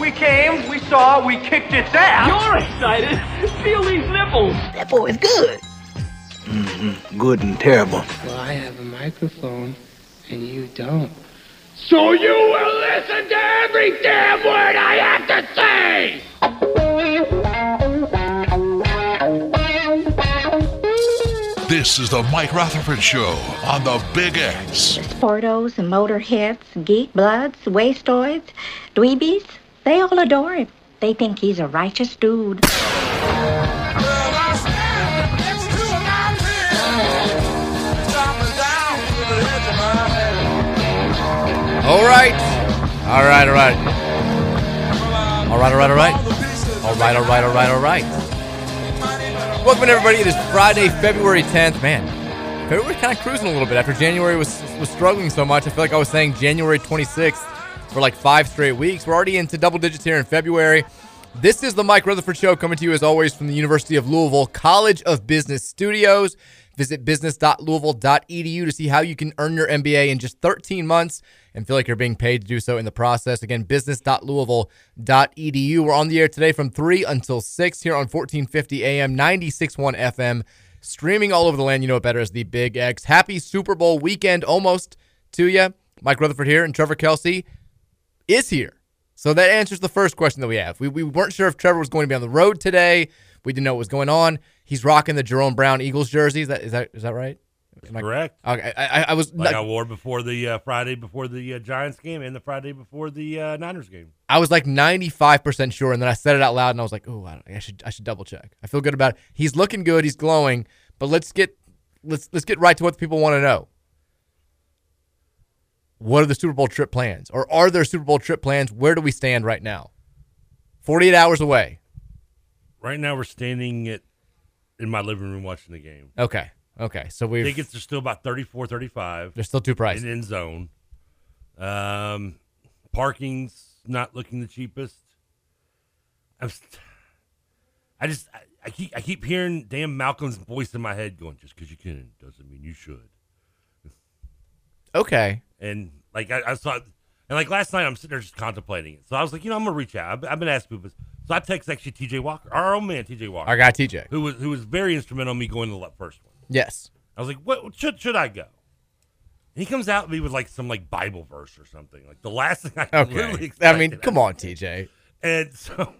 We came, we saw, we kicked its ass. You're excited. Feel these nipples. That boy is good. Mm-hmm. Good and terrible. Well, I have a microphone and you don't. So you will listen to every damn word I have to say. This is the Mike Rutherford Show on the Big X. Sportos, motorheads, geek bloods, wastoids, dweebies, they all adore him. They think he's a righteous dude. Well, I stand next to my peers. Stop me down to the edge of my head. All right. All right, all right. All right, all right, all right. All right, all right, all right, all right. Welcome in, everybody. It is Friday, February 10th. Man, February kind of cruising a little bit after January was was struggling so much. I feel like I was saying January 26th for like five straight weeks. We're already into double digits here in February. This is the Mike Rutherford Show coming to you as always from the University of Louisville College of Business Studios. Visit business.louisville.edu E to see how you can earn your MBA in just 13 months and feel like you're being paid to do so in the process. Again, business.louisville.edu. E We're on the air today from 3 until 6 here on 1450 AM, 96.1 FM, streaming all over the land. You know it better as the Big X. Happy Super Bowl weekend almost to you. Mike Rutherford here and Trevor Kelsey is here. So that answers the first question that we have. We, we weren't sure if Trevor was going to be on the road today. We didn't know what was going on. He's rocking the Jerome Brown Eagles jersey. Is that is that is that right? Am I- Correct. Okay, I, I- I was Like I wore before the uh, Friday before the uh, Giants game and the Friday before the uh, Niners game. I was like 95% sure, and then I said it out loud, and I was like, "Ooh, I, don't- I should I should double check." I feel good about it. He's looking good. He's glowing. But let's get let's let's get right to what the people want to know. What are the Super Bowl trip plans, or are there Super Bowl trip plans? Where do we stand right now? 48 hours away. Right now, we're standing at in my living room watching the game. Okay, okay. So we are Tickets are still about 34 35 they're still too pricey. in end zone. Um, parking's not looking the cheapest. I'm st- I just I, I keep I keep hearing damn Malcolm's voice in my head going, just because you can doesn't mean you should. Okay, And like I, I saw, and like last night, I'm sitting there just contemplating it. So I was like, you know, I'm gonna reach out. I've, I've been asking people. So I text actually TJ Walker, our own man TJ Walker, our guy TJ. who was who was very instrumental in me going to the first one. Yes. I was like, what should should I go? And he comes out at me with like some like Bible verse or something. Like the last thing I literally Okay. I expected. mean, come on, TJ. And so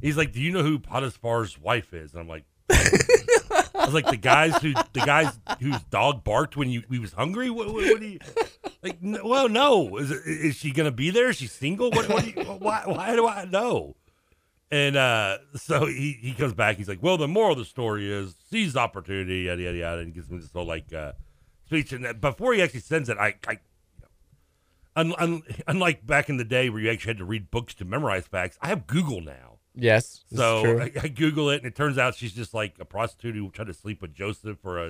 he's like, "Do you know who Potiphar's wife is?" And I'm like, "I was like the guys who the guys whose dog barked when you we was hungry. What, what, what do you like? n well, no. Is it- is she gonna be there? Is she single? What? what do you, why? Why do I know?" And uh, so he, he comes back. He's like, "Well, the moral of the story is seize opportunity, yada yada yada," and gives me this whole like uh, speech. And that- before he actually sends it, I, I un, un, unlike back in the day where you actually had to read books to memorize facts, I have Google now. Yes. this is So true. I, I Google it, and it turns out she's just like a prostitute who tried to sleep with Joseph for a,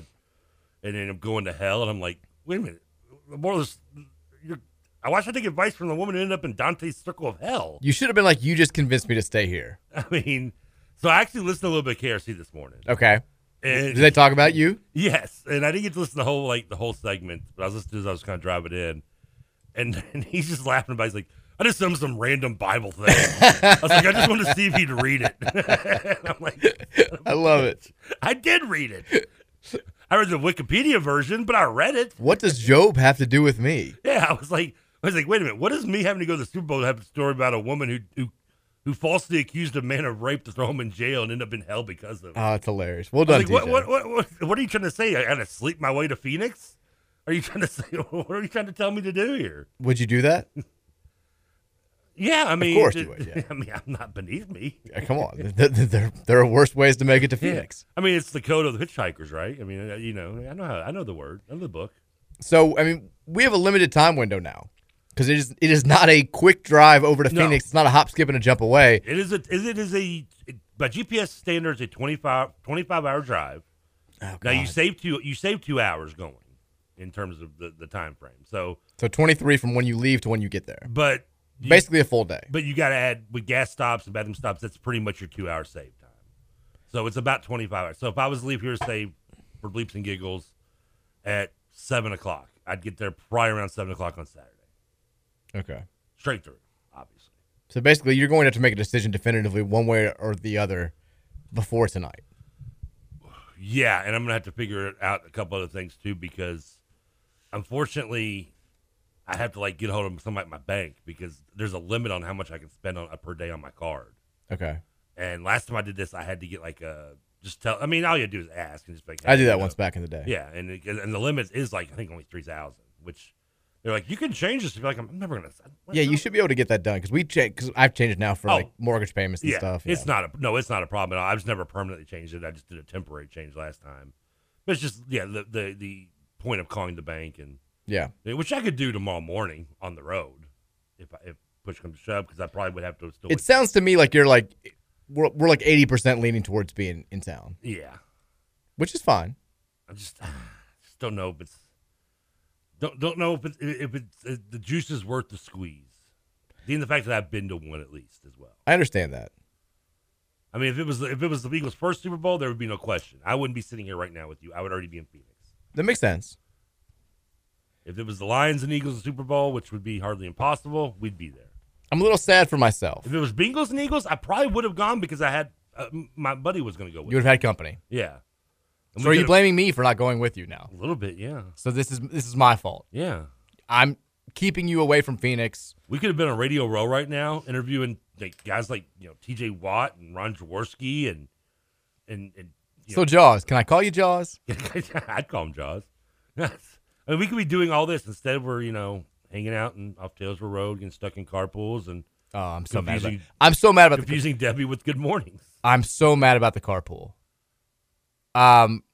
and then I'm going to hell. And I'm like, wait a minute, the moral is, you're, I watched I take advice from the woman who ended up in Dante's circle of hell. you should have been like, you just convinced me to stay here. I mean, so I actually listened to a little bit of KRC this morning. Okay. And- Did they talk about you? Yes, and I didn't get to listen to the whole like the whole segment, but I was listening as I was kind of driving in, and, and he's just laughing about. It. He's like, "I just sent him some random Bible thing." I was like, "I just wanted to see if he'd read it." And I'm like, I love it. "I did read it. I read the Wikipedia version, but I read it." What does Job have to do with me? Yeah, I was like, I was like, "Wait a minute, what does me having to go to the Super Bowl have a story about a woman who who who falsely accused a man of rape to throw him in jail and end up in hell because of?" it? Oh, it's hilarious. Well I done, was like, TJ. what, what, what, what, what are you trying to say? I gotta sleep my way to Phoenix? Are you trying to say? What are you trying to tell me to do here? Would you do that? Yeah, I mean, course you would, yeah. I mean, I'm not beneath me. Yeah, Come on. There, there, there are worse ways to make it to Phoenix. I mean, it's the code of the hitchhikers, right? I mean, uh, you know, I know how, I know the word, I know the book. So, I mean, we have a limited time window now because it is it is not a quick drive over to No. Phoenix. It's not a hop, skip, and a jump away. It is a is it is a by GPS standards a 25, 25 hour drive. Oh, now you save two you save two hours going in terms of the, the time frame. So So 23 from when you leave to when you get there. but you- Basically a full day. But you got to add with gas stops and bathroom stops. That's pretty much your two hour save time. So it's about twenty five hours. So if I was to leave here say for bleeps and giggles at seven o'clock, I'd get there probably around seven o'clock on Saturday, Okay. straight through. Obviously, So basically, you're going to have to make a decision definitively one way or the other before tonight. yeah. And I'm gonna have to figure out a couple other things too because unfortunately. I have to like get hold of somebody at my bank because there's a limit on how much I can spend on uh, per day on my card. Okay. And last time I did this, I had to get like a just tell. I mean, all you do is ask and just like. I did that you know. once back in the day. Yeah, and it- and the limit is like I think only three thousand, which they're like you can change this. If you're like I'm never gonna. Yeah, you should be able to get that done because we check because I've changed now for Oh. like mortgage payments and yeah, stuff. it's not a no, it's not a problem at all. I was never permanently changed it. I just did a temporary change last time. But it's just yeah, the the the point of calling the bank and Yeah. which I could do tomorrow morning on the road if I, if push comes to shove because I probably would have to still. It sounds to me like you're like we're, we're like 80 percent leaning towards being in town, yeah, which is fine. I just, just don't know if it's don't don't know if it's if it's if the juice is worth the squeeze. Being the fact that I've been to one at least as well. I understand that. I mean, if it was if it was the Eagles' first Super Bowl, there would be no question. I wouldn't be sitting here right now with you. I would already be in Phoenix. That makes sense. If it was the Lions and Eagles' Super Bowl, which would be hardly impossible, we'd be there. I'm a little sad for myself. If it was Bengals and Eagles, I probably would have gone because I had uh, m- my buddy was going to go with. You would have had company. Yeah. And So we are you could've- blaming me for not going with you now? A little bit, yeah. So this is this is my fault. Yeah. I'm keeping you away from Phoenix. We could have been on Radio Row right now, interviewing like, guys like you know T.J. Watt and Ron Jaworski and and and. you So know, Jaws, can I call you Jaws? I'd call him Jaws. I mean, we could be doing all this instead of we're you know hanging out and off Taylor Road, getting stuck in carpools, and oh, I'm so mad about- I'm so mad about the- confusing Debbie with good mornings. I'm so mad about the carpool. Um,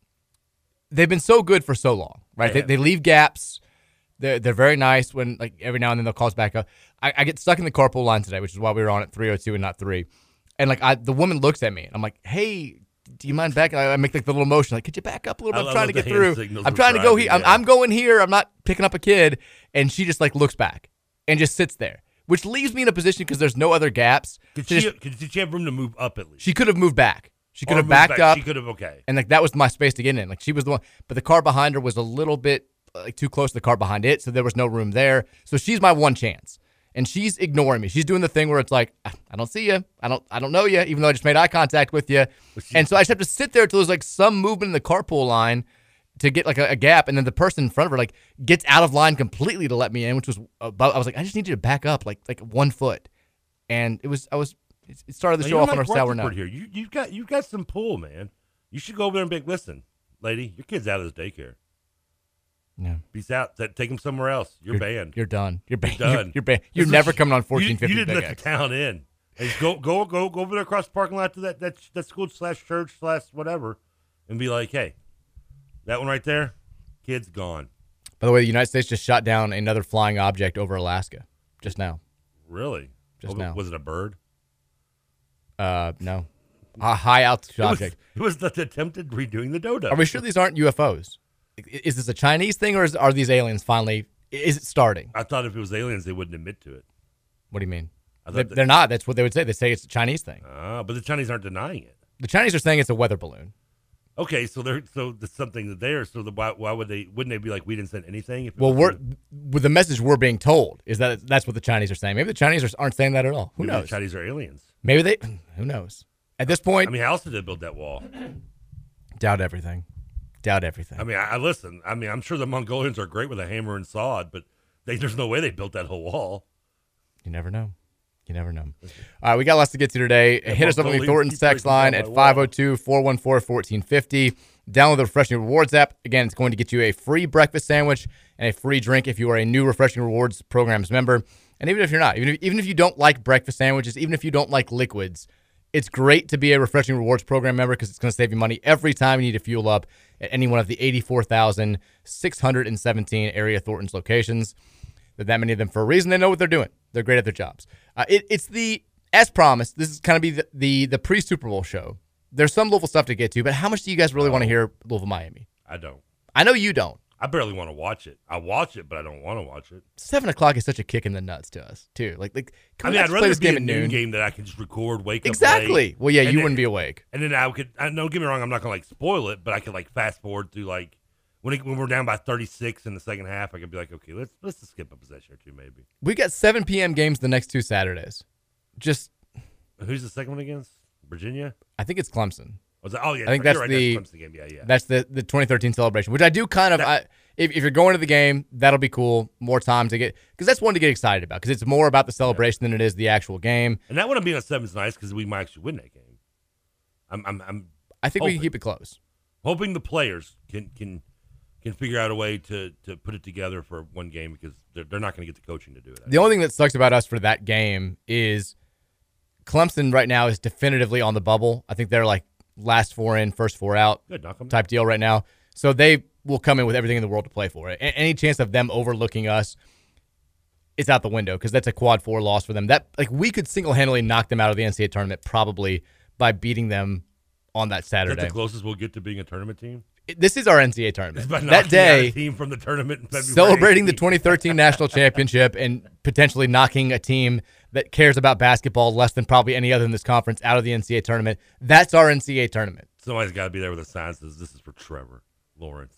they've been so good for so long, right? They They, they leave gaps. They're, they're very nice when like every now and then they'll call us back up. I, I get stuck in the carpool line today, which is why we were on at 302 and not three. And like I, the woman looks at me and I'm like, hey. Do you mind back? I I make like the little motion, like, could you back up a little I bit? I'm love trying to the get hand through. signals I'm we're trying to go driving, here. I'm, yeah. I'm going here. I'm not picking up a kid. And she just like looks back and just sits there, which leaves me in a position because there's no other gaps. Did to she, just- could, did she have room to move up at least? she could have moved back. She Or could have moved backed back. up. She could have- okay. And like that was my space to get in. Like she was the one, but the car behind her was a little bit like too close to the car behind it, so there was no room there. So she's my one chance, and she's ignoring me. She's doing the thing where it's like, "Ah, I don't see you. I don't. I don't know you, even though I just made eye contact with you. And so I just have to sit there until there's like some movement in the carpool line to get like a, a gap, and then the person in front of her like gets out of line completely to let me in, which was about. I was like, I just need you to back up like like one foot, and it was I was. it- It started the Now, show you're off on our like sour Rutherford note. Here, you you've got you've got some pull, man. You should go over there and be like, listen, lady, your kid's out of this daycare. Yeah. Peace out. Th- Take him somewhere else. You're, You're- banned. you're done. You're ban- You're you're- done. you're ban- This you're is- never coming on you- 1450 You, didn't Big let X. the town in. Hey, go go go go over there across the parking lot to that that, that school slash church slash whatever, and be like, hey, that one right there, kid's gone. By the way, the United States just shot down another flying object over Alaska just now. Really? Just Oh, now. Was it a bird? Uh, no, a high altitude It was- object. It was, the attempted redoing the dodo. Are we sure these aren't UFOs? I- Is this a Chinese thing, or is, are these aliens finally? i- Is it starting? I thought if it was aliens, they wouldn't admit to it. What do you mean? I They, thought that- they're not. That's what they would say. They say it's a Chinese thing. Ah, but the Chinese aren't denying it. The Chinese are saying it's a weather balloon. Okay, so they're so there's something that they're so the, why why would they wouldn't they be like we didn't send anything? If it Well, was- we're with the message we're being told is that it- that's what the Chinese are saying. Maybe the Chinese are, aren't saying that at all. Who maybe the knows? Chinese are aliens. Maybe they. Who knows? At this point, I mean, how else did they build that wall? doubt everything. Doubt everything. I mean, I, I listen. I mean, I'm sure the Mongolians are great with a hammer and sod, but they, there's no way they built that whole wall. You never know. You never know. All right, we got lots to get to today. Yeah, Hit us up on the Mongolians Thornton keep text breaking down line my at wall. 502 414 1450. Download the Refreshing Rewards app. Again, it's going to get you a free breakfast sandwich and a free drink if you are a new Refreshing Rewards programs member. And even if you're not, even if, even if you don't like breakfast sandwiches, even if you don't like liquids, it's great to be a Refreshing Rewards program member because it's going to save you money every time you need to fuel up at any one of the 84,617 area Thornton's locations. There are that many of them for a reason. They know what they're doing. They're great at their jobs. Uh, it, it's the as promised. This is kind of be the the, the pre Super Bowl show. There's some Louisville stuff to get to, but how much do you guys really Oh. want to hear Louisville Miami? I don't. I know you don't. I barely want to watch it. I watch it, but I don't want to watch it. Seven o'clock is such a kick in the nuts to us too. Like I like can we mean, I'd not just rather play this be game a at noon noon. game that I can just record, wake up. Exactly. late, Well, yeah, and you then- wouldn't be awake. And then I could. I, don't get me wrong. I'm not gonna like spoil it, but I could like fast forward through like when it, when we're down by 36 in the second half. I could be like, okay, let's let's just skip a possession or two, maybe. We got seven p.m. games the next two Saturdays. Just Who's the second one against? Virginia. I think it's Clemson. Was that- oh, yeah, I think you're that's right, that's the Clemson game. Yeah, yeah. That's the the 2013 celebration, which I do kind of. I, if, if you're going to the game, that'll be cool. More time to get because that's one to get excited about because it's more about the celebration than it is the actual game. And that one being on seven's nice because we might actually win that game. I'm, I'm, I'm I think we can hoping- keep it close. Hoping the players can can can figure out a way to to put it together for one game because they're, they're not going to get the coaching to do it. The only thing that sucks about us for that game is Clemson right now is definitively on the bubble. I think they're like last four in, first four out Good, knock 'em type deal right now. So they will come in with everything in the world to play for. A- any chance of them overlooking us is out the window because that's a quad four loss for them. That like we could single handedly knock them out of the NCAA tournament probably by beating them on that Is Saturday. that the closest we'll get to being a tournament team? It- this is our NCAA tournament. It's by That knocking out a day, team from the tournament in February. celebrating the 2013 national championship and potentially knocking a team that cares about basketball less than probably any other in this conference out of the NCAA tournament. That's our NCAA tournament. Somebody's got to be there with a sign that says, "This is for Trevor Lawrence."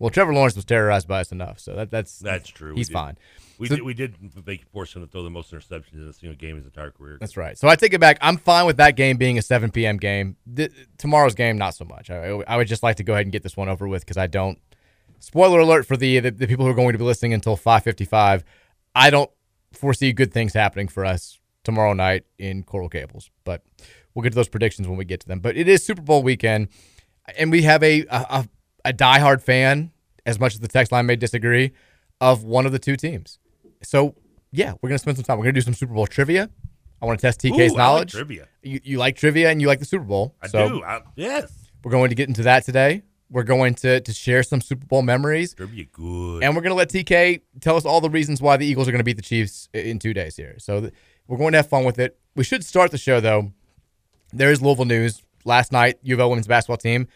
Well, Trevor Lawrence was terrorized by us enough, so that, that's That's true. We He's did- fine. We So- did, we did make force him to throw the most interceptions in a single game his entire career. That's right. So I take it back. I'm fine with that game being a 7 p.m. game. Th- tomorrow's game, not so much. I, I would just like to go ahead and get this one over with because I don't. Spoiler alert for the, the the people who are going to be listening until 5:55. I don't foresee good things happening for us tomorrow night in Coral Gables, but we'll get to those predictions when we get to them. But it is Super Bowl weekend, and we have a a, a, a diehard fan, as much as the text line may disagree, of one of the two teams. So yeah, we're gonna spend some time. We're gonna do some Super Bowl trivia. I want to test Ooh, I TK's like knowledge. trivia. You, you like trivia and you like the Super Bowl. I so do. I, yes. We're going to get into that today. We're going to to share some Super Bowl memories. Trivia good. And we're going to let TK tell us all the reasons why the Eagles are going to beat the Chiefs i- in two days here. So th- we're going to have fun with it. We should start the show, though. There is Louisville news. Last night, U of L women's basketball team.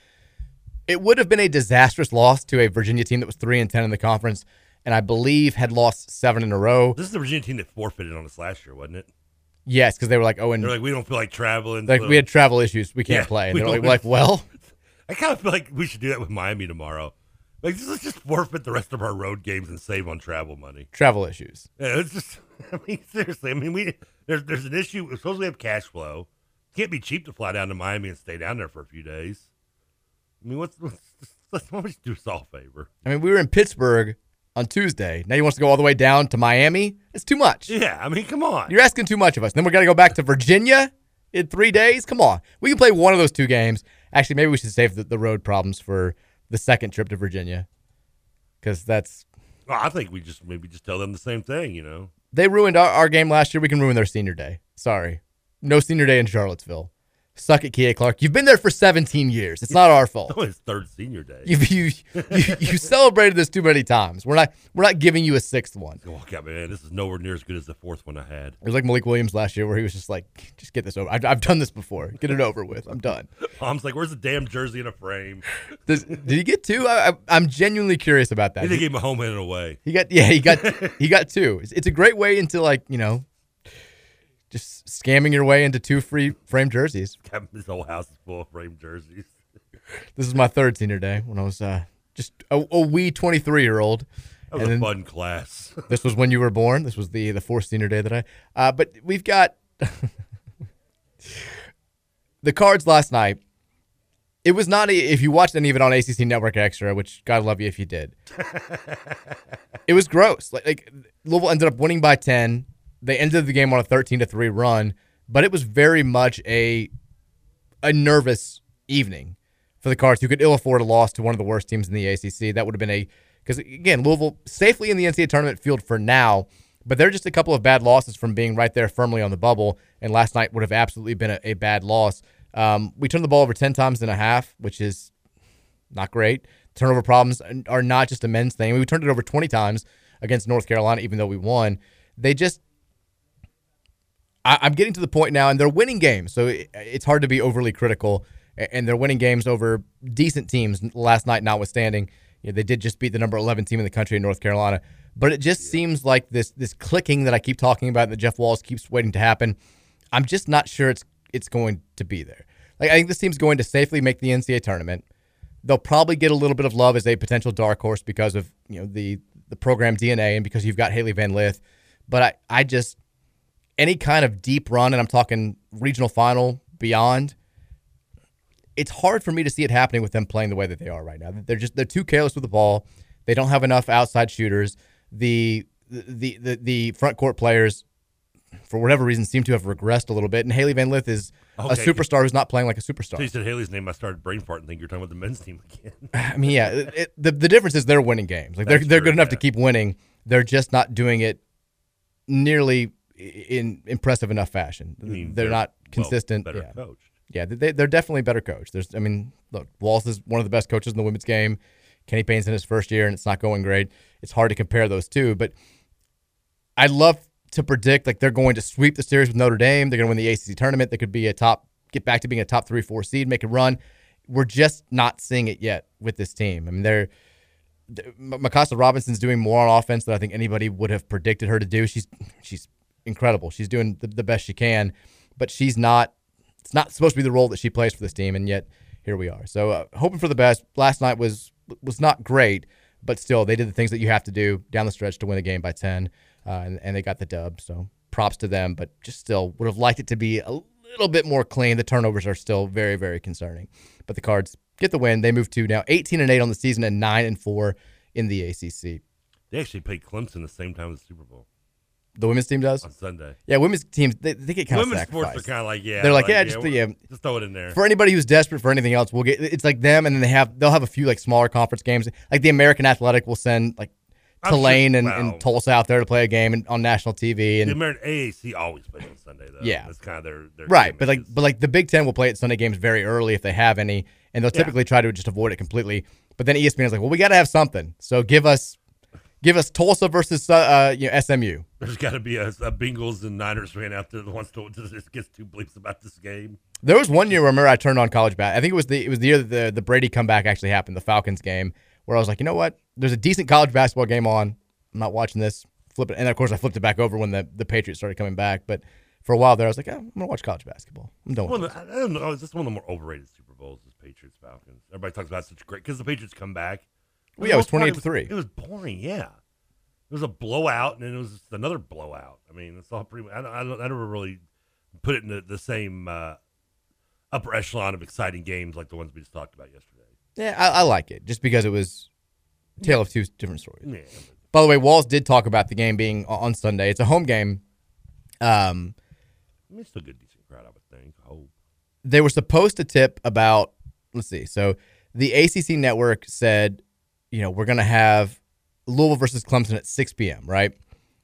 It would have been a disastrous loss to a Virginia team that was 3 and 10 in the conference, and I believe had lost seven in a row. This is the Virginia team that forfeited on us last year, wasn't it? Yes, because they were like, oh, and They're like, we don't feel like traveling. Like, so- we had travel issues. We can't Yeah, play. And we they're like, don't- like, well, I kind of feel like we should do that with Miami tomorrow. Like, just- let's just forfeit the rest of our road games and save on travel money. travel issues. Yeah, it's just, I mean, seriously, I mean, we there's there's an issue. We're supposed to have cash flow. can't be cheap to fly down to Miami and stay down there for a few days. I mean, what's what's let's why don't we just do us all a favor? I mean, we were in Pittsburgh on Tuesday. Now he wants to go all the way down to Miami. It's too much. Yeah, I mean, come on. You're asking too much of us. Then we got to go back to Virginia in three days. Come on. We can play one of those two games. Actually, maybe we should save the, the road problems for the second trip to Virginia because that's Well, I think we just maybe just tell them the same thing, you know. they ruined our, our game last year. We can ruin their senior day. Sorry. No senior day in Charlottesville. Suck it, Kia Clark. You've been there for 17 years. It's not our fault. That was third senior day. You you, you you celebrated this too many times. We're not we're not giving you a sixth one. Walk out, man. This is nowhere near as good as the fourth one I had. It was like Malik Williams last year, where he was just like, "Just get this over. I've, I've done this before. Get it over with. I'm done." Mom's like, "Where's the damn jersey in a frame?" Does, did he get two? I, I, I'm genuinely curious about that. And they gave him a home and away. He got yeah, he got he got two. It's, it's a great way into like you know, just scamming your way into two free frame jerseys. Got- His whole house is full of frame jerseys. This is my third senior day when I was uh, just a, a wee 23 year old. That was a fun class. this was when you were born. This was the the fourth senior day that I. Uh, but we've got the cards last night. It was not a, if you watched any of it on ACC Network Extra, which God love you if you did. it was gross. Like, like Louisville ended up winning by ten. They ended the game on a thirteen to three run, but it was very much a a nervous evening for the Cards, who could ill afford a loss to one of the worst teams in the ACC. That would have been a because again, Louisville safely in the NCAA tournament field for now, but they're just a couple of bad losses from being right there firmly on the bubble. And last night would have absolutely been a, a bad loss. Um, we turned the ball over ten times and a half, which is not great. turnover problems are not just a men's thing. We turned it over 20 times against North Carolina, even though we won. They just, I, I'm getting to the point now, and they're winning games, so it, it's hard to be overly critical. a- And they're winning games over decent teams last night, notwithstanding. You know, they did just beat the number 11 team in the country in North Carolina. But it just seems like this this clicking that I keep talking about that Jeff Walls keeps waiting to happen. I'm just not sure it's it's going to be there. Like I think this team's going to safely make the NCAA tournament. They'll probably get a little bit of love as a potential dark horse because of you know the the program DNA and because you've got Haley Van Lith. But I I just any kind of deep run, and I'm talking regional final beyond. It's hard for me to see it happening with them playing the way that they are right now. They're just they're too careless with the ball. They don't have enough outside shooters. The the the, the front court players for whatever reason, seem to have regressed a little bit. And Haley Van Lith is a Okay. superstar who's not playing like a superstar. So you said Haley's name. I started brain farting. Think you're talking about the men's team again. I mean, yeah, it, it- the the difference is they're winning games. Like they're That's they're true, good enough to keep winning. They're just not doing it nearly i- in impressive enough fashion. I mean, they're, they're, not well, consistent. better yeah. coached. Yeah, they, they're definitely better coached. There's, I mean, look, Walls is one of the best coaches in the women's game. Kenny Payne's in his first year, and it's not going great. It's hard to compare those two, but I love to predict like they're going to sweep the series with Notre Dame. They're going to win the ACC tournament. They could be a top, get back to being a top three, four seed, make a run. We're just not seeing it yet with this team. I mean, they're th- M- Mikasa Robinson's doing more on offense than I think anybody would have predicted her to do. She's she's incredible. She's doing the, the best she can, but she's not. It's not supposed to be the role that she plays for this team, and yet here we are. So uh, hoping for the best. Last night was was not great, but still they did the things that you have to do down the stretch to win the game by ten, uh, and, and they got the dub. So props to them, but just still would have liked it to be a little bit more clean. The turnovers are still very very concerning, but the Cards get the win. They move to now eighteen and eight on the season and nine and four in the ACC. They actually played Clemson the same time as the Super Bowl. The women's team does On Sunday. Yeah, women's teams they, they get kind Women's of sports are sacrificed. kinda like, yeah, They're like, like, yeah, yeah, just we're- yeah, just throw it in there. for anybody who's desperate for anything else. We'll get it's like them, and then they have they'll have a few like smaller conference games. Like the American Athletic will send like I'm sure- Tulane and, wow. and Tulsa out there to play a game and, on national TV and the American AAC always plays on Sunday though. Yeah. that's kind of their, their right, but like, but like the Big Ten will play it Sunday games very early if they have any, and they'll Yeah. typically try to just avoid it completely. But then E ESPN is like, well, we got to have something, so give us, give us Tulsa versus uh, uh, you know, SMU. There's got to be a, a Bengals and Niners fan out there that wants to just gets two bleeps about this game. There was one year remember I turned on college bat. I think it was the it was the year that the the Brady comeback actually happened, the Falcons game, where I was like, you know what? There's a decent college basketball game on. I'm not watching this. Flip it, and of course I flipped it back over when the the Patriots started coming back. But for a while there, I was like, eh, I'm gonna watch college basketball. I'm done. With One of the, I don't know. oh, Is this one of the more overrated Super Bowls? Is Patriots Falcons? Everybody talks about such great because the Patriots come back. For Well, the yeah, it was most part, 28-3. It was boring. Yeah, it was a blowout, and then it was just another blowout. I mean, it's all pretty. I don't. I, don't, I never really put it in the, the same uh, upper echelon of exciting games like the ones we just talked about yesterday. Yeah, I, I like it just because it was a tale of two different stories. Yeah. By the way, Walls did talk about the game being o- on Sunday. It's a home game. Um, I mean, it's still a good, decent crowd. I would think. Oh, they were supposed to tip about let's see so the acc network said you know we're going to have louisville versus clemson at 6 p.m right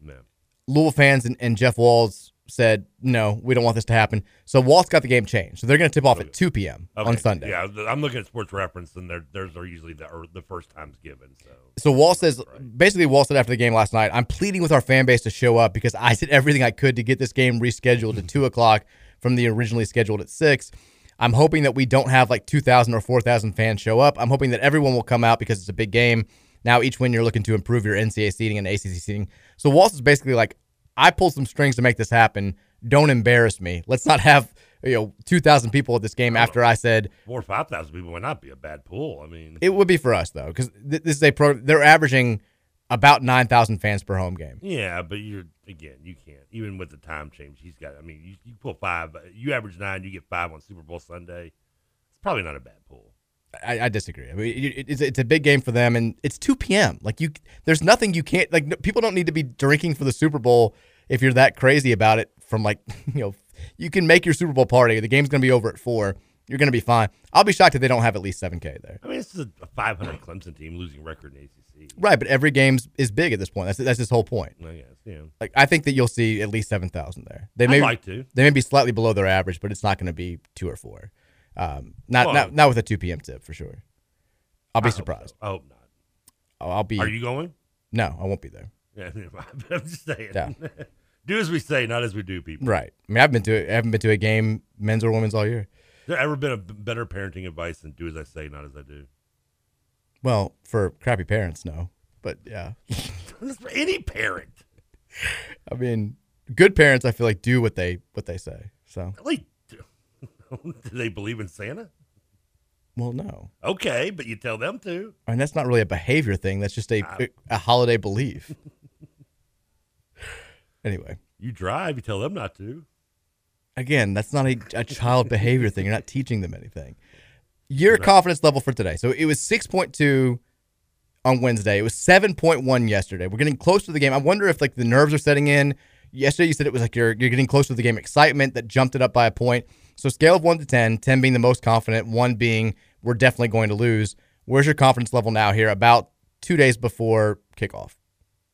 no. louisville fans and, and jeff walls said no we don't want this to happen so walls got the game changed so they're going to tip off at 2 p.m on Okay, sunday Yeah, I'm looking at Sports Reference, and their theirs are usually the or the first times given. So So Wall says basically Wall said after the game last night, I'm pleading with our fan base to show up because I did everything I could to get this game rescheduled to two o'clock from the originally scheduled at six. I'm hoping that we don't have like two thousand or four thousand fans show up. I'm hoping that everyone will come out because it's a big game. Now each win you're looking to improve your NCAA seating and ACC seating. So Wall is basically like, I pulled some strings to make this happen. Don't embarrass me. Let's not have you know two thousand people at this game after I said four or five thousand people would not be a bad pool. I mean, it would be for us though, because th- this is a pro. They're averaging about nine thousand fans per home game. Yeah, but you're again, you can't even with the time change. He's got. I mean, you, you pull five, uh, you average nine, you get five on Super Bowl Sunday. It's probably not a bad pool. I, I disagree. I mean, it- it's, it's a big game for them, and it's two p.m. Like you, there's nothing you can't like. No, people don't need to be drinking for the Super Bowl if you're that crazy about it. From like, you know, you can make your Super Bowl party. The game's gonna be over at four. You're gonna be fine. I'll be shocked if they don't have at least seven k there. I mean, this is a 500 Clemson team losing record in ACC. Right, but every game is big at this point. That's that's his whole point. I guess, yeah. Like I think that you'll see at least seven thousand there. They I'd may like to. They may be slightly below their average, but it's not going to be two or four. Um, not Well- not not with a two p.m. tip for sure. I'll be surprised. I hope not. I'll, I'll be. Are you going? No, I won't be there. Yeah, I'm just saying. Yeah. do as we say, not as we do, people. Right. I mean, I've been to I haven't been to a game, men's or women's, all year. There ever been a b- better parenting advice than do as I say, not as I do? Well, for crappy parents, no. But yeah, For any parent, I mean, good parents, I feel like do what they what they say. So, like, do do they believe in Santa? well, no. Okay, but you tell them to. I mean, that's not really a behavior thing. That's just Ah. a a holiday belief. anyway, You drive, you tell them not to. again, that's not a, a child behavior thing. You're not teaching them anything. Your confidence level for today. So it was 6.2 on Wednesday. It was 7.1 yesterday. We're getting close to the game. I wonder if like the nerves are setting in. Yesterday you said it was like you're you're getting close to the game excitement that jumped it up by a point. So scale of 1 to 10, 10 being the most confident, 1 being we're definitely going to lose. Where's your confidence level now here about 2 days before kickoff?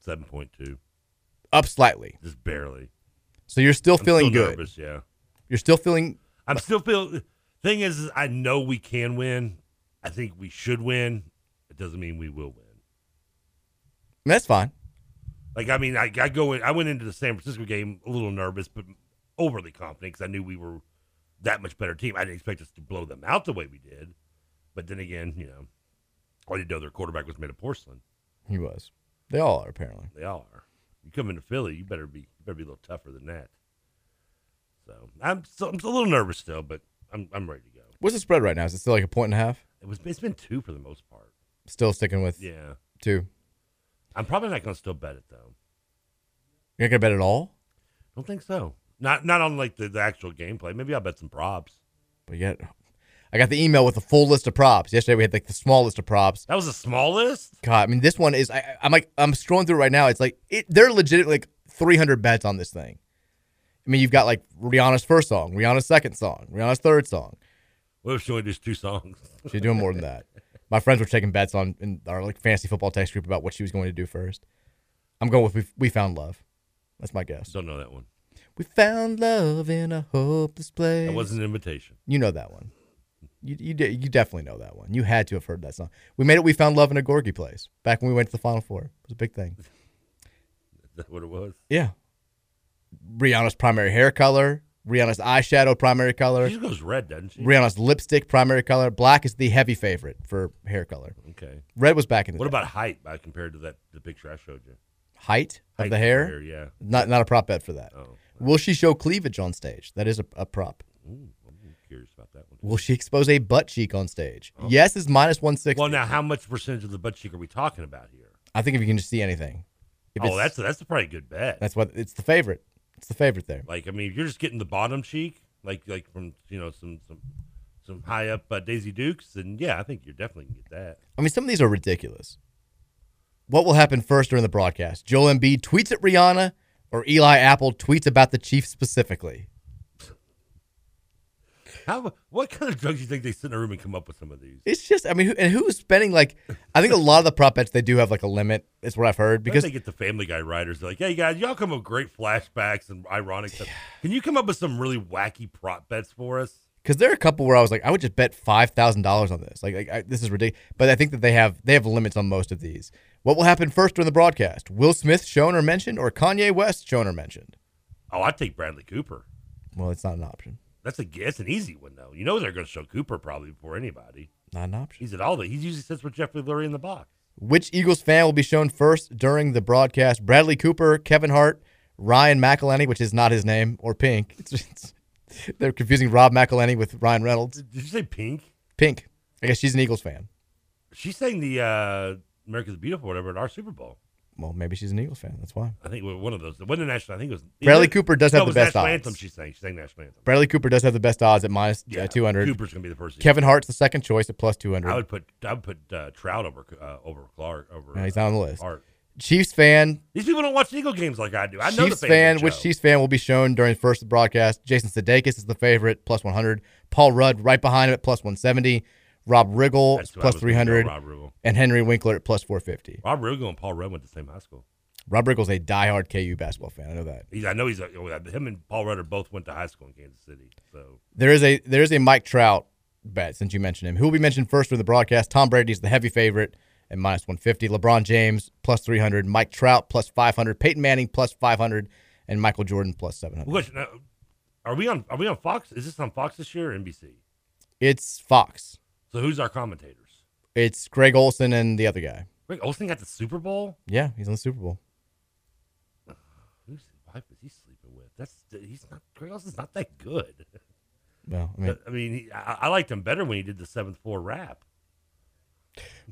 7.2, Up slightly. just barely. So you're still I'm feeling still good. nervous, yeah. You're still feeling I'm still feel. Thing is, is I know we can win. I think we should win. It doesn't mean we will win. that's fine. Like I mean, I, I go in. I went into the San Francisco game a little nervous, but overly confident because I knew we were that much better team. I didn't expect us to blow them out the way we did. But then again, you know, I didn't know their quarterback was made of porcelain. He was. They all are apparently. They all are. You come into Philly, you better be you better be a little tougher than that. So I'm so, I'm a little nervous still, but I'm I'm ready to go. What's the spread right now? Is it still like a point and a half? It was it's been two for the most part. Still sticking with Yeah. two. I'm probably not going to still bet it though. You're not gonna bet at all. Don't think so. Not not on like the, the actual gameplay. Maybe I'll bet some props. But yet, I got the email with the full list of props. Yesterday we had like the small list of props. That was the smallest. God, I mean, this one is. I, I- I'm like, I'm scrolling through it right now. It's like it, they're legit like 300 bets on this thing. I mean, you've got like Rihanna's first song, Rihanna's second song, Rihanna's third song. What if she only does two songs? She's doing more than that. My friends were taking bets on in our like fantasy football text group about what she was going to do first. I'm going with we, we found love. That's my guess. Don't know that one. We found love in a hopeless place. That wasn't an invitation. You know that one. You you de- you definitely know that one. You had to have heard that song. We made it. We found love in a Gorky place back when we went to the Final Four. It was a big thing. Is that what it was? Yeah. Rihanna's primary hair color. Rihanna's eyeshadow primary color. She just goes red, doesn't she? Rihanna's lipstick primary color. Black is the heavy favorite for hair color. Okay. Red was back in the What day. about height by compared to that the picture I showed you? height of Height Oh, the hair? yeah. Not not a prop bet for that. Will she show cleavage on stage? That is a, a prop. Ooh, I'm curious about that one. Will she expose a butt cheek on stage? Oh. Yes is minus one sixty. Well, now how much percentage of the butt cheek are we talking about here? I think if you can just see anything. If oh, it's- that's that's probably a good bet. That's what it's the favorite. It's the favorite there. Like I mean, if you're just getting the bottom cheek, like like from you know some some some high up uh, Daisy Dukes, then yeah, I think you're definitely can get that. I mean, some of these are ridiculous. What will happen first during the broadcast? Joel Embiid tweets at Rihanna, or Eli Apple tweets about the Chiefs specifically. How what kind of drugs do you think they sit in a room and come up with some of these? It's just, I mean, who, and who's spending like? I think a lot of the prop bets they do have like a limit. That's what I've heard Because because they get the Family Guy writers, they're like, "Hey guys, y'all come up with great flashbacks and ironic stuff. Can you come up with some really wacky prop bets for us?" because there are a couple where I was like, I would just bet five thousand dollars on this. Like, like I, this is ridiculous. But I think that they have they have limits on most of these. What will happen first during the broadcast? Will Smith shown or mentioned, or Kanye West shown or mentioned? Oh, I'd take Bradley Cooper. Well, it's not an option. That's a that's an easy one though. You know they're going to show Cooper probably before anybody. Not an option. He's at all the he's usually sits with Jeffrey Lurie in the box. Which Eagles fan will be shown first during the broadcast? Bradley Cooper, Kevin Hart, Ryan McElhenney, which is not his name, or Pink. It's, it's, they're confusing Rob McElhenney with Ryan Reynolds. Did you say Pink? Pink. I guess she's an Eagles fan. She sang the uh, "America's Beautiful" whatever at our Super Bowl. Well, maybe she's an Eagles fan. That's why. I think it was one of those. It wasn't the national. I think it was Bradley either- Cooper does no, have it the was best national odds. anthem. She sang. She sang national anthem. Bradley Cooper does have the best odds at minus, uh, 200. Cooper's gonna be the first. Kevin Hart's the second choice at plus 200. I would put I would put uh, Trout over uh, over Clark over. No, he's uh, not on the list. Hart. Chiefs fan. These people don't watch Eagle games like I do. I know Chiefs the fan. fans Which Chiefs fan will be shown during the first broadcast? Jason Sudeikis is the favorite, plus 100. Paul Rudd right behind him at plus 170. Rob Riggle That's who I plus was gonna go, 300. Rob Riggle. and Henry Winkler at plus 450. Rob Riggle and Paul Rudd went to the same high school. Rob Riggle's a diehard KU basketball fan. I know that. He's, oh, I know he's a, him and Paul Rudd are both went to high school in Kansas City. So There is a there is a Mike Trout bet since you mentioned him. Who will be mentioned first during the broadcast? Tom Brady's the heavy favorite at minus 150. LeBron James plus 300. Mike Trout plus 500. Peyton Manning plus 500. And Michael Jordan plus 700. Which, uh, are we on? Are we on Fox? Is this on Fox this year or NBC? It's Fox. So who's our commentators? It's Greg Olson and the other guy. Wait, Olsen got the Super Bowl. Yeah, he's on the Super Bowl. Who's his wife is he sleeping with? That's he's not. Greg Olsen's not that good. Well, I mean, I mean, he, I, I liked him better when he did the seventh floor rap.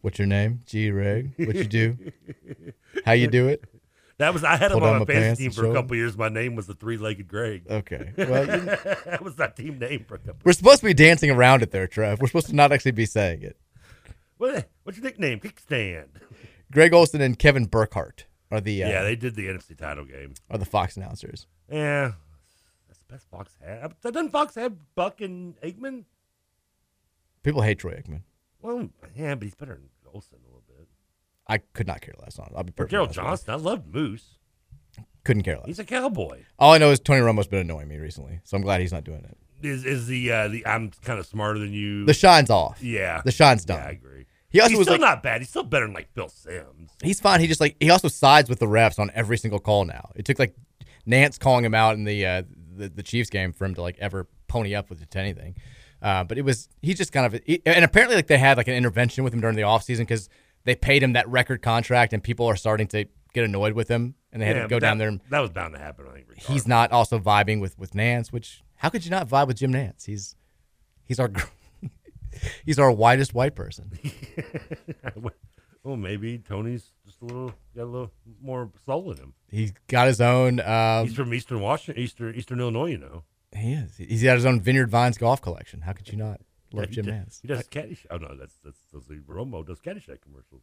what's your name? G. Reg. What you do? How you do it? That was I had Pull him on my down my pants fantasy team and for a show 'em? couple years. My name was the three legged Greg. Okay. Well, Well, you- that was that team name for a couple. We're supposed to be dancing around it there, Trev. We're supposed to not actually be saying it. What, what's your nickname? Kickstand. Greg Olson and Kevin Burkhardt are the uh, Yeah. they did the NFC title game. are the Fox announcers. Yeah, that's the best Fox had. Uh, Doesn't Fox have Buck and Aikman? People hate Troy Aikman. Well, yeah, but he's better than Olsen a little bit. I could not care less on. it. I'll be Or perfect. Gerald Johnson. I loved Moose. Couldn't care less. He's a cowboy. All I know is Tony Romo's been annoying me recently, so I'm glad he's not doing it. Is is the uh, the I'm kind of smarter than you? The shine's off. Yeah, The shine's done. Yeah, I agree. He also he's was still like, not bad. He's still better than like Bill Sims. he's fine. He just like he also sides with the refs on every single call now. It took like Nance calling him out in the uh, the, the Chiefs game for him to like ever pony up with it to anything. Uh, but it was he's just kind of he- and apparently like they had like an intervention with him during the offseason because they paid him that record contract and people are starting to get annoyed with him and they had Yeah, to but go down that- there. And That was bound to happen. I think. he's not also vibing with with Nance, which how could you not vibe with Jim Nance? He's he's our gr- he's our whitest white person. well, maybe Tony's just a little got a little more soul in him. He's got his own. Um, he's from Eastern Washington, Eastern Eastern Illinois. You know, He is. He's got his own Vineyard Vines golf collection. How could you not love Yeah, he Jim does- Nance? He does Caddyshack. Oh no, that's that's, that's like Romo does Caddyshack commercials.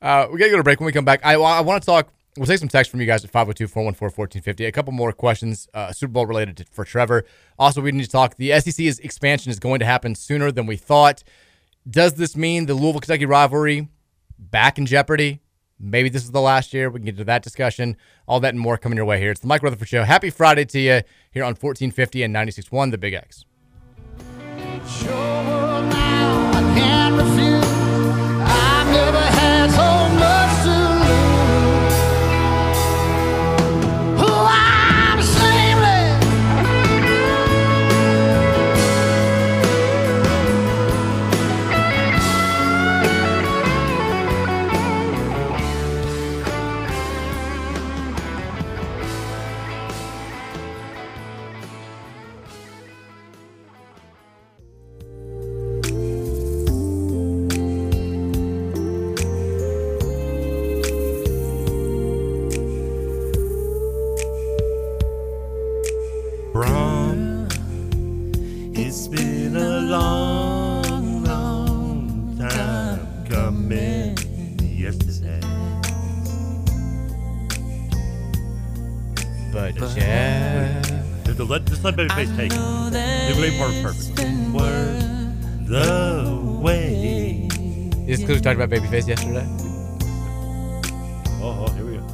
Uh, we got to go to break. When we come back, I, I want to talk. We'll take some text from you guys at 502 414 1450. A couple more questions, uh, Super Bowl related to, for Trevor. Also, we need to talk. The SEC's expansion is going to happen sooner than we thought. Does this mean the Louisville Kentucky rivalry back in jeopardy? Maybe this is the last year. We can get into that discussion. All that and more coming your way here. It's the Mike Rutherford Show. Happy Friday to you here on 1450 and 96.1, The Big X. can't refuse. I never had so much to lose. Oh, I'm shameless. Brom. It's been a long, long time coming. Yes, it has. But yeah. Just let, just let Babyface take it. The relay part is perfect. The way. Is this because we talked about Babyface yesterday? Oh, oh, here we go.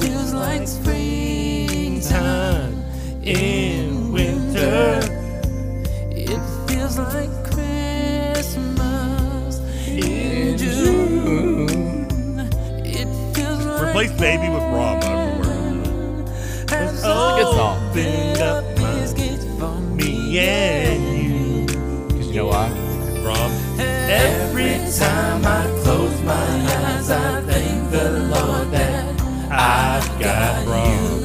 Feels like springtime in winter. It feels like Christmas in June. It feels like Replace baby with Rob. Good song. Opened up my for me and you. Because you know why? Rob. Every time I close my eyes, I thank the Lord that I've got wrong.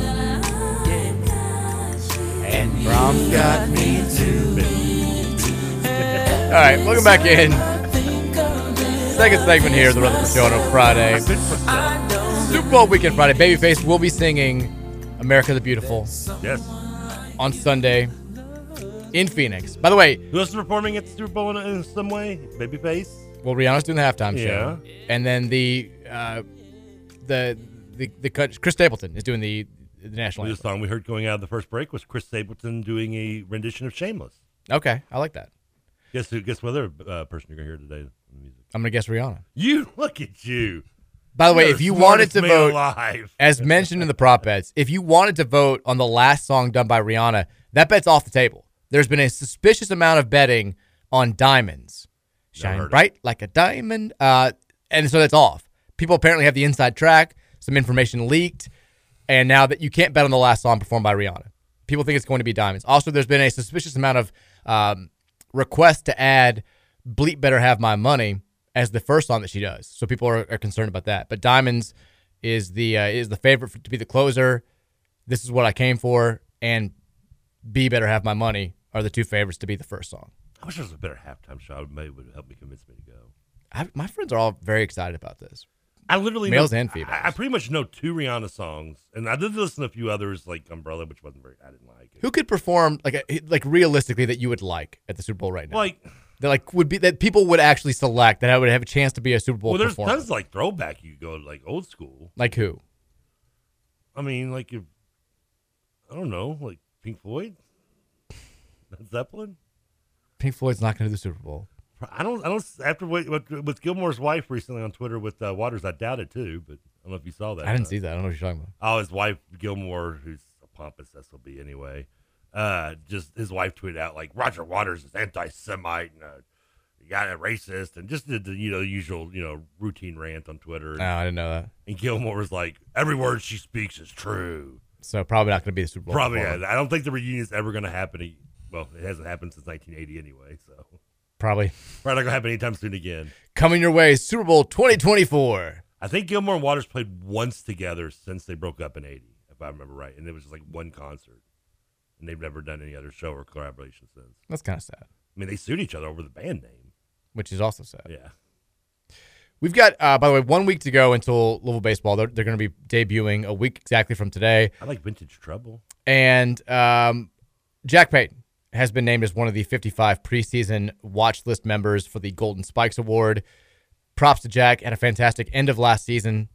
And Brom's got me too. All right, welcome back in. Second segment here, of the Rutherford Show on a Friday. Super Bowl weekend Friday. Babyface will be singing "America the Beautiful." Yes. On Sunday in Phoenix. By the way, Who else is performing at the Super Bowl in, in some way? Babyface. well, Rihanna's doing the halftime show, and then the uh, the the the cut- Chris Stapleton is doing the the national The anthem. song we heard going out of the first break was Chris Stapleton doing a rendition of Shameless. Okay, I like that. Guess who? Guess what other uh, person you're gonna hear today? in the music? I'm gonna guess Rihanna. You look at you. By the way, You're if you smartest wanted to man vote, alive. as mentioned in the prop bets, if you wanted to vote on the last song done by Rihanna, That bet's off the table. There's been a suspicious amount of betting on diamonds. heard Shine of bright like a diamond. Uh, and so that's off. People apparently have the inside track, some information leaked, and now that you can't bet on the last song performed by Rihanna. People think it's going to be diamonds. Also, there's been a suspicious amount of um, requests to add Bleep Better Have My Money as the first song that she does. So people are, are concerned about that. But Diamonds is the uh, is the favorite for, to be the closer. This is what I came for, and B Better Have My Money are the two favorites to be the first song. I wish there was a better halftime show. It Maybe would help me convince me to go. I, my friends are all very excited about this. I literally males know, and females. I, I pretty much know two Rihanna songs, and I did listen to a few others like Umbrella, which wasn't very. I didn't like. Who could perform like a, like realistically that you would like at the Super Bowl right now? Like- that like would be that people would actually select that I would have a chance to be a Super Bowl Well, there's performer. tons of, like throwback. You go like old school. like who? I mean, like if I don't know, like Pink Floyd, Led Zeppelin. Pink Floyd's not going to do the Super Bowl. I don't. I don't. After what, what with Gilmore's wife recently on Twitter with uh, Waters, I doubt it too. But I don't know if you saw that. I or didn't not. see that. I don't know what you're talking about. Oh, his wife Gilmore, who's a pompous SOB anyway, uh, just his wife tweeted out like Roger Waters is anti-Semite and uh, you got a racist, and just did the you know usual you know routine rant on Twitter. No, I didn't know that. And Gilmore was like, every word she speaks is true. So probably not going to be the Super Bowl. Probably, performer. I don't think the reunion's ever going to happen. a- Well, it hasn't happened since 1980 anyway, so Probably probably not going to happen anytime soon again. coming your way, Super Bowl 2024. I think Gilmore and Waters played once together since they broke up in '80, if I remember right, and it was just like one concert, and they've never done any other show or collaboration since. That's kind of sad, I mean, they sued each other over the band name. which is also sad. Yeah, We've got, uh, by the way, one week to go until Louisville baseball. They're, they're going to be debuting a week exactly from today. I like Vintage Trouble. And um, Jack Payton has been named as one of the 55 preseason watch list members for the Golden Spikes Award. Props to Jack. Had a fantastic end of last season.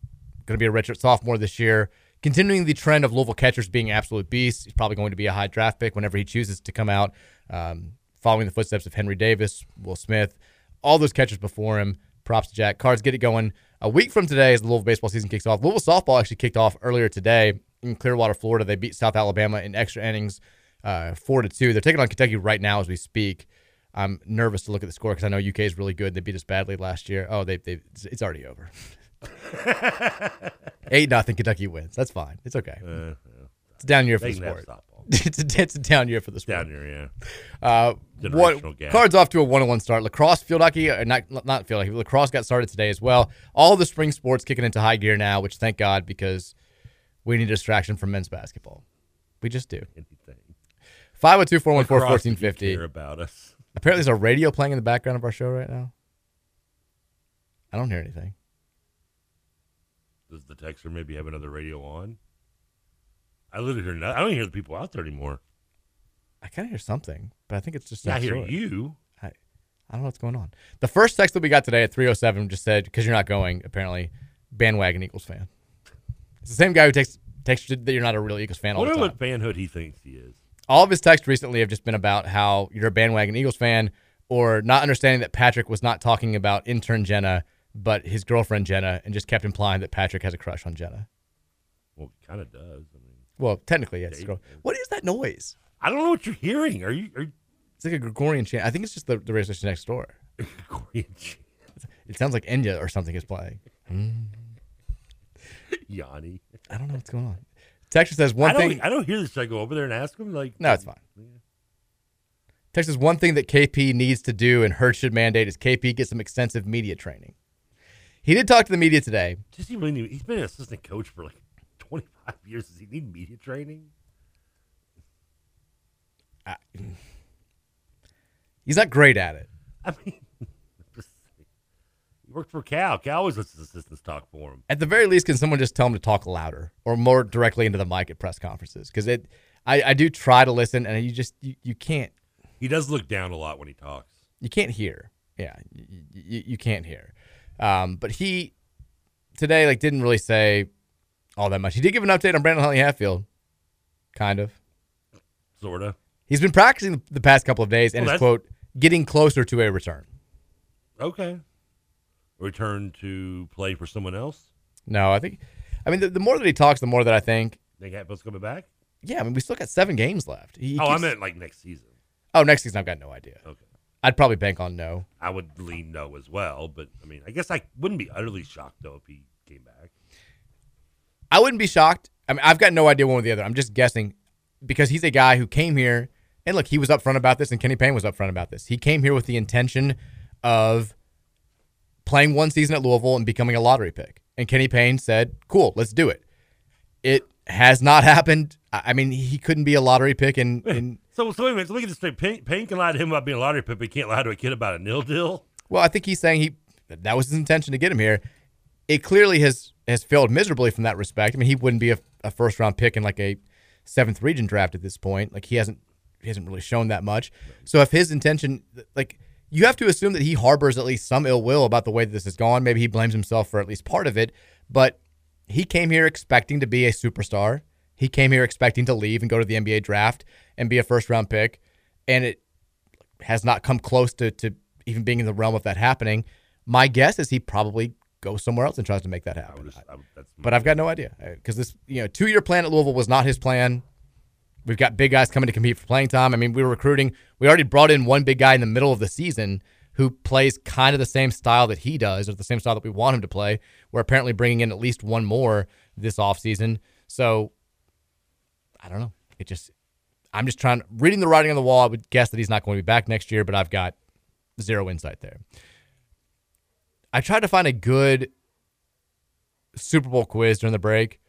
Going to be a redshirt sophomore this year. Continuing the trend of Louisville catchers being absolute beasts. He's probably going to be a high draft pick whenever he chooses to come out, um, following the footsteps of Henry Davis, Will Smith, all those catchers before him. Props to Jack. Cards get it going. A week from today, as the Louisville baseball season kicks off, Louisville softball actually kicked off earlier today in Clearwater, Florida. They beat South Alabama in extra innings, uh, four to two. They're taking on Kentucky right now as we speak. I'm nervous to look at the score because I know UK is really good. They beat us badly last year. Oh, they, they it's- it's already over. Eight nothing. Kentucky wins. That's fine. It's okay. It's a down year for Uh, They the can have sport. it's, a, it's a down year for the sport. Down here, yeah. Uh, what, Generational gap. cards off to a one-on-one start. Lacrosse field hockey, or not not field hockey. Lacrosse got started today as well. All the spring sports kicking into high gear now, which thank God because we need a distraction from men's basketball. We just do. Anything. 502 414 Lacrosse, if you 1450. care about us. Apparently, there's a radio playing in the background of our show right now. I don't hear anything. Does the texter maybe have another radio on? I literally hear. No, I don't hear the people out there anymore. I kind of hear something, but I think it's just. Yeah, I not hear sure. you. I, I don't know what's going on. The first text that we got today at 307 just said, because you're not going, apparently, bandwagon Eagles fan. It's the same guy who texts texted that you're not a real Eagles fan all the wonder what time. fanhood he thinks he is. All of his texts recently have just been about how you're a bandwagon Eagles fan or not understanding that Patrick was not talking about intern Jenna, but his girlfriend Jenna, and just kept implying that Patrick has a crush on Jenna. Well, kind of does. I mean, Well, technically, yes. Dave- girl- What is that noise? I don't know what you're hearing. Are you? Are you It's like a Gregorian chant. I think it's just the, the radio station next door. Gregorian chant. It sounds like Enya or something is playing. Mm. Yanni? I don't know what's going on. Texas says one I don't, e-, thing. I don't hear this. Should I go over there and ask him? Like, No, it's fine. Texas one thing that KP needs to do and Hurd should mandate is KP get some extensive media training. He did talk to the media today. Does he really need? He's been an assistant coach for like 25 years. Does he need media training? I, He's not great at it. I mean, just- he worked for Cal. Cal always lets his assistants talk for him. At the very least, can someone just tell him to talk louder or more directly into the mic at press conferences? Because it, I, I do try to listen, and you just you, you can't He does look down a lot when he talks. you can't hear. Yeah, you, you, you can't hear. Um, but he today like didn't really say all that much. He did give an update on Brandon Huntley Hatfield, kind of. Sorta. He's been practicing the past couple of days, and Well, his that's- quote getting closer to a return. Okay. Return to play for someone else. No, I think, I mean, the, the more that he talks, the more that I think Think Hatfield's coming back? Yeah, I mean, we still got seven games left. He oh, I keeps- meant like next season. Oh, next season, I've got no idea. Okay. I'd probably bank on no. I would lean no as well, but I mean, I guess I wouldn't be utterly shocked though if he came back. I wouldn't be shocked. I mean, I've got no idea one or the other. I'm just guessing because he's a guy who came here and look, he was upfront about this, and Kenny Payne was upfront about this. He came here with the intention of playing one season at Louisville and becoming a lottery pick. And Kenny Payne said, "Cool, let's do it." It has not happened. I I mean, he couldn't be a lottery pick, and, and So, so wait a minute. So look at this thing. Payne, Payne can lie to him about being a lottery pick, but he can't lie to a kid about a nil deal. Well, I think he's saying he that that was his intention to get him here. It clearly has has failed miserably from that respect. I mean, he wouldn't be a, a first round pick in like a seventh region draft at this point. Like he hasn't he hasn't really shown that much. So if his intention, like you have to assume that he harbors at least some ill will about the way that this has gone. Maybe he blames himself for at least part of it, but he came here expecting to be a superstar. He came here expecting to leave and go to the NBA draft and be a first round pick, and it has not come close to, to even being in the realm of that happening. My guess is he probably goes somewhere else and tries to make that happen. but I've got no idea because this, you know, two year plan at Louisville was not his plan. We've got big guys coming to compete for playing time. I mean, we were recruiting. We already brought in one big guy in the middle of the season who plays kind of the same style that he does, or the same style that we want him to play. We're apparently bringing in at least one more this offseason. So I don't know. It just, I'm just trying, reading the writing on the wall. I would guess that he's not going to be back next year, but I've got zero insight there. I tried to find a good Super Bowl quiz during the break,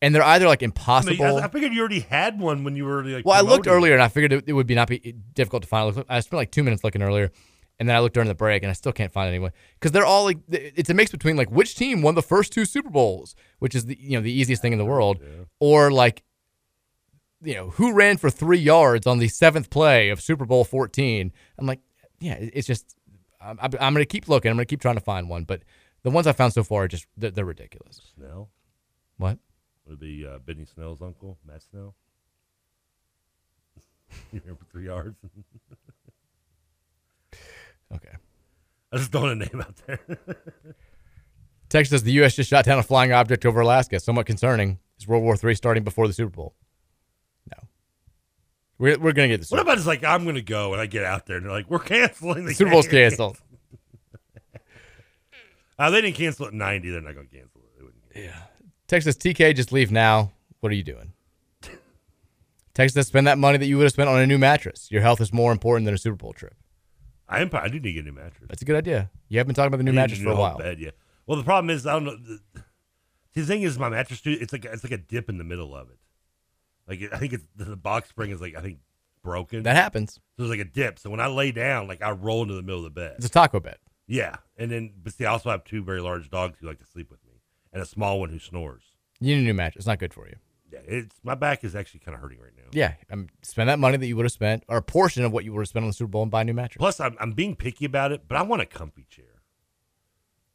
and they're either like I, mean, impossible. I, I figured you already had one when you were like. Well, I looked promoting. earlier and I figured it, it would be not be e, difficult to find. I looked- I spent like two minutes looking earlier, and then I looked during the break, and I still can't find anyone because they're all like th- it's a mix between like which team won the first two Super Bowls, which is the you know the easiest thing in the world, or like you know who ran for three yards on the seventh play of Super Bowl fourteen. I'm like, yeah, it- it's just I'm, I'm I'm gonna keep looking. I'm gonna keep trying to find one, but the ones I found so far are just they're, they're ridiculous. Snell. What? Would it be uh, Benny Snell's uncle, Matt Snell? you remember three yards? okay. I just throwing a name out there. Text says the U.S. just shot down a flying object over Alaska. Somewhat concerning. Is World War III starting before the Super Bowl? No. We're, we're going to get this. what about it's like I'm gonna go and I get out there and they're like we're canceling the Super Bowl's game." canceled. Uh, they didn't cancel at 90. They're not gonna cancel it. They wouldn't cancel yeah. Text says TK, just leave now. What are you doing? Text says spend that money that you would have spent on a new mattress. Your health is more important than a Super Bowl trip. I am. I do need to get a new mattress. That's a good idea. You have been talking about the new I need mattress for a whole while. Bed, yeah. Well, the problem is I don't know. The, the thing is, my mattress dude, it's like it's like a dip in the middle of it. Like it, I think it's the box spring is like I think broken. That happens. So there's like a dip. So when I lay down, like I roll into the middle of the bed. It's a taco bed. Yeah, and then but see, I also have two very large dogs who like to sleep with me, and a small one who snores. You need a new mattress. It's not good for you. Yeah, it's my back is actually kind of hurting right now. Yeah. Um, spend that money that you would have spent, or a portion of what you would have spent on the Super Bowl, and buy a new mattress. Plus, I'm, I'm being picky about it, but I want a comfy chair.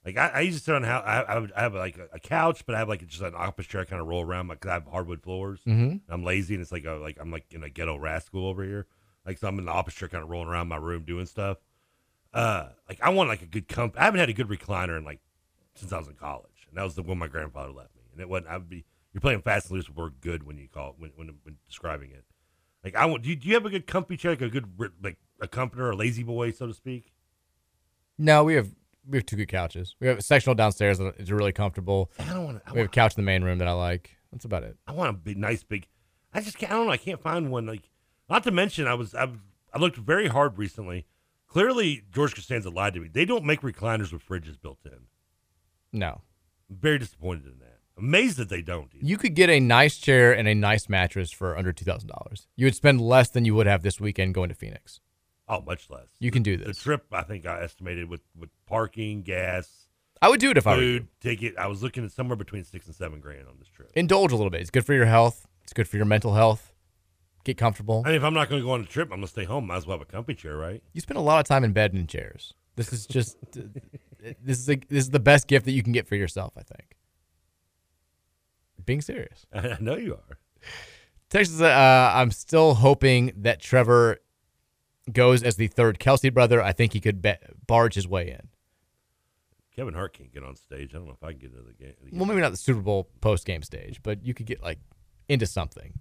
Like I, I used to sit on how I, I, would, I have like a, a couch, but I have like just an office chair I kind of roll around because I have hardwood floors. Mhm. I'm lazy, and it's like a, like I'm like in a ghetto rascal over here. Like so, I'm in the office chair kind of rolling around my room doing stuff. Uh, like I want like a good comp. I haven't had a good recliner in like since I was in college, and that was the one my grandfather left me. And it wasn't. I'd be you're playing fast and loose with the word good when you call when when, when describing it. Like I want. Do you, do you have a good comfy chair, like a good re- like accompanier, a lazy boy, so to speak? No, we have we have two good couches. We have a sectional downstairs that is really comfortable. I don't wanna- I We have a couch in the main room that I like. That's about it. I want a big, nice big. I just can't. I don't know. I can't find one. Like, not to mention, I was I, was- I looked very hard recently. Clearly, George Costanza lied to me. They don't make recliners with fridges built in. No, I'm very disappointed in that. Amazed that they don't. you could get a nice chair and a nice mattress for under two thousand dollars. You would spend less than you would have this weekend going to Phoenix. Oh, much less. You can do The this. trip, I think, I estimated with with parking, gas. I would do it if I were you. food, ticket. I was looking at somewhere between six and seven grand on this trip. Indulge a little bit. It's good for your health. It's good for your mental health. Get comfortable. I mean, if I'm not going to go on a trip, I'm going to stay home. Might as well have a comfy chair, right? You spend a lot of time in bed and in chairs. This is just this is a, this is the best gift that you can get for yourself. I think. Being serious. I know you are. Texas, uh, I'm still hoping that Trevor goes as the third Kelsey brother. I think he could be- barge his way in. Kevin Hart can't get on stage. I don't know if I can get into the game. Well, maybe not the Super Bowl post game stage, but you could get like into something.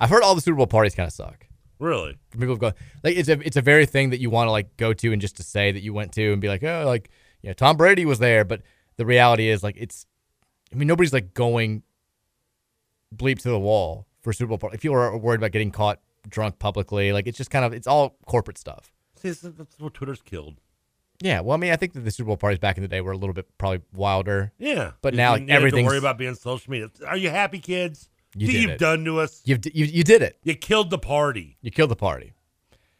I've heard all the Super Bowl parties kind of suck. Really? People go like it's a it's a very thing that you want to like go to and just to say that you went to and be like oh like you know Tom Brady was there, but the reality is like it's I mean nobody's like going bleep to the wall for Super Bowl party. If you are worried about getting caught drunk publicly, like it's just kind of it's all corporate stuff. See, that's- that's what Twitter's killed. Yeah, well, I mean, I think that the Super Bowl parties back in the day were a little bit probably wilder. Yeah, but now you, like, you have to everything's worry about being social media. Are you happy, kids? You See did you've it. done to us. You've, you you did it. You killed the party. You killed the party.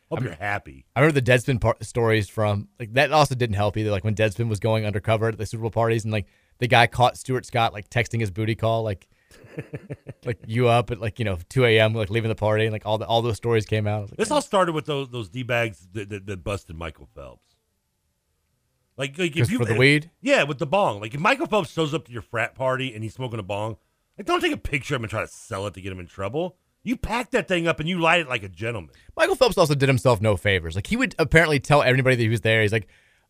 Hope I'm- you're happy. I remember the Deadspin par- stories from like that also didn't help either. Like when Deadspin was going undercover at the Super Bowl parties, and like the guy caught Stuart Scott like texting his booty call, like like you up at like you know 2 a.m. like leaving the party, and like all the all those stories came out. I was like, This all started with those those d bags that, that, that busted Michael Phelps. Like, like if 'Cause you for the weed? yeah, with the bong. Like if Michael Phelps shows up to your frat party and he's smoking a bong, like don't take a picture of him and try to sell it to get him in trouble. You pack that thing up and you light it like a gentleman. Michael Phelps also did himself no favors. Like he would apparently tell everybody that he was there. He's like,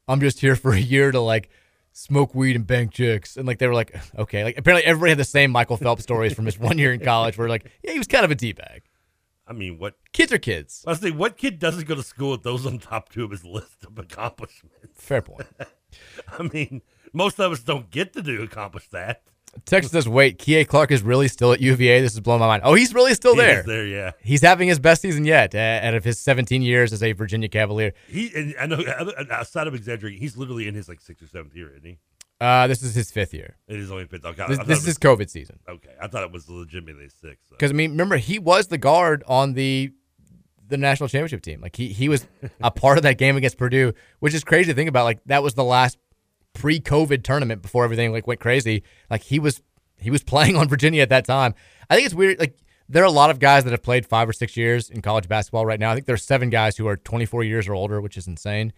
I'm just here for a year to like smoke weed and bang chicks. And like they were like, okay. Like apparently everybody had the same Michael Phelps stories from his one year in college where like, yeah, he was kind of a D bag. I mean, what kids are kids? I say, what kid doesn't go to school with those on top two of his list of accomplishments? Fair point. I mean, most of us don't get to do accomplish that. Texas says, wait, Kie Clark is really still at UVA. This is blowing my mind. Oh, he's really still He is there. there, yeah. He's having his best season yet uh, out of his 17 years as a Virginia Cavalier. He and I know outside of exaggerating, he's literally in his like sixth or seventh year, isn't he? Uh, this is his fifth year. It is only fifth. Okay, I This- thought this it is COVID season. Okay, I thought it was legitimately uh, six. Because I mean, remember he was the guard on the the national championship team. Like he he was a part of that game against Purdue, which is crazy to think about. Like that was the last pre-COVID tournament before everything like went crazy. Like he was he was playing on Virginia at that time. I think it's weird. Like there are a lot of guys that have played five or six years in college basketball right now. I think there's seven guys who are 24 years or older, which is insane.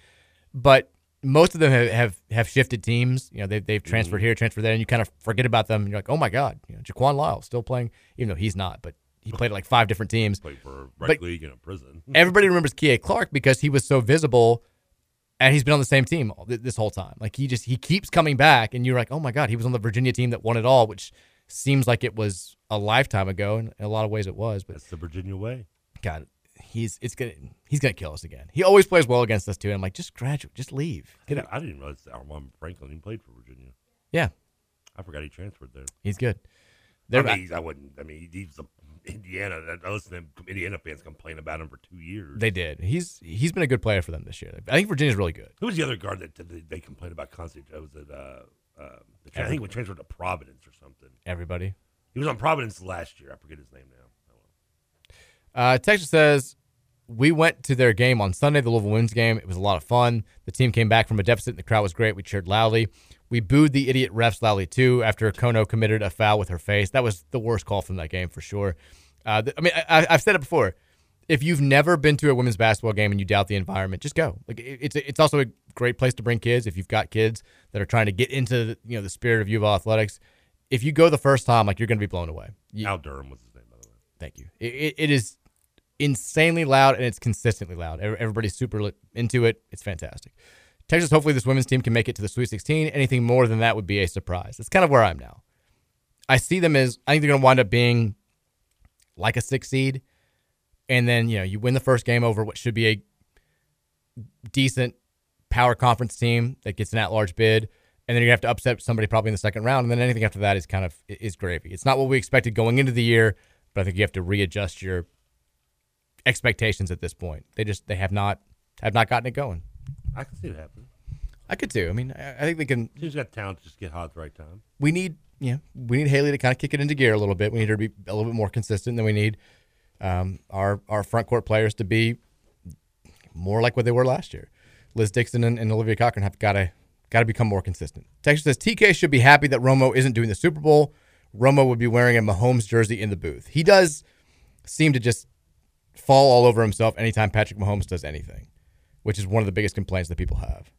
But most of them have, have, have shifted teams. You know, they, they've transferred here, transferred there, and you kind of forget about them. And you're like, oh my God, you know, Jaquan Lyle still playing, even though he's not, but he played at like five different teams. Played for rec But league and a prison. everybody remembers Kie Clark because he was so visible and he's been on the same team all- th- this whole time. Like he just he keeps coming back and you're like, "Oh my god, he was on the Virginia team that won it all," which seems like it was a lifetime ago and in a lot of ways it was, but That's the Virginia way. God, he's it's going to he's going to kill us again. He always plays well against us too. And I'm like, "Just graduate, just leave." I didn't, I didn't realize that Armand Franklin even played for Virginia. Yeah. I forgot he transferred there. He's good. I They're- mean, he's- I wouldn't. I mean, he's the Indiana. I listened to Indiana fans complain about him for two years. They did. He's he's been a good player for them this year. I think Virginia's really good. Who was the other guard that that they, they complained about constantly? That was at, uh, uh, the, I think we transferred to Providence or something. Everybody. He was on Providence last year. I forget his name now. Uh, Texas says we went to their game on Sunday, the Louisville Women's game. It was a lot of fun. The team came back from a deficit, and the crowd was great. We cheered loudly. We booed the idiot refs loudly too after Kono committed a foul with her face. That was the worst call from that game for sure. Uh, th- I mean, I, I- I've said it before. If you've never been to a women's basketball game and you doubt the environment, just go. Like it- it's it's also a great place to bring kids if you've got kids that are trying to get into the, you know the spirit of U of L athletics. If you go the first time, like you're going to be blown away. Al Durham was his name, by the way. Thank you. It, it, it is insanely loud and it's consistently loud. Ev- Everybody's super li- into it. It's fantastic. Texas, hopefully, this women's team can make it to the Sweet 16. Anything more than that would be a surprise. That's kind of where I'm now. I see them as, I think they're going to wind up being like a six seed. And then, you know, you win the first game over what should be a decent power conference team that gets an at-large bid, and then you have to upset somebody probably in the second round, and then anything after that is kind of is gravy. It's not what we expected going into the year, but I think you have to readjust your expectations at this point. They just they have not have not gotten it going. I can see it happening. I could too. I mean, I, I think they can. He's got talent to just get hot at the right time. We need yeah, we need Haley to kind of kick it into gear a little bit. We need her to be a little bit more consistent than we need um, our our front court players to be more like what they were last year. Liz Dixon and, and Olivia Cochran have got to got to become more consistent. Texas says TK should be happy that Romo isn't doing the Super Bowl. Romo would be wearing a Mahomes jersey in the booth. He does seem to just fall all over himself anytime Patrick Mahomes does anything, which is one of the biggest complaints that people have.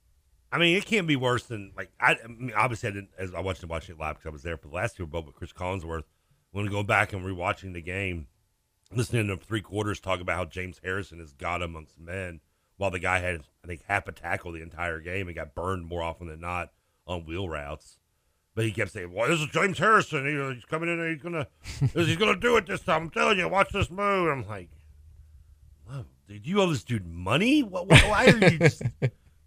I mean, it can't be worse than like I, I mean, obviously I didn't as I watched him watching it live because I was there for the last Super Bowl. But Chris Collinsworth, when going back and rewatching the game, listening to three quarters talk about how James Harrison is God amongst men, while the guy had I think half a tackle the entire game and got burned more often than not on wheel routes. But he kept saying, "Well, this is James Harrison. He- uh, He's coming in. and He's gonna, he's gonna do it this time. I'm telling you. Watch this move." I'm like, "Wow, dude, you owe this dude money. What, why, why are you just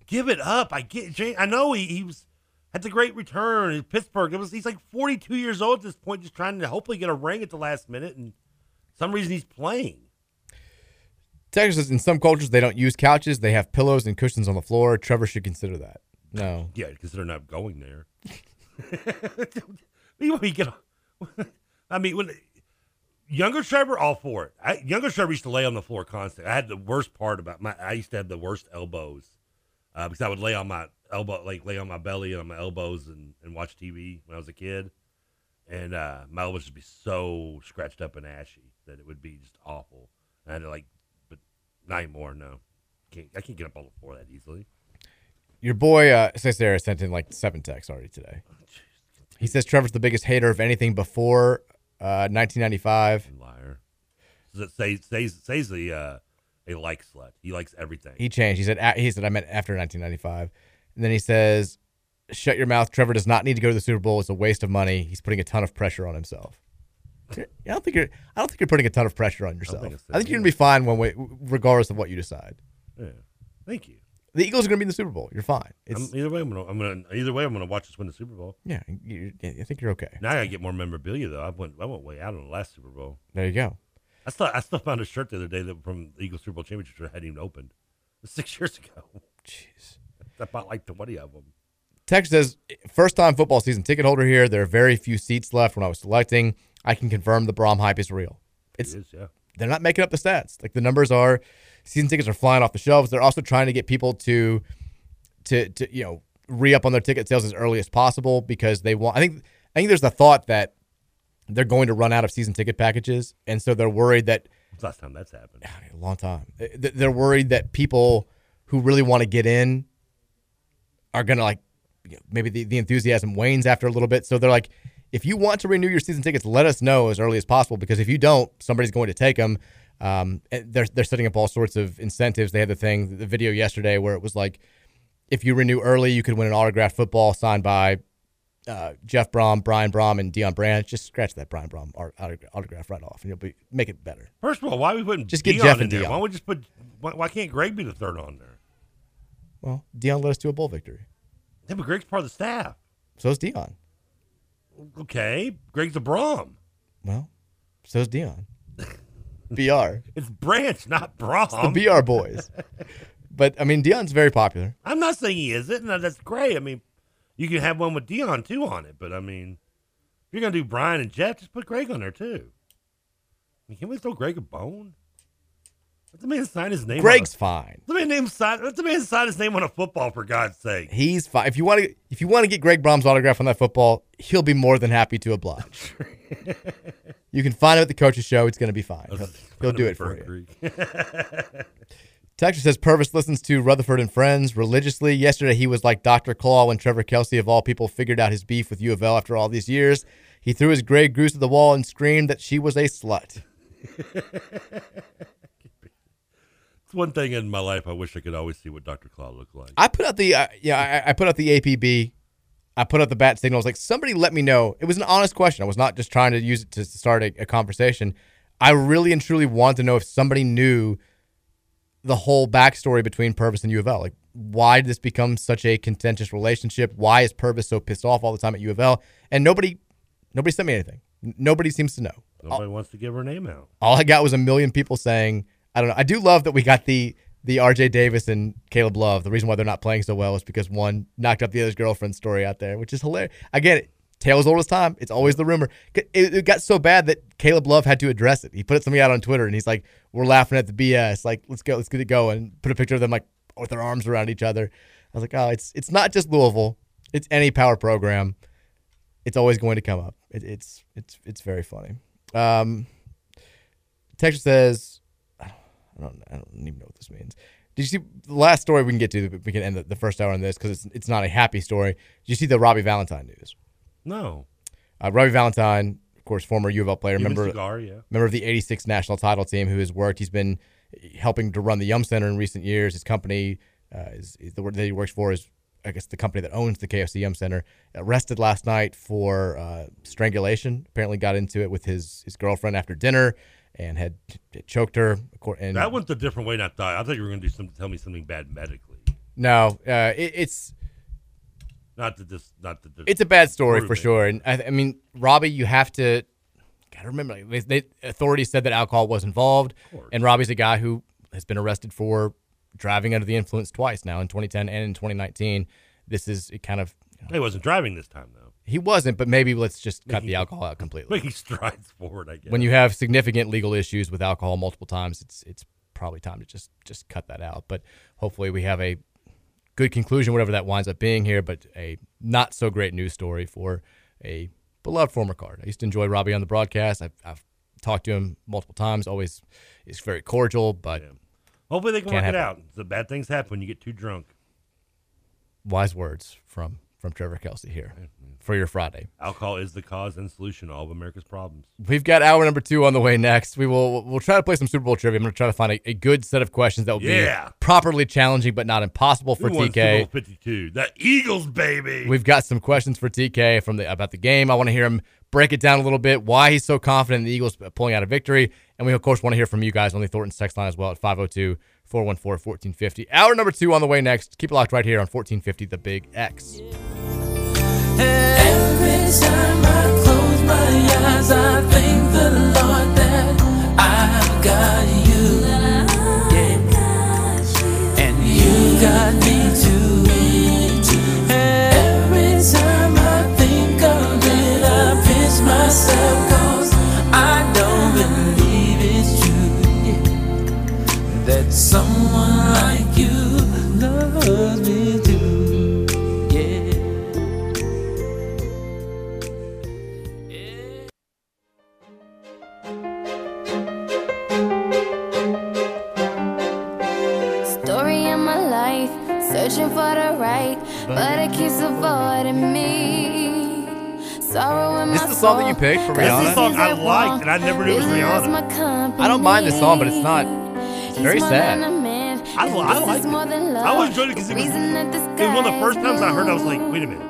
give it up?" I get. James, I know he, he was had the great return in Pittsburgh. It was he's like 42 years old at this point, just trying to hopefully get a ring at the last minute, and for some reason he's playing. Texas says, in some cultures they don't use couches; they have pillows and cushions on the floor. Trevor should consider that. No, Yeah, because they're not going there. you want me to get on- I mean, when younger Trevor, all for it. I, younger Trevor used to lay on the floor constantly. I had the worst part about my. I used to have the worst elbows uh, because I would lay on my elbow, like lay on my belly and on my elbows, and, and watch TV when I was a kid. And uh, my elbows would be so scratched up and ashy that it would be just awful. And I had to like, but not anymore. No, can't, I can't get up on the floor that easily. your boy uh, Cesare sent in like seven texts already today. He says Trevor's the biggest hater of anything before uh, 1995. Liar. Says says says, says the, uh, a like slut. He likes everything. He changed. He said a- he said I meant after 1995, and then he says, "Shut your mouth." Trevor does not need to go to the Super Bowl. It's a waste of money. He's putting a ton of pressure on himself. I don't think you're. I don't think you're putting a ton of pressure on yourself. I think, it's that you're gonna be fine one way, regardless of what you decide. Yeah. Thank you. The Eagles are gonna be in the Super Bowl. You're fine. I'm, It's either way, I'm gonna, I'm gonna. Either way, I'm gonna watch us win the Super Bowl. yeah. You, I think you're okay. Now I gotta get more memorabilia though. I went. I went way out on the last Super Bowl. There you go. I still. I still found a shirt the other day that from the Eagles Super Bowl championship that hadn't even opened. It was six years ago. Jeez. I bought like twenty of them. Tex says, first time football season ticket holder here. There are very few seats left when I was selecting. I can confirm the Brom hype is real. It's, is, yeah. They're not making up the stats. Like the numbers are, season tickets are flying off the shelves. They're also trying to get people to, to, to you know, re up on their ticket sales as early as possible because they want. I think, I think there's the thought that they're going to run out of season ticket packages, and so they're worried that It's the last time that's happened. a long time. Th- th- They're worried that people who really want to get in are gonna like you know, maybe the, the enthusiasm wanes after a little bit. So they're like, if you want to renew your season tickets, let us know as early as possible because if you don't, somebody's going to take them. Um, and they're they're setting up all sorts of incentives. They had the thing, the video yesterday where it was like, if you renew early, you could win an autographed football signed by uh, Jeff Brom, Brian Brom, and Dion Branch. Just scratch that Brian Brom autog- autograph right off, and you'll be make it better. First of all, why we wouldn't Just get Dion Jeff in and there? Dion. Why don't we just put? Why, why can't Greg be the third on there? Well, Dion led us to a bowl victory. Yeah, but Greg's part of the staff. So is Dion. Okay, Greg's a Brom. Well, so is Dion. BR. It's Branch, not Brom. It's the BR boys. but I mean, Dion's very popular. I'm not saying he isn't. No, that's great. I mean, you can have one with Dion too on it. But I mean, if you're gonna do Brian and Jeff, just put Greg on there too. I mean, can we throw Greg a bone? Let the man sign his name. Greg's on fine. a, let the man name sign. Let the man sign his name on a football for God's sake. He's fine. If you want to, if you want to get Greg Brom's autograph on that football, he'll be more than happy to oblige. you can find him at the coach's show. It's going to be fine. He'll, he'll do it for you. Texture says Purvis listens to Rutherford and Friends religiously. Yesterday, he was like Dr. Claw when Trevor Kelsey, of all people, figured out his beef with U of L after all these years. He threw his gray goose at the wall and screamed that she was a slut. It's one thing in my life I wish I could always see what Dr. Claw looked like. I put out the uh, yeah, I, I put out the APB. I put out the bat signal. I was like, somebody let me know. It was an honest question. I was not just trying to use it to start a, a conversation. I really and truly wanted to know if somebody knew the whole backstory between Purvis and U of L. Like, why did this become such a contentious relationship? Why is Purvis so pissed off all the time at U of L? And nobody, nobody sent me anything. N- Nobody seems to know. Nobody wants to give her name out. All I got was a million people saying, I don't know. I do love that we got the the RJ Davis and Caleb Love. The reason why they're not playing so well is because one knocked up the other's girlfriend story out there, which is hilarious. I get it. Tale as old as time. It's always the rumor. It, it got so bad that Caleb Love had to address it. He put something out on Twitter and he's like, "We're laughing at the BS. Like, let's go, let's get it going." Put a picture of them like with their arms around each other. I was like, "Oh, it's it's not just Louisville. It's any power program. It's always going to come up. It, it's it's it's very funny." Um, Texture says, I don't, I don't even know what this means. Did you see the last story we can get to? We can end the, the first hour on this because it's, it's not a happy story. Did you see the Robbie Valentine news? No. Uh, Robbie Valentine, of course, former U of L player, Human member, cigar, yeah. member of the 86 national title team who has worked. He's been helping to run the Yum Center in recent years. His company uh, is, is the word that he works for is I guess the company that owns the KFCM Center, arrested last night for uh, strangulation. Apparently, got into it with his his girlfriend after dinner and had t- choked her. acco- And that went a different way. Not die. I thought you were going to do some tell me something bad medically. no, uh, it, it's Not to just not to. Just it's a bad story prove for it. sure. And I, I mean, Robbie, you have to. Gotta remember, like, they, they- authorities said that alcohol was involved, and Robbie's a guy who has been arrested for driving under the influence twice now in 2010 and in 2019. This is it kind of. He wasn't driving this time though. He wasn't, but maybe let's just cut the alcohol out completely. Making strides forward, I guess. When you have significant legal issues with alcohol multiple times, it's it's probably time to just just cut that out. But hopefully, we have a good conclusion, whatever that winds up being here. But a not so great news story for a beloved former card. I used to enjoy Robbie on the broadcast. I've, I've talked to him multiple times. Always is very cordial, but Hopefully they can Can't work it out. happen. The bad things happen when you get too drunk. wise words from from Trevor Kelsey here for your Friday. Alcohol is the cause and solution to all of America's problems. We've got hour number two on the way next. We will we'll try to play some Super Bowl trivia. I'm going to try to find a, a good set of questions that will Yeah. be properly challenging but not impossible for Who won Super Bowl TK. 52. The Eagles, baby. We've got some questions for TK from the about the game. I want to hear him break it down a little bit, why he's so confident in the Eagles pulling out a victory, and we of course want to hear from you guys on the Thornton's text line as well at 502-414-1450. Hour number 2 on the way next. Keep it locked right here on 1450 The Big X. Every time I close my eyes, I thank the Lord that I've got you. Yeah. And you got me too. Every time I think of it, I pinch myself cause I don't believe it's true yeah, that someone like you loves me too. Yeah. Story of my life, searching for the right, but it keeps avoiding me. Sorrow in This my is the song that you soul, picked for cause it Rihanna? This is the song seems I that liked, wrong and I never knew it was really loves Rihanna. my company. I don't mind this song, but it's not He's very more sad. than a man, I- and I this liked is it. more than I love. was enjoying it 'cause The it was- reason that the It was one of the first sky's times I heard. I was blue. like, wait a minute.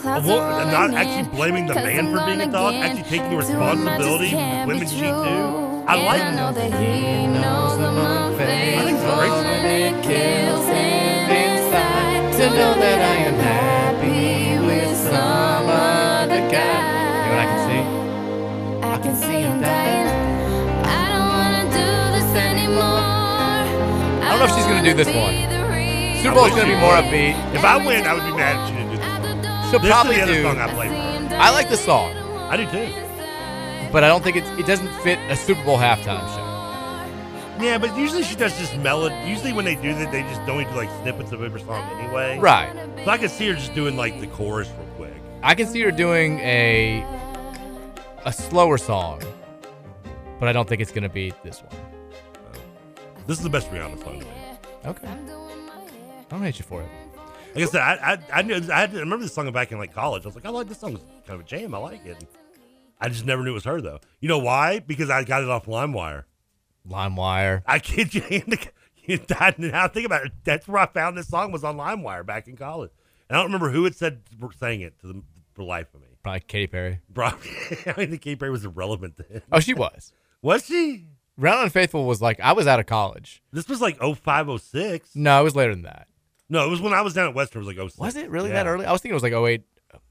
Clouds Well, are not rolling actually in, blaming the 'cause man I'm for being a gone dog, again. actually taking Too much just responsibility for can't be women she do. true. I And like I know that. that he knows I'm I think it's a great song. It kills him inside to know that I am happy with some other guy. You know what I can see? I can see him dying. I don't wanna do this anymore. I don't know if she's going to do this one. Super Bowl's going to be more upbeat. If I win, I would be mad if she didn't do this. She'll this probably is the other do. song I played. for her. I like the song. I do too. but I don't think it's, it doesn't fit a Super Bowl halftime show. Yeah, but usually she does just melody. Usually when they do that, they just don't do like snippets of every song anyway. Right. So I could see her just doing like the chorus real quick. I can see her doing a a slower song, but I don't think it's gonna be this one. This is the best Rihanna song. to me. Okay. I don't hate you for it. Like I said, I I, I, knew, I, had to, I remember this song back in like college. I was like, I like this song. It's kind of a jam. I like it. I just never knew it was her though. You know why? Because I got it off LimeWire. LimeWire. I kid you. you died now I think about it. That's where I found this song was on LimeWire back in college. And I don't remember who it said sang it to the for life of me. Probably Katy Perry. Bro, I mean, the Katy Perry was irrelevant then. Oh, she was. was she? Round Unfaithful was like I was out of college. This was like 0506. No, it was later than that. No, it was when I was down at Western. It was like 06. Was it really Yeah. that early? I was thinking it was like 08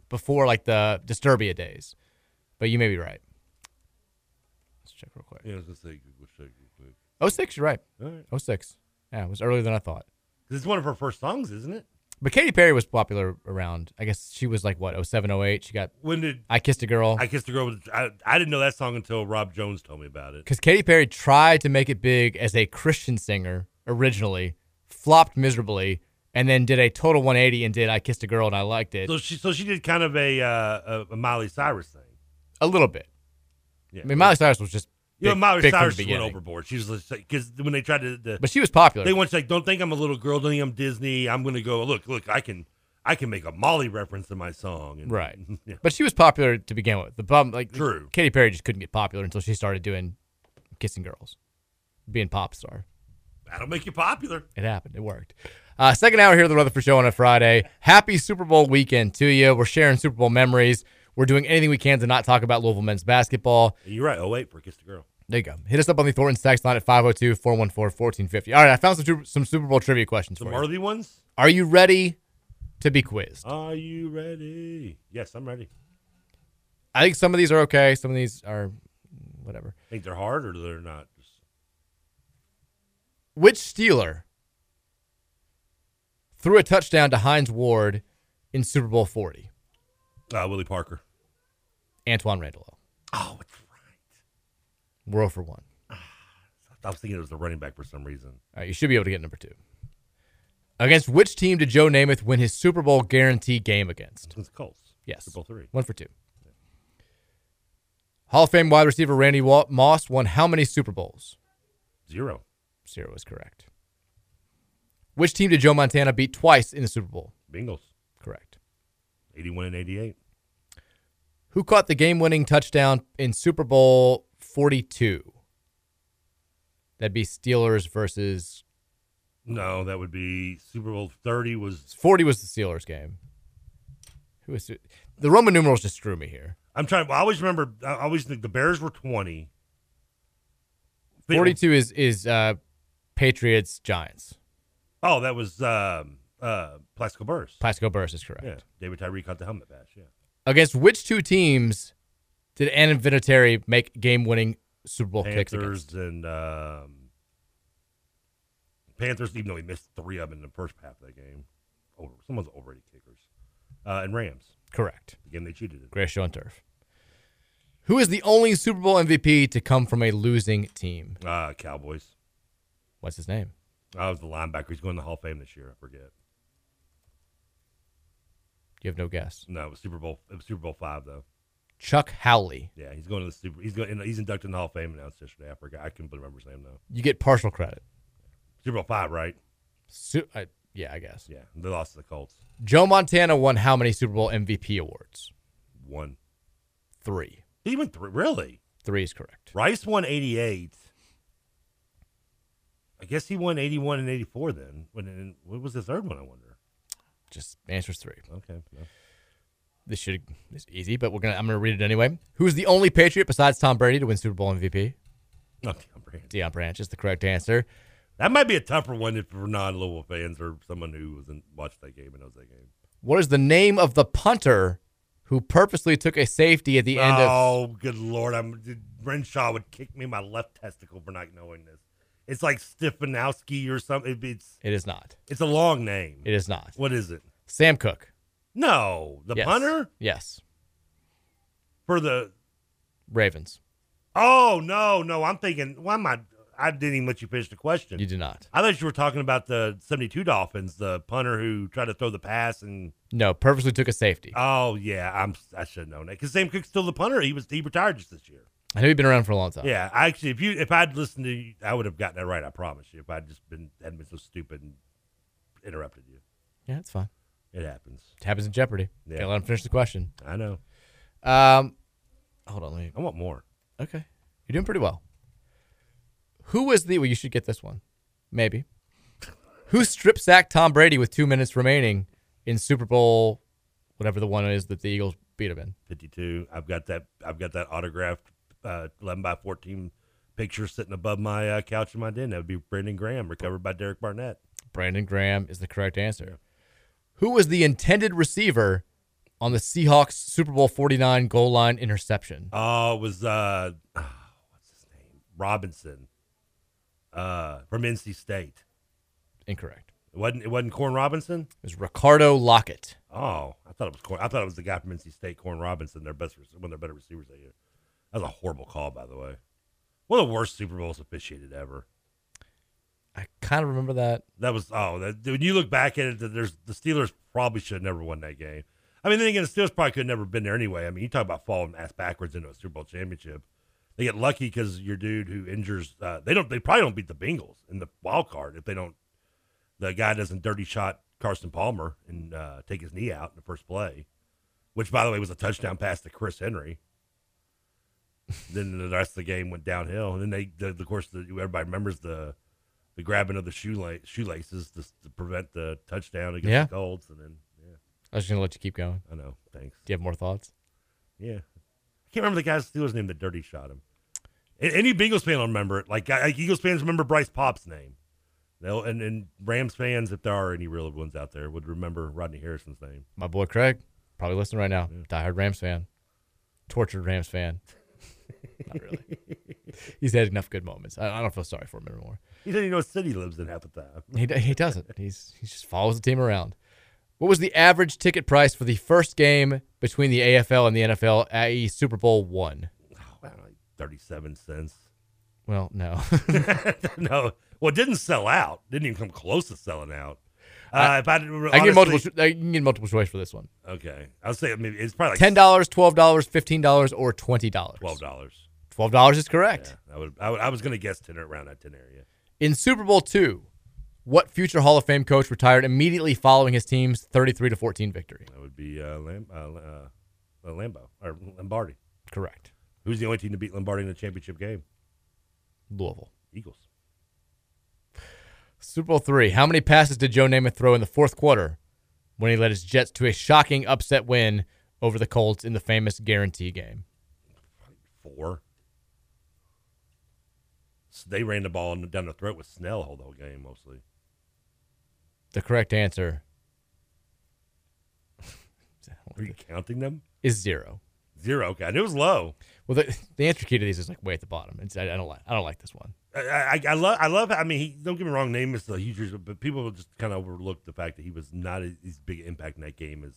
before like the Disturbia days. But you may be right. Let's check real quick. Yeah, I was gonna say Google check real quick. Oh six, you're right. All right. Oh six. Yeah, it was earlier than I thought. 'Cause it's one of her first songs, isn't it? But Katy Perry was popular around. I guess she was like what 07, 08. She got When did- I kissed a girl? I kissed a girl. With, I I didn't know that song until Rob Jones told me about it. Because Katy Perry tried to make it big as a Christian singer originally, flopped miserably, and then did a total 180 and did I kissed a girl and I liked it So she so she did kind of a uh, a, a Miley Cyrus thing. a little bit. Yeah. I mean Miley Cyrus was just You know, big- Miley big from the Cyrus just went beginning. overboard. She was because when they tried to, the, But she was popular. They went like, "Don't think I'm a little girl. Don't think I'm Disney. I'm gonna go look, look. I can, I can make a Molly reference in my song." And, Right. Yeah. But she was popular to begin with. The problem, like True. Katy Perry just couldn't get popular until she started doing kissing girls, being pop star. That'll make you popular. It happened. It worked. Uh, second hour here at the Rutherford Show on a Friday. Happy Super Bowl weekend to you. We're sharing Super Bowl memories. We're doing anything we can to not talk about Louisville men's basketball. You're right. Oh wait, for Kiss the Girl. There you go. Hit us up on the Thornton's text line at 502 414 1450. oh. All right, I found some, tru- some Super Bowl trivia questions Some for you. early ones. Are you ready to be quizzed? Are you ready? Yes, I'm ready. I think some of these are okay. Some of these are whatever. Think they're hard or they're not? Which Steeler threw a touchdown to Heinz Ward in Super Bowl 40? Uh, Willie Parker. Antoine Randall. Oh, it's right. We're 0 for 1. I was thinking it was the running back for some reason. All right, you should be able to get number two. Against which team did Joe Namath win his Super Bowl guarantee game against? It's Colts. Yes. Super Bowl three. One for two. Hall of Fame wide receiver Randy Wa- Moss won how many Super Bowls? Zero. Zero is correct. Which team did Joe Montana beat twice in the Super Bowl? Bengals. Correct. 81 and 88. Who caught the game winning touchdown in Super Bowl 42? That'd be Steelers versus No, that would be Super Bowl 30 was. 40 was the Steelers game. Who is it? The Roman numerals just screw me here. I'm trying. I always remember. I always think the Bears were 20. They- 42 is is uh Patriots Giants. Oh, that was um, uh, Plaxico Burst. Plaxico Burst is correct. Yeah. David Tyree caught the helmet bash. Yeah. Against which two teams did Ann Vinatieri make game winning Super Bowl kicks against? Panthers and um, Panthers, even though he missed three of them in the first half of that game. Over, someone's overrated kickers. Uh, and Rams. Correct. The game they cheated in. Great show on turf. Who is the only Super Bowl MVP to come from a losing team? Uh, Cowboys. What's his name? I was the linebacker. He's going to the Hall of Fame this year. I forget. You have no guess. No, it was Super Bowl. It was Super Bowl five though. Chuck Howley. Yeah, he's going to the Super. He's going. He's inducted in the Hall of Fame announced yesterday. I forgot. I couldn't remember his name though. You get partial credit. Super Bowl five, right? Su- I, yeah, I guess. Yeah, they lost to the Colts. Joe Montana won how many Super Bowl MVP awards? One, three. He went three. Really? Three is correct. Rice won eighty eight. I guess he won eighty one and eighty four. Then when and what was the third one? I wonder. Just answers three. Okay. no. This should this is easy, but we're gonna I'm gonna read it anyway. Who's the only Patriot besides Tom Brady to win Super Bowl MVP? Not Deion Branch. Deion Branch is the correct answer. That might be a tougher one if we're not Louisville fans or someone who wasn't watched that game and knows that game. What is the name of the punter who purposely took a safety at the end of oh, good lord! I'm Renshaw would kick me in my left testicle for not knowing this. It's like Stefanowski or something. It- it's It is not. it's a long name. It is not. What is it? Sam Cook. No, the Yes. punter Yes. for the. Ravens. Oh no, no! I'm thinking. Why am I? I didn't even let you finish the question. You did not. I thought you were talking about the '72 Dolphins, the punter who tried to throw the pass and. No, purposely took a safety. Oh yeah, I'm. I should have known that because Sam Cook's still the punter. He was he retired just this year. I know he'd been around for a long time. Yeah, I actually, if you if I'd listened to you, I would have gotten that right. I promise you. If I'd just been hadn't been so stupid and interrupted you, Yeah, it's fine. it happens. It happens in Jeopardy. Yeah. Can't let him finish the question. I know. Um, hold on. Let me, I want more. Okay. You're doing pretty well. Who was the. Well, you should get this one. Maybe. Who strip sacked Tom Brady with two minutes remaining in Super Bowl, whatever the one is that the Eagles beat him in? Fifty-two. I've got that. I've got that autographed uh, eleven by fourteen picture sitting above my uh, couch in my den. That would be Brendan Graham, recovered by Derek Barnett. Brandon Graham is the correct answer. Who was the intended receiver on the Seahawks Super Bowl 49 goal line interception? Oh, it was uh, oh, what's his name? Robinson, uh, from NC State. Incorrect. It wasn't. It wasn't Corn Robinson. It was Ricardo Lockett. Oh, I thought it was Corn. I thought it was the guy from NC State, Corn Robinson. Their best, one of their better receivers that year. That was a horrible call, by the way. One of the worst Super Bowls officiated ever. Kind of remember that. That was oh, that, when you look back at it, that there's the Steelers probably should have never won that game. I mean, then again, the Steelers probably could have never been there anyway. I mean, you talk about falling ass backwards into a Super Bowl championship. They get lucky because your dude who injures, uh, they don't, they probably don't beat the Bengals in the wild card if they don't. The guy doesn't dirty shot Carson Palmer and uh, take his knee out in the first play, which by the way was a touchdown pass to Chris Henry. then the rest of the game went downhill, and then they, the, of course, the, everybody remembers the the grabbing of the shoelace, shoelaces to, to prevent the touchdown against Yeah. the Colts, and then yeah, I was just gonna let you keep going. I know. Thanks. Do you have more thoughts? yeah. I can't remember the guy's who was named the Dirty Shot him. A- Any Bengals fan will remember it. Like, I, like Eagles fans remember Bryce Pop's name. They'll, and, and Rams fans, if there are any real ones out there, would remember Rodney Harrison's name. My boy Craig, probably listening right now. Diehard Rams fan, tortured Rams fan. Not really. He's had enough good moments. I, I don't feel sorry for him anymore. He doesn't even know what city he lives in half the time. He, d- he doesn't. He's he just follows the team around. What was the average ticket price for the first game between the AFL and the NFL, i.e., Super Bowl one? like 37 cents. Well, no. no. Well, it didn't sell out. Didn't even come close to selling out. Uh, I- if I, I can get multiple. cho- I can get multiple choice for this one. Okay. I'll say maybe it's probably like Ten dollars, twelve dollars, fifteen dollars, or twenty dollars. twelve dollars. Twelve dollars is correct. I would, I would. I was gonna guess ten around that ten area. In Super Bowl two, what future Hall of Fame coach retired immediately following his team's thirty-three to fourteen victory? That would be uh, Lam, uh, L- uh, uh, Lambo or Lombardi. Correct. Who's the only team to beat Lombardi in a championship game? Louisville. Eagles. Super Bowl three. How many passes did Joe Namath throw in the fourth quarter when he led his Jets to a shocking upset win over the Colts in the famous guarantee game? Four. So they ran the ball down the throat with Snell the whole game mostly. The correct answer Are you counting them? is zero. Zero. Okay, I knew it was low. Well, the, the answer key to these is like way at the bottom. It's, I, I don't like. I don't like this one. I, I, I love. I love. I mean, he, don't get me wrong. Name is a huge, reason, but people will just kind of overlook the fact that he was not as as big an impact in that game as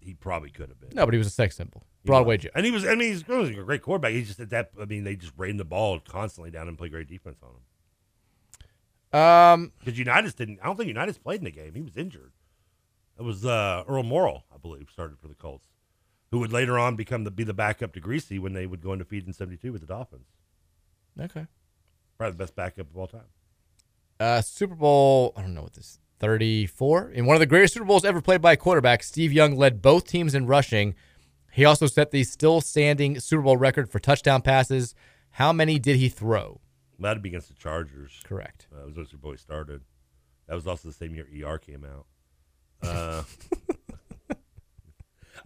he probably could have been. No, but he was a sex You symbol. know? Broadway Joe. and he was. I mean, he's he was a great quarterback. He's just at that. I mean, they just ran the ball constantly down and play great defense on him. Um, Because Unitas didn't. I don't think Unitas played in the game. He was injured. It was uh, Earl Morrill, I believe, started for the Colts, who would later on become the be the backup to Greasy when they would go into feed in '72 with the Dolphins. Okay. Probably the best backup of all time. Uh, Super Bowl, I don't know what this 34. In one of the greatest Super Bowls ever played by a quarterback, Steve Young led both teams in rushing. He also set the still standing Super Bowl record for touchdown passes. How many did he throw? That'd be against the Chargers. Correct. Uh, that was when your boy started. That was also the same year ER came out. Uh,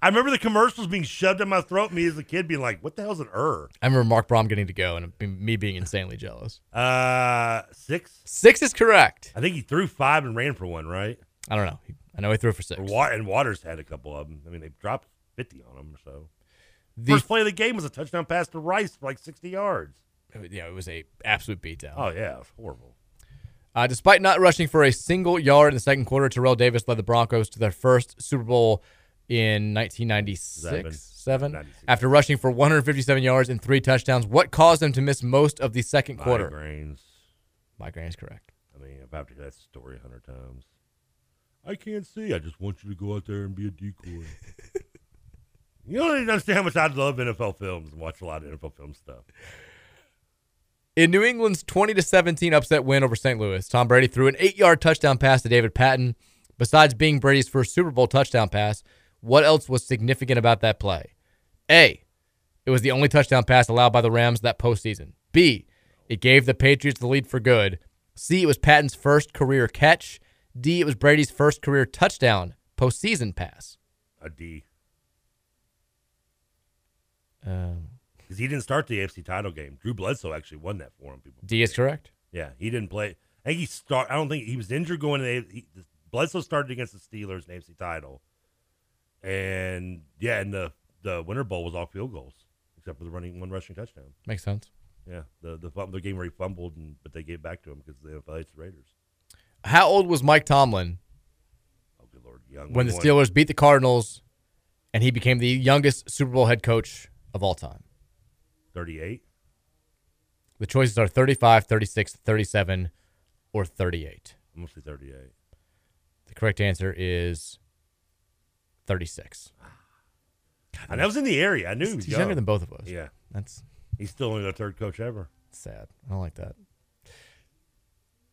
I remember the commercials being shoved in my throat. Me as a kid being like, "What the hell's an ER?" I remember Mark Brom getting to go and me being insanely jealous. Uh, six. Six is correct. I think he threw five and ran for one, right? I don't know. I know he threw for six. Wa- and Waters had a couple of them. I mean, they dropped fifty on him or so. The- First play of the game was a touchdown pass to Rice for like sixty yards. Yeah, it was a absolute beatdown. Oh yeah, it was horrible. Uh, despite not rushing for a single yard in the second quarter, Terrell Davis led the Broncos to their first Super Bowl in 1996. Seven. Seven. After rushing for 157 yards and three touchdowns, what caused them to miss most of the second quarter? Migraines. Migraines, correct. I mean, I've had to hear that story a hundred times. I can't see. I just want you to go out there and be a decoy. you don't even understand how much I love NFL films and watch a lot of NFL film stuff. In New England's 20 to 17 upset win over St. Louis, Tom Brady threw an eight-yard touchdown pass to David Patton. Besides being Brady's first Super Bowl touchdown pass, what else was significant about that play? A. It was the only touchdown pass allowed by the Rams that postseason. B. It gave the Patriots the lead for good. C. It was Patton's first career catch. D. It was Brady's first career touchdown postseason pass. A D. Um, Because he didn't start the AFC title game. Drew Bledsoe actually won that for him. People. D is correct. Yeah, he didn't play. I think he start. I don't think he was injured going. To the, he, Bledsoe started against the Steelers in the AFC title, and yeah, and the the Winter Bowl was all field goals except for the running one rushing touchdown. Makes sense. Yeah, the the, fum- the game where he fumbled, and, but they gave back to him because the NFL hates the Raiders. How old was Mike Tomlin Oh, Young when the one. Steelers beat the Cardinals and he became the youngest Super Bowl head coach of all time. 38. The choices are 35, 36, 37, or 38. I'm going to say 38. The correct answer is 36. And I was in the area. I knew He's- he was he's young. younger than both of us. Yeah, That's he's still only the third coach ever. sad. I don't like that.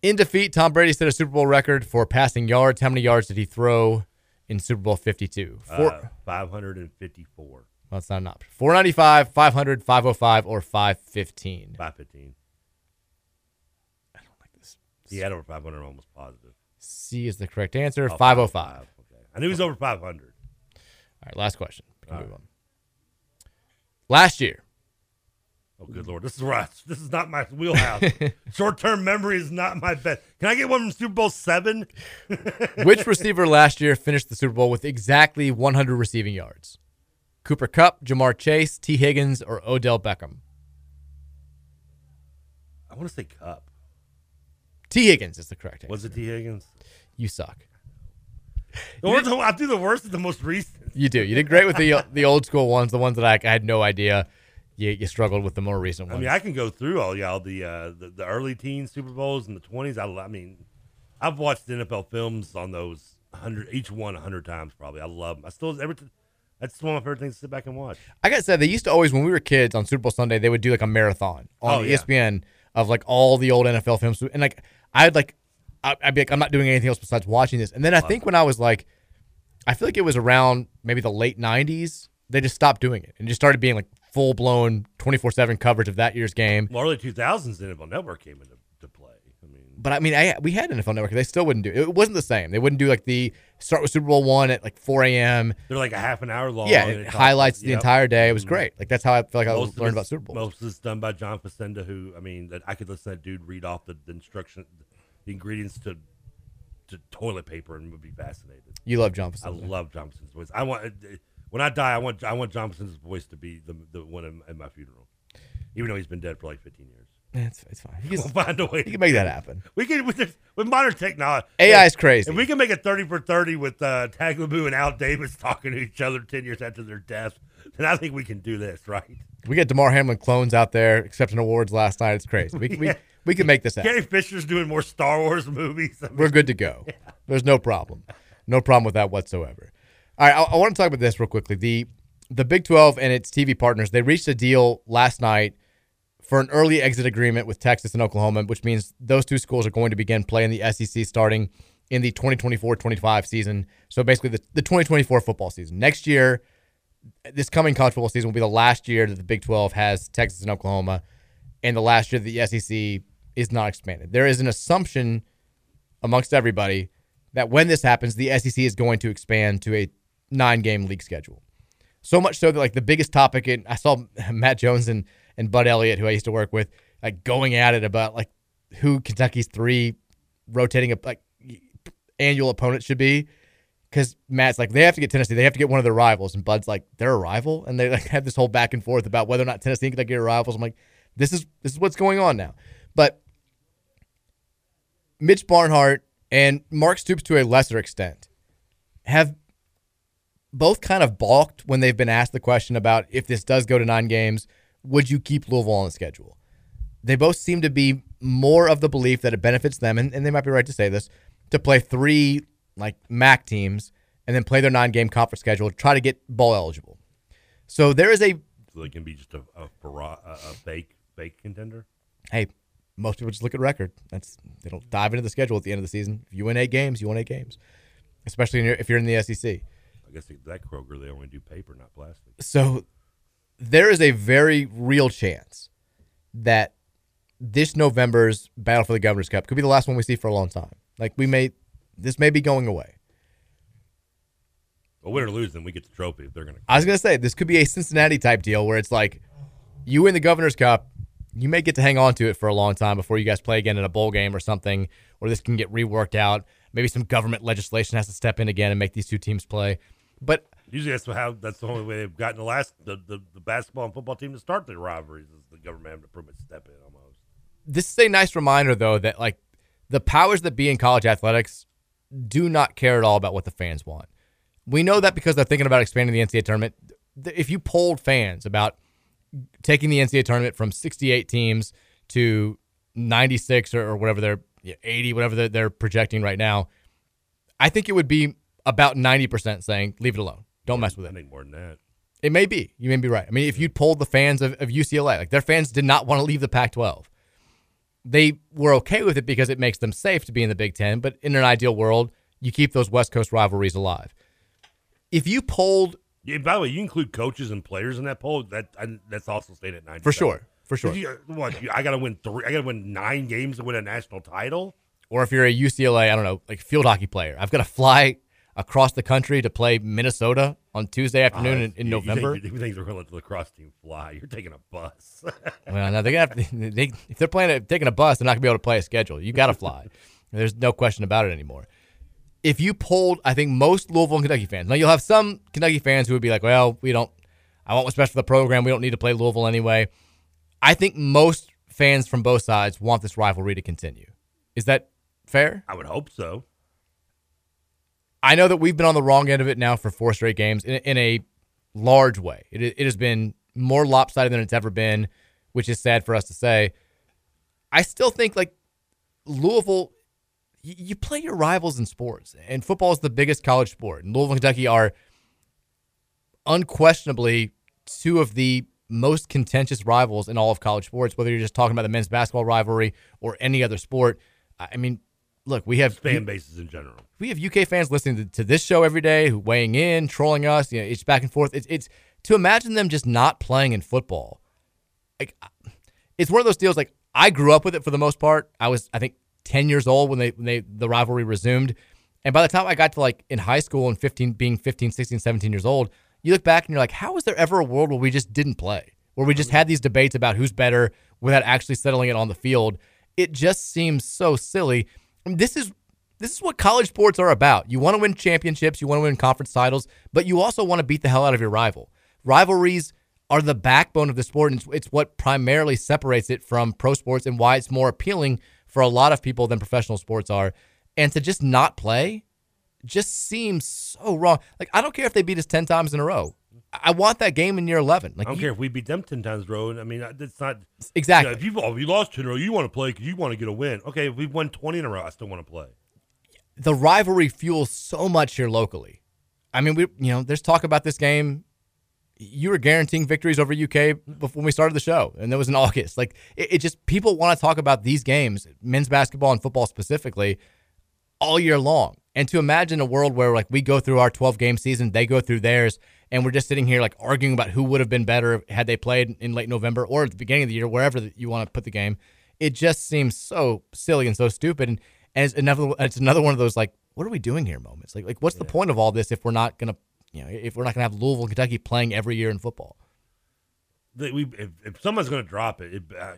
In defeat, Tom Brady set a Super Bowl record for passing yards. How many yards did he throw in Super Bowl 52? Four, Uh, 554. well, that's not an option. 495, 500, 505, or 515. 515. Seattle over 500, I'm almost positive. C is the correct answer. Oh, 505. I knew he was over 500. All right, last question. We can move on. Last year. Oh, good lord. This is where I, this is not my wheelhouse. Short term memory is not my best. Can I get one from Super Bowl 7? Which receiver last year finished the Super Bowl with exactly 100 receiving yards? Cooper Cup, Jamar Chase, T. Higgins, or Odell Beckham? I want to say Cup. T. Higgins is the correct answer. Was it T. Higgins? You suck. The worst, I do the worst at the most recent. You do. You did great with the the old school ones, the ones that I, I had no idea. You, you struggled with the more recent I ones. mean, I can go through all y'all the uh, the, the early teens Super Bowls and the 20s. I, lo- I mean, I've watched NFL films on those 100, each one 100 times probably. I love them. I still, every, t- that's one of my favorite things to sit back and watch. I got to say, they used to always, when we were kids on Super Bowl Sunday, they would do like a marathon on E Oh, yeah. ESPN of like all the old NFL films. And like, I'd like, I- I'd be like, I'm not doing anything else besides watching this. And then I Love think when I was like, I feel like it was around maybe the late 90s, they just stopped doing it and just started being like full blown 24 7 coverage of that year's game. Well, early 2000s, the NFL Network came into to play. I mean, But I mean, I we had NFL Network. They still wouldn't do it. It wasn't the same. They wouldn't do like the start with Super Bowl one at like 4 a.m. they're like a half an hour long. Yeah, and it talks- highlights the yep. Mm-hmm. entire day. It was great. Like that's how I feel like I Most of learned it's- about Super Bowl. Most of it's done by John Facenda, who I mean, that I could listen to that dude read off the, the instruction, the ingredients to to toilet paper, and would be fascinated. You love John I Facenda. love John Facenda's voice. I want uh, when I die, I want I want John Facenda's voice to be the the one in- at my funeral, even though he's been dead for like fifteen years. It's, it's fine. You We'll find a way. You can make that happen. We can with, this, with modern technology. AI is crazy. If we can make a thirty for thirty with uh, Tagliabue and Al Davis talking to each other ten years after their death, then I think we can do this, right? We got Damar Hamlin clones out there accepting awards last night. It's crazy. We, we, Yeah. we can make this happen. Gary Fisher's doing more Star Wars movies. I mean, We're good to go. There's no problem. No problem with that whatsoever. All right, I, I want to talk about this real quickly. The the Big 12 and its TV partners, they reached a deal last night for an early exit agreement with Texas and Oklahoma, which means those two schools are going to begin playing the SEC starting in the 2024-25 season. So basically the, the 2024 football season. Next year, this coming college football season will be the last year that the Big 12 has Texas and Oklahoma, and the last year that the SEC is not expanded. There is an assumption amongst everybody that when this happens, the SEC is going to expand to a nine game league schedule. So much so that like the biggest topic, and I saw Matt Jones and, and Bud Elliott, who I used to work with, like going at it about like who Kentucky's three rotating like annual opponents should be. Because Matt's like they have to get Tennessee, they have to get one of their rivals, and Bud's like they're a rival, and they like have this whole back and forth about whether or not Tennessee and Kentucky are rivals. I'm like, this is this is what's going on now, but Mitch Barnhart and Mark Stoops to a lesser extent have both kind of balked when they've been asked the question about if this does go to nine games, would you keep Louisville on the schedule? They both seem to be more of the belief that it benefits them, and, and they might be right to say this, to play three like MAC teams and then play their nine game conference schedule, try to get bowl eligible. So there is a so they can be just a a, bara- a, a fake fake contender. hey, most people just look at record. That's they don't dive into the schedule at the end of the season. If you win eight games, you win eight games, especially in your- if you're in the E SEC. I guess that Kroger they only do paper, not plastic. So there is a very real chance that this November's battle for the Governor's Cup could be the last one we see for a long time. Like we may, this may be going away. But win or lose, then we get the trophy if they're gonna. I was gonna say this could be a Cincinnati type deal where it's like you win the Governor's Cup, you may get to hang on to it for a long time before you guys play again in a bowl game or something, or this can get reworked out. Maybe some government legislation has to step in again and make these two teams play. But Usually that's how that's the only way they've gotten the last the, the, the basketball and football team to start their rivalries is the government having to pretty much step in almost. this is a nice reminder though that like the powers that be in college athletics do not care at all about what the fans want. We know that because they're thinking about expanding the NCAA tournament. Th- If you polled fans about taking the NCAA tournament from 68 teams to 96 or, or whatever they're yeah, 80, whatever they're, they're projecting right now, I think it would be about 90% saying leave it alone. Don't mess with it. I think more than that. It may be. You may be right. I mean, if you polled the fans of, of UCLA, like their fans did not want to leave the Pac 12. They were okay with it because it makes them safe to be in the Big Ten, but in an ideal world, you keep those West Coast rivalries alive. If you polled Yeah, by the way, you include coaches and players in that poll. That I, that's also stayed at ninety For sure. For sure. You, what you, I got to win three. I got to win nine games to win a national title. or if you're a UCLA, I don't know, like field hockey player, I've got to fly across the country to play Minnesota on Tuesday afternoon in, in You- you think- November. You think, they're going to let the lacrosse team fly? You're taking a bus. Well, no, they're gonna have to, they, if they're playing it, taking a bus, they're not gonna be able to play a schedule. You got to fly. There's no question about it anymore. If you polled, I think most Louisville and Kentucky fans. Now you'll have some Kentucky fans who would be like, "Well, we don't. I want what's best for the program. We don't need to play Louisville anyway." I think most fans from both sides want this rivalry to continue. Is that fair? I would hope so. I know that we've been on the wrong end of it now for four straight games in, in a large way. It, it has been more lopsided than it's ever been, which is sad for us to say. I still think like Louisville, y- you play your rivals in sports, and football is the biggest college sport. And Louisville, and Kentucky are unquestionably two of the most contentious rivals in all of college sports, whether you're just talking about the men's basketball rivalry or any other sport. I I mean, look, we have Fan bases in general. we have UK fans listening to, to this show every day, who weighing in, trolling us. You know, it's back and forth. It's it's to imagine them just not playing in football. Like, it's one of those deals. Like, I grew up with it for the most part. I was, I think, ten years old when they when they the rivalry resumed, and by the time I got to like in high school and fifteen, being 15, 16, 17 years old, you look back and you're like, how was there ever a world where we just didn't play, where we just had these debates about who's better without actually settling it on the field? It just seems so silly. I mean, this is this is what college sports are about. You want to win championships, you want to win conference titles, but you also want to beat the hell out of your rival. Rivalries are the backbone of the sport, and it's, it's what primarily separates it from pro sports and why it's more appealing for a lot of people than professional sports are. And to just not play just seems so wrong. Like, I don't care if they beat us 10 times in a row. I I want that game in year 11. Like, I don't care if we beat them ten times, bro. I mean, uh, that's not Exactly. You know, if you've oh, you lost ten in a row, you want to play because you want to get a win. Okay, if we've won twenty in a row, I still want to play. the rivalry fuels so much here locally. I mean, we you know, there's talk about this game. You were guaranteeing victories over UK before when we started the show, and that was in August. Like it, it just people want to talk about these games, men's basketball and football specifically, all year long. And to imagine a world where like we go through our 12 game season, they go through theirs, and we're just sitting here like arguing about who would have been better had they played in late November or at the beginning of the year, wherever that you want to put the game. It just seems so silly and so stupid. And, and it's another it's another one of those like, what are we doing here moments? Like like what's the point of all this if we're not gonna you know if we're not gonna have Louisville, Kentucky playing every year in football? They, we if, if someone's going to drop it, it uh,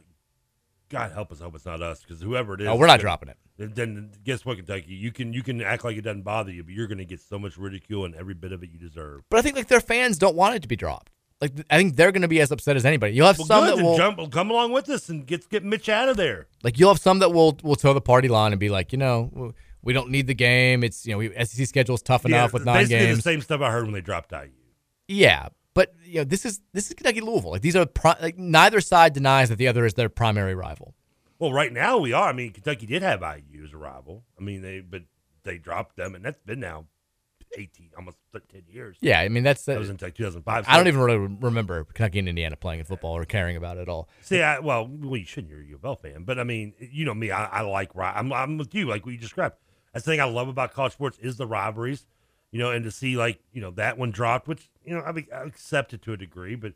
God help us, hope it's not us because whoever it is, No, Oh, we're not then- dropping it. Then guess what, Kentucky? You can you can act like it doesn't bother you, but you're going to get so much ridicule and every bit of it you deserve. But I think like their fans don't want it to be dropped. Like I think they're gonna be as upset as anybody. You'll have Well, some good, that then will jump, come along with us and get get Mitch out of there. Like you'll have some that will will toe the party line and be like, you know, w- we don't need the game. It's you know, we, SEC schedule's tough enough with nine basically games. the same stuff I heard when they dropped IU. Yeah, but you know, this is this is Kentucky Louisville. Like these are pri- like neither side denies that the other is their primary rival. Well, right now we are. I mean, Kentucky did have IU as a rival. I mean, they but they dropped them, and that's been now eighteen, almost ten years. Yeah, I mean that's uh, that was in like two thousand five. I don't even really remember Kentucky and Indiana playing in football or caring about it at all. See, I, well, well, you shouldn't. You're a U of L fan, but I mean, you know me. I, I like. ri- I'm, I'm with you. Like what you described. That's the thing I love about college sports is the rivalries. You know, and to see like you know that one dropped, which you know I, mean, I accept it to a degree, but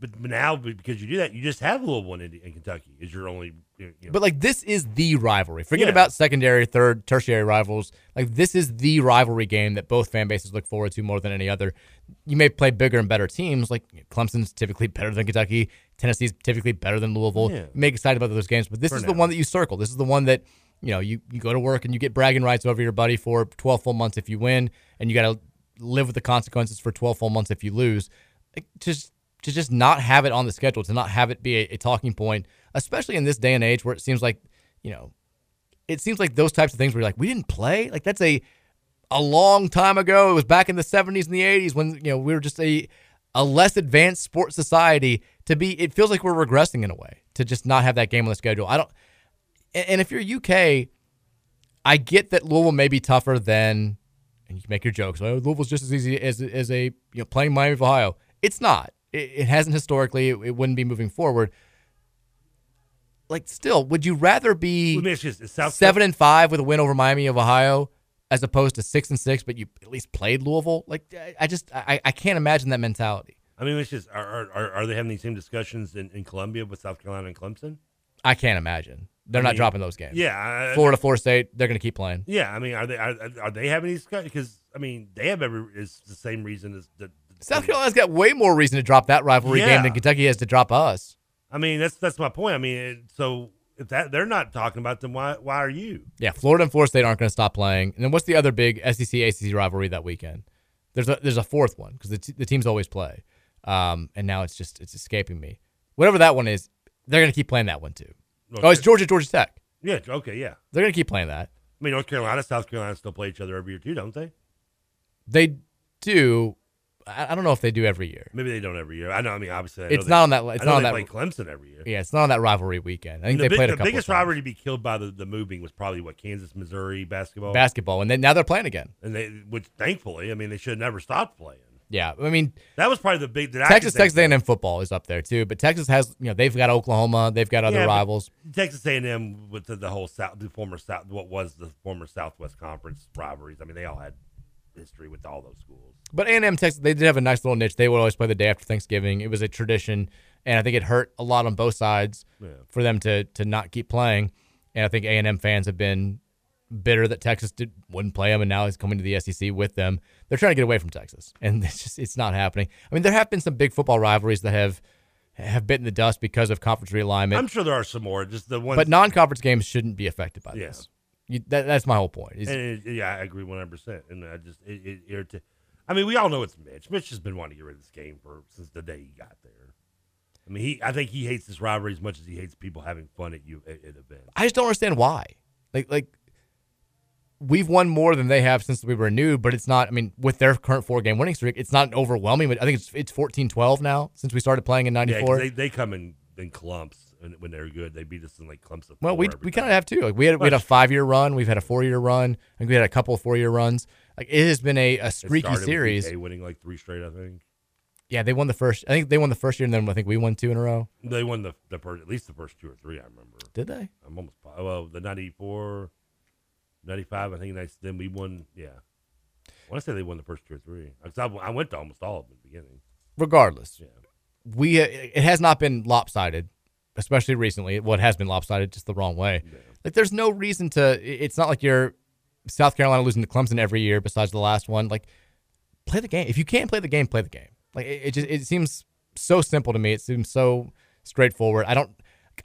but now because you do that, you just have Louisville and, Indi- and Kentucky is your only. You know, But like this is the rivalry. Forget Yeah. about secondary, third, tertiary rivals. Like this is the rivalry game that both fan bases look forward to more than any other. You may play bigger and better teams. Like Clemson's typically better than Kentucky. Tennessee's typically better than Louisville. Yeah. You make excited about those games, but this For is the now. one that you circle. This is the one that you know you you go to work and you get bragging rights over your buddy for twelve full months if you win, and you got to live with the consequences for twelve full months if you lose. Like, just to just not have it on the schedule, to not have it be a, a talking point, especially in this day and age where it seems like you know it seems like those types of things where you're like, we didn't play. Like that's a a long time ago. It was back in the 70s and the 80s when you know we were just a a less advanced sports society. To be, it feels like we're regressing in a way to just not have that game on the schedule. I don't. And, and if you're UK, I get that Louisville may be tougher than, and you can make your jokes. Oh, Louisville's just as easy as as a you know playing Miami of Ohio. It's not. It, it hasn't historically. It, it wouldn't be moving forward. Like, still, would you rather be Let me ask you this, is South seven and five with a win over Miami of Ohio, as opposed to six and six, but you at least played Louisville? Like, I, I just I, I can't imagine that mentality. I mean, it's just are are, are, are they having these same discussions in, in Columbia with South Carolina and Clemson? I can't imagine. They're I not mean, dropping those games. yeah, I- Florida, Florida State, they're going to keep playing. Yeah, I mean, are they are, are they having these? Because I mean, they have every. It's the same reason as the. South Carolina's got way more reason to drop that rivalry game than Yeah. Kentucky has to drop us. I mean, that's that's my point. I mean, it, so if that they're not talking about them, why why are you? Yeah, Florida and Florida State aren't going to stop playing. And then what's the other big E SEC ACC rivalry that weekend? There's a there's a fourth one because the, t- the teams always play, um, and now it's just it's escaping me. Whatever that one is, they're going to keep playing that one too. Oh, it's Okay. Georgia Georgia Tech. Yeah. Okay. Yeah. They're going to keep playing that. I mean, North Carolina, South Carolina still play each other every year too, don't they? They do. I, I don't know if they do every year. Maybe they don't every year. I know. I mean, obviously, I know It's they- not on that. It's I know not on they that. play Clemson every year. Yeah, it's not on that rivalry weekend. I think the they big- played a the couple. biggest times. rivalry to be killed by the, the moving was probably what Kansas, Missouri basketball. basketball, and then now they're playing again. and they, which thankfully, I mean, they should have never stop playing. Yeah, I mean, That was probably the big. That I could Texas think Texas A&M football is up there too, but Texas has you know they've got Oklahoma, they've got other Yeah, but rivals. Texas A&M with the, the whole South, the former South, what was the former Southwest Conference rivalries. I mean, they all had history with all those schools. But A&M Texas, they did have a nice little niche. They would always play the day after Thanksgiving. It was a tradition, and I think it hurt a lot on both sides Yeah. for them to to not keep playing. And I think A&M fans have been bitter that Texas did, wouldn't play them, and now he's coming to the SEC with them. They're trying to get away from Texas, and it's just it's not happening. I mean, there have been some big football rivalries that have have bitten the dust because of conference realignment. I'm sure there are some more. Just the ones, but non-conference games shouldn't be affected by Yeah. this. You, that, that's my whole point. And is- it- yeah, I agree 100. percent And I just it, it irritates. I mean, we all know it's Mitch. Mitch has been wanting to get rid of this game for since the day he got there. I mean, he. I think he hates this rivalry as much as he hates people having fun at you at, at events. I just don't understand why. Like like we've won more than they have since we were new, but it's not I mean, with their current four game winning streak, it's not an overwhelming but I think it's it's 14-12 now since we started playing in Yeah, 'cause 94. they, they come in in clumps, and when they're good, they beat us in like clumps of. well, four we every we time. kind of have too. Like we had we had a Well, 5-year run, we've had a 4-year run, I think we had a couple of 4-year runs. Like it has been a, a it streaky started with series. BK winning like three straight, I think. Yeah, they won the first I think they won the first year and then I think we won two in a row. They won the, the first, at least the first two or three, I remember. Did they? I'm almost po- well the 94, 95, I think. That's, then we won. Yeah, I want to say they won the first two or three. 'Cause I, I went to almost all of them at the beginning. regardless, we uh, it has not been lopsided, especially recently. Well, it has been lopsided just the wrong way. Like there's no reason to. It's not like you're South Carolina losing to Clemson every year. Besides the last one, like play the game. If you can't play the game, play the game. Like it, it just it seems so simple to me. It seems so straightforward. I don't.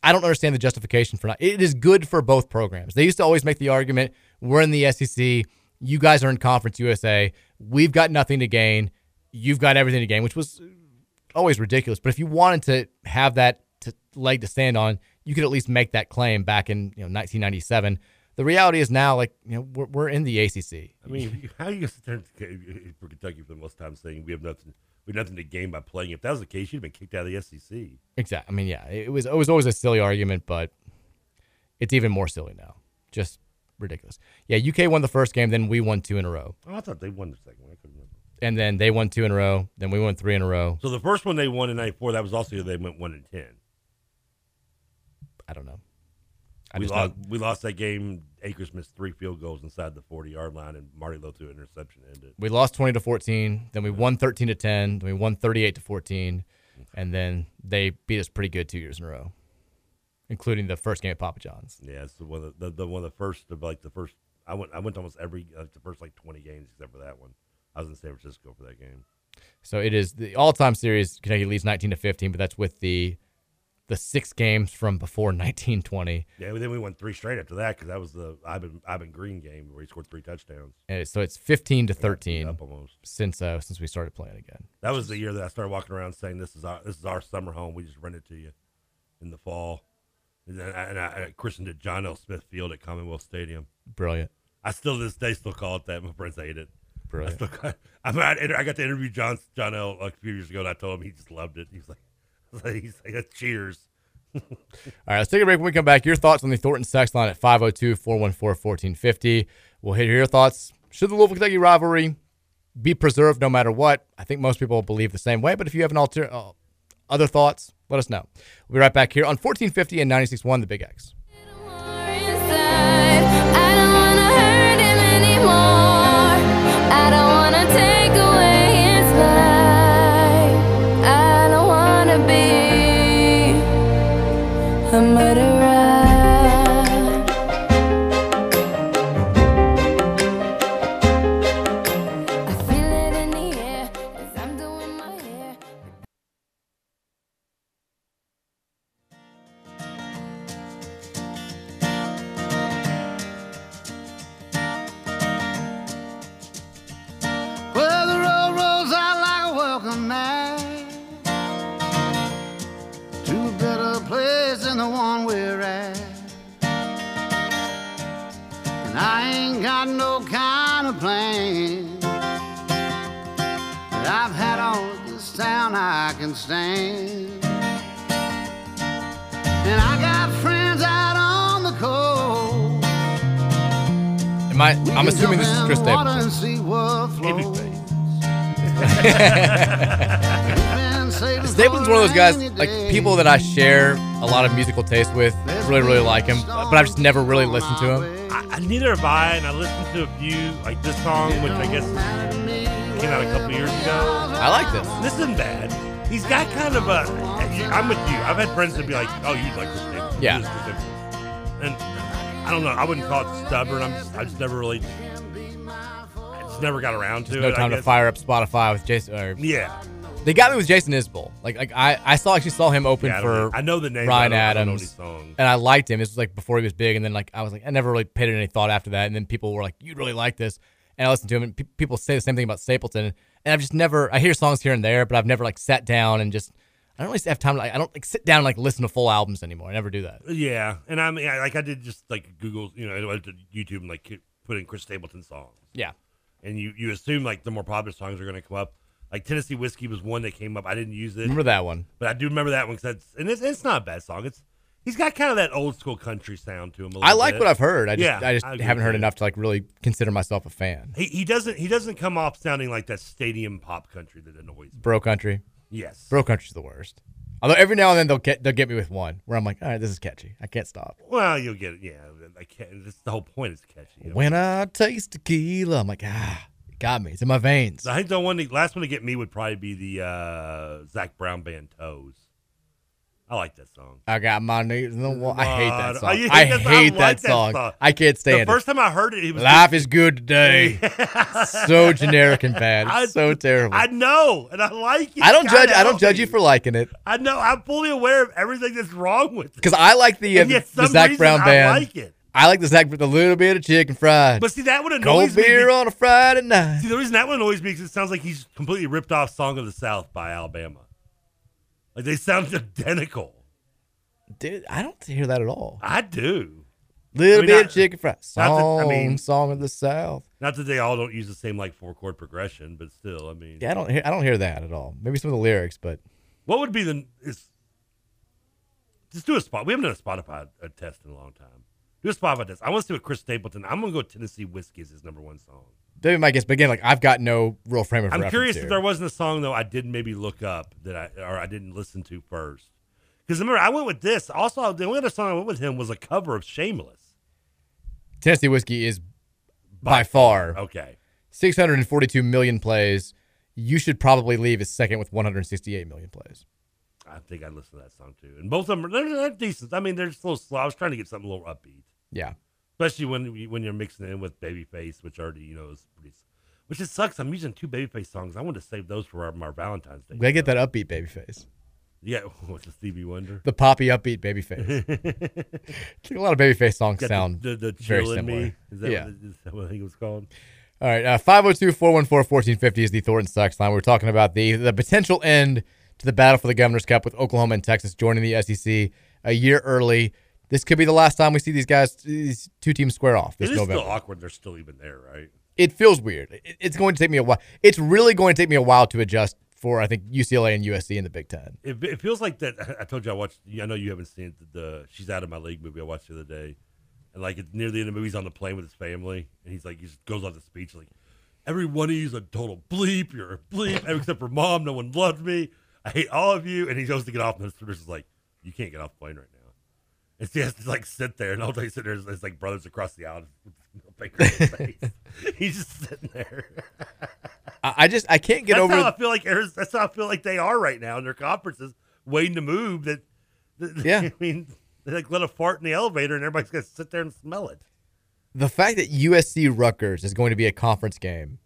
I don't understand the justification for not. It is good for both programs. They used to always make the argument, "We're in the SEC. You guys are in Conference USA. We've got nothing to gain. You've got everything to gain," which was always ridiculous. But if you wanted to have that to, leg to stand on, you could at least make that claim back in you know 1997. The reality is now, like you know, we're, we're in the ACC. I mean, how are you going to sit there and say- for Kentucky for the most time saying we have nothing, we have nothing to gain by playing? If that was the case, you'd have been kicked out of the E SEC. Exactly. I mean, yeah, it was it was always a silly argument, but it's even more silly now. Just ridiculous. Yeah, UK won the first game, then we won two in a row, Oh, I thought they won the second one. I couldn't remember. and then they won two in a row, then we won three in a row. So the first one they won in '94, that was also the year they went one and ten. I don't know. we just lost. We lost that game. Akers missed three field goals inside the 40 yard line, and Marty Lowe threw an interception to end it. We lost twenty to fourteen, then we won thirteen to ten, then we won thirty eight to fourteen, and then they beat us pretty good two years in a row, including the first game at Papa John's. Yeah, it's the one of the, the one of the first of like the first. I went. I went to almost every like the first like 20 games except for that one. I was in San Francisco for that game. So it is the all-time series. Kentucky leads nineteen to fifteen, but that's with the the six games from before nineteen twenty. Yeah, but then we won three straight after that because that was the Ivan Ivan Green game where he scored three touchdowns. And so it's 15 to 13 up almost. since uh, since we started playing again. That was the year that I started walking around saying, "This is our this is our summer home. We just rent it to you in the fall." And, then I, and I, I christened it John L. Smith Field at Commonwealth Stadium. Brilliant. I still to this day still call it that. My friends hate it. Brilliant. I, still call, I, mean, I, inter- I got to interview John John L. like a few years ago, and I told him he just loved it. He was like, he's like, "That's cheers. All right, let's take a break. When we come back, your thoughts on the Thornton sex line at 502-414-1450. We'll hear your thoughts. Should the Louisville Kentucky rivalry be preserved no matter what? I think most people believe the same way, but if you have an alter uh, other thoughts, let us know. We'll be right back here on 1450 and 961 the Big X. I don't wanna take away his life. I don't wanna be a murderer. than the one we're at. And I ain't got no kind of plan. But I've had all of this town I can stand. And I got friends out on the coast. Am I? I'm assuming this is Chris Water Stapleton. and see what flows. Stapleton's one of those guys, like people that I share a lot of musical taste with. Really, really like him, but I've just never really listened to him. I, I- neither have I, and I listened to a few, like this song, which I guess came out a couple years ago. I like this. This isn't bad. He's got kind of a. I'm with you. I've had friends that be like, "Oh, you like Chris Stapleton?" Yeah. This is Chris Stapleton." And I don't know. I wouldn't call it stubborn. I'm just, I just never really. I just never got around to There's it. no I time to guess. fire up Spotify with Jason. Or, Yeah. they got me with Jason Isbell. Like, like I, I saw actually saw him open Yeah, I don't- for I know the name, but I Ryan don't- I don't know any Adams, songs. and I liked him. This was like before he was big, and then like I was like I never really paid it any thought after that. And then people were like, "You really like this," and I listened to him. And pe- people say the same thing about Stapleton, and I've just never. I hear songs here and there, but I've never like sat down and just. I don't really have time. To, like, I don't like sit down and like listen to full albums anymore. I never do that. Yeah, and I mean, I, like I did just like Google, you know, I went to YouTube and like put in Chris Stapleton songs. Yeah. and you you assume like the more popular songs are going to come up. Like Tennessee Whiskey was one that came up. I didn't use it. Remember that one? but I do remember that one because that's and it's, it's not a bad song. It's he's got kind of that old school country sound to him. A little I like bit. what I've heard. I just Yeah, I just agree haven't with heard you. enough to like really consider myself a fan. He, he doesn't he doesn't come off sounding like that stadium pop country that annoys. me. Bro country. Yes. Bro country's the worst. Although every now and then they'll get they'll get me with one where I'm like, all right, this is catchy. I can't stop. Well, you'll get it. Yeah, I can't. That's the whole point. It's catchy. you know? When I taste tequila, I'm like, ah, it got me. It's in my veins. I think the one the last one to get me would probably be the uh, Zach Brown band Toes. I like that song. I got my knees in the wall. I hate that But- song. Oh, I you hate, that's- that, like song. I can't stand the it. first time I heard it, it was Life is good today. so generic and bad. It's I- so terrible. I I, know, and I like it. don't God, judge. I don't help judge me. you for liking it I know. I'm fully aware of everything that's wrong with it. because I like the, uh, And yet the some Zach reason Brown I band. like it. I like the Zach with a little bit of chicken fried. But see, that would annoys Cold me. beer be- on a Friday night. See, the reason that one annoys me is it sounds like he's completely ripped off "Song of the South" by Alabama. Like they sound identical. Dude, I don't hear that at all. I do. I Little mean, bit I- of chicken fried. not that- Song, I mean- song of the South. Not that they all don't use the same like four chord progression, but still, I mean, Yeah, I don't hear. I don't hear that at all. Maybe some of the lyrics, but What would be the is? Just do a spot. We haven't done a Spotify uh test in a long time. Do a Spotify test. I want to see what Chris Stapleton. I'm gonna go Tennessee Whiskey is his number one song. That'd be my guess. But again, like I've got no real frame of I'm reference curious if here. there wasn't a song though I did maybe look up that I or I didn't listen to first. Because remember, I went with this. Also, the only other song I went with him was a cover of "Shameless." Tennessee whiskey is by, far Okay, 642 million plays. You should probably leave is second with 168 million plays. I think I listened to that song too, and both of them are they're, they're decent. I mean, they're just a little slow. I was trying to get something a little upbeat. Yeah. especially when you- when you're mixing it in with Babyface, which already you know is pretty. Which it sucks. I'm using two Babyface songs. I want to save those for our, our Valentine's Day. They get that upbeat baby face, Yeah, what's the Stevie Wonder? the poppy upbeat baby face. I think a lot of baby face songs Got the- sound the, the, very chill in similar. me. Is that, yeah. what, is that what I think it was called? All right, uh, five zero two four one four fourteen fifty is the Thornton Sox line. We're talking about the the potential end to the battle for the Governor's Cup with Oklahoma and Texas joining the SEC a year early. This could be the last time we see these guys, these two teams square off this It is November. still awkward. They're still even there, right? it feels weird. It- It's going to take me a while. It's really going to take me a while to adjust for I think UCLA and USC in the Big Ten. It, it feels like that. I told you I watched. I know you haven't seen it, the, "She's Out of My League" movie I watched the other day, and like it's near the end of the movie, he's on the plane with his family, and he's like, he just goes on the speech like, "Every one of you's a total bleep. You're a bleep, except for mom. No one loved me. I hate all of you." And he goes to get off, and his producer's like, "You can't get off the plane right now." And so he has to like sit there, and all day sitting there is, is like brothers across the aisle. With no finger in his face. he's just sitting there. I, I just I can't get that's over. How I feel like Ariz- that's how I feel like they are right now in their conferences, waiting to move. That, that- Yeah. I mean, they like let a fart in the elevator, and everybody's gonna sit there and smell it. the fact that USC Rutgers is going to be a conference game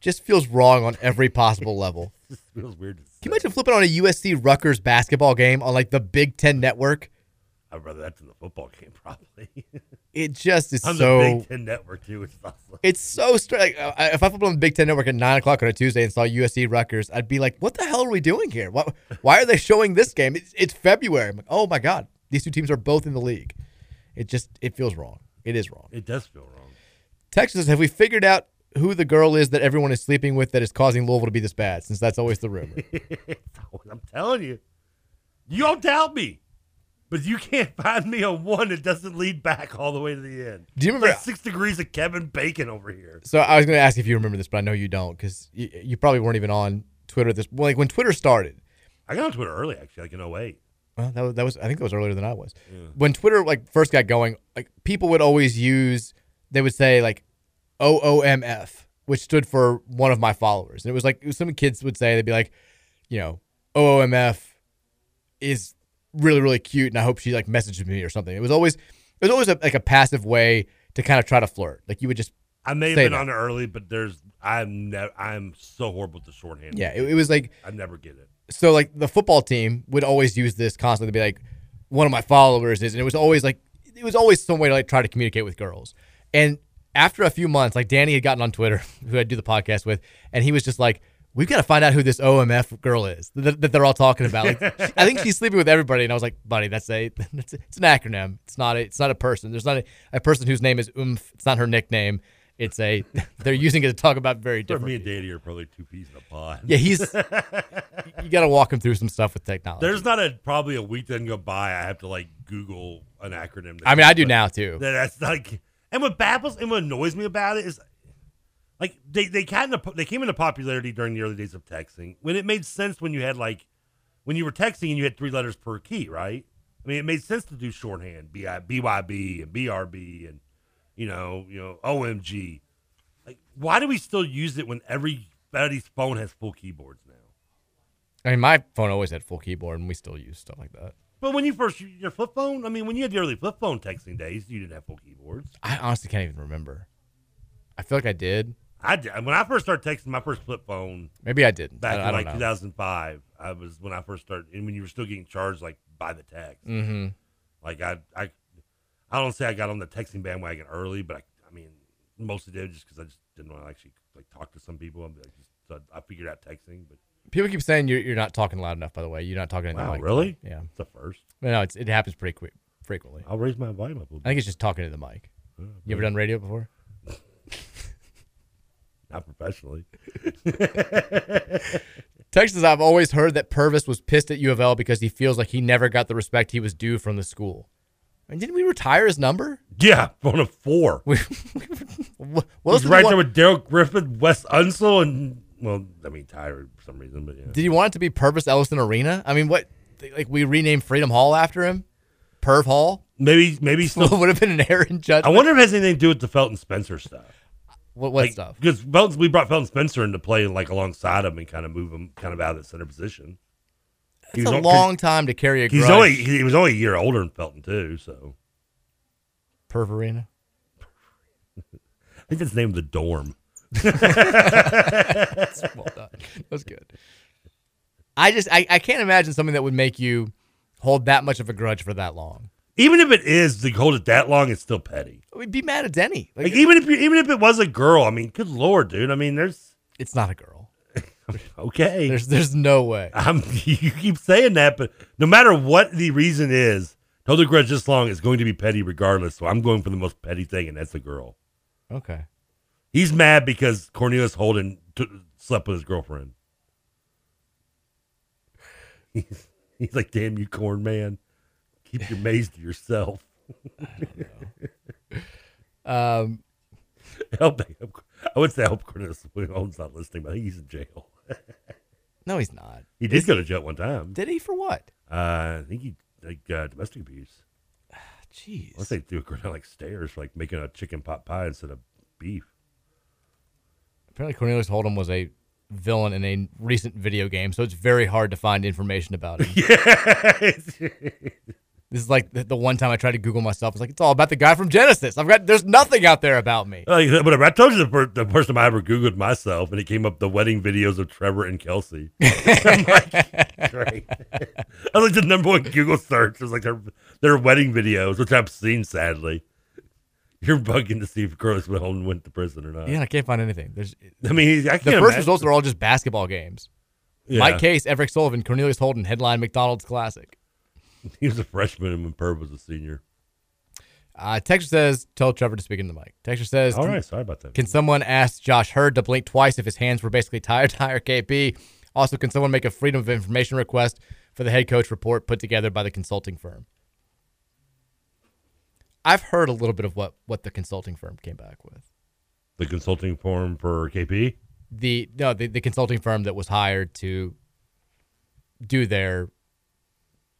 just feels wrong on every possible level. This feels weird. Can you imagine flipping on a USC Rutgers basketball game on like the Big Ten Network? I'd rather that than the football game, probably. It just is on so. the Big Ten Network too. It's awesome. It's so strange. Like, I- if I flipped on the Big Ten Network at nine o'clock on a Tuesday and saw USC Rutgers, I'd be like, "What the hell are we doing here? Why, why are they showing this game? It's, it's February. I'm like, oh my god, These two teams are both in the league. It just it feels wrong. It is wrong. It does feel wrong. Text says, have we figured out who the girl is that everyone is sleeping with that is causing Louisville to be this bad? Since that's always the rumor. I'm telling you, you don't doubt me, but you can't find me a one that doesn't lead back all the way to the end. Do you remember- It's like six degrees of Kevin Bacon over here? So I was going to ask if you remember this, but I know you don't because you, you probably weren't even on Twitter at this. well, Like when Twitter started, I got on Twitter early actually, like in 08. well, that was, that was I think that was earlier than I was. Yeah. When Twitter like first got going, like people would always use they would say like OOMF, which stood for one of my followers, and it was like it was some kids would say they'd be like, you know, OOMF is really really cute, and I hope she like messages me or something. It was always it was always a, like a passive way to kind of try to flirt. Like you would just I may have say been that. on it early, but there's I'm never I'm so horrible at the shorthand. Yeah, it, it was like I never get it. So like the football team would always use this constantly to be like, one of my followers is, and it was always like, it was always some way to like try to communicate with girls. And after a few months, like Danny had gotten on Twitter, who I do the podcast with, and he was just like, we've got to find out who this OMF girl is that, that they're all talking about. Like, I think she's sleeping with everybody, and I was like, buddy, that's a, that's a it's an acronym. It's not a, it's not a person. There's not a, a person whose name is Oomph. It's not her nickname. It's a they're using it to talk about very Sure, different. me and Danny are probably two peas in a pod. Yeah, he's you got to walk him through some stuff with technology. There's not a probably a week that can go by. I have to like Google an acronym. I mean, I do now, too. That- That's like, and what baffles and what annoys me about it is, like they they kind of they came into popularity during the early days of texting when it made sense when you had like when you were texting and you had three letters per key, right? I mean, it made sense to do shorthand, B I B Y B and BRB and you know you know OMG. Like, why do we still use it when everybody's phone has full keyboards now? I mean, my phone always had full keyboard, and we still use stuff like that. But when you first your flip phone, I mean, when you had the early flip phone texting days, you didn't have full keyboards. I honestly can't even remember. I feel like I did. I did. when I first started texting my first flip phone. Maybe I didn't. Back I- I in don't like know. 2005, I was when I first started, and when you were still getting charged like by the text. Mhm. Like I, I, I don't say I got on the texting bandwagon early, but I, I mean, mostly did just because I just didn't want to actually like talk to some people. I just so I figured out texting, but People keep saying you're, you're not talking loud enough. By the way, you're not talking. into the Wow, mic. really? Yeah, it's the first. No, it's, it happens pretty quick, frequently. I'll raise my volume up. A little I think it's just talking to the mic. Oh. Yeah, you ever but- done radio before? not professionally. Texas, I've always heard that Purvis was pissed at U of L because he feels like he never got the respect he was due from the school. And didn't we retire his number? Yeah, on a four. What, what else He's did right he there want- with Daryl Griffin, Wes Unsell, and well, I mean Tyra for some reason, but yeah. Did you want it to be Purvis Ellison Arena? I mean, what? Like we renamed Freedom Hall after him, Perv Hall. Maybe, maybe still would have been an error in I judgment. wonder if it has anything to do with the Felton Spencer stuff. What, what stuff? Because Felton, we brought Felton Spencer into play like alongside him and kind of move him kind of out of the center position. He It's a was on- long time to carry a He's grudge. only he was only a year older than Felton too, so Perv Arena. I think that's named the dorm. well done. That was good. I just I, I can't imagine something that would make you hold that much of a grudge for that long. Even if it is to hold it that long, it's still petty. We'd be mad at Denny. Like, even if you, even if it was a girl, I mean, good lord, dude. I mean, there's it's not a girl. okay, there's there's no way. I'm, you keep saying that, but no matter what the reason is, to hold a grudge this long is going to be petty regardless. So I'm going for the most petty thing, and that's a girl. Okay. He's mad because Cornelius Holden t- slept with his girlfriend. He's, he's like, damn you, corn man. Keep your maze to yourself. um, help, help- I would say help Cornelius Holden's not listening, but I think he's in jail. No, he's not. He did go to jail one time. Did he for what? Uh, I think he like uh, domestic abuse. Jeez. Unless they threw a girl down like stairs for like making a chicken pot pie instead of beef. Apparently Cornelius Holdem was a villain in a recent video game, so it's very hard to find information about him. This is like the, the one time I tried to Google myself. It's like it's all about the guy from Genesis. I've got there's nothing out there about me. Like, whatever. I told you the, per- the first time I ever Googled myself, and it came up the wedding videos of Trevor and Kelsey. I'm like, great. That was like the number one Google search. It was like their, their wedding videos, which I've seen sadly. You're bugging to see if Carlos Mahone went to prison or not. Yeah, I can't find anything. There's, I mean, I the can't first imagine. results are all just basketball games. Yeah. Mike Case, Everett Sullivan, Cornelius Holden, headline McDonald's Classic. He was a freshman and when Perb was a senior. Uh, Texture says, tell Trevor to speak into the mic. Texture says, All right, sorry about that. Can someone ask Josh Hurd to blink twice if his hands were basically tired to hire KP? Also, can someone make a freedom of information request for the head coach report put together by the consulting firm? I've heard a little bit of what, what the consulting firm came back with. The consulting firm for KP. The no, the, the consulting firm that was hired to do their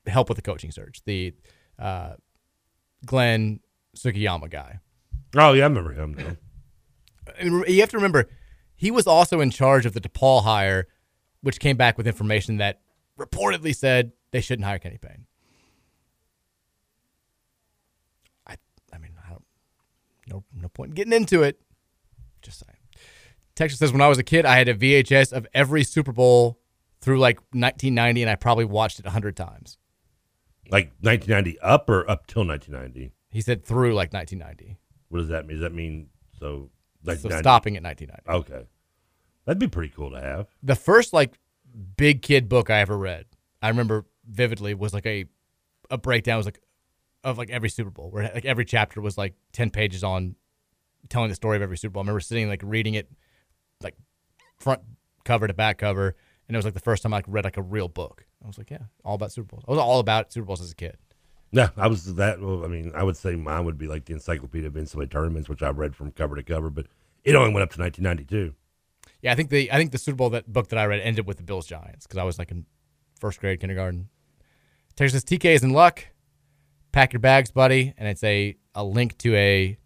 help with the coaching search. The uh, Glenn Sukiyama guy. Oh yeah, I remember him. though. I mean, you have to remember, he was also in charge of the DePaul hire, which came back with information that reportedly said they shouldn't hire Kenny Payne. I, I mean, I don't, no, no point in getting into it. Just saying. Texas says, when I was a kid, I had a VHS of every Super Bowl through like 1990, and I probably watched it 100 times. Like 1990 up or up till 1990. He said through like 1990. What does that mean? Does that mean so? So 1990 stopping at 1990. Okay, that'd be pretty cool to have. the first like big kid book I ever read, I remember vividly was like a a breakdown was like of like every Super Bowl where like every chapter was like 10 pages on telling the story of every Super Bowl. I remember sitting like reading it like front cover to back cover and it was like the first time I like, read like a real book. I was like, yeah, all about Super Bowls. I was all about Super Bowls as a kid. Yeah, I was that. Well, I mean, I would say mine would be like the Encyclopedia of NCAA tournaments, which I read from cover to cover, but it only went up to 1992. Yeah, I think the I think the Super Bowl that book that I read ended with the Bills Giants because I was like in first grade kindergarten. Texas says, TK is in luck. Pack your bags, buddy, and it's a a link to a.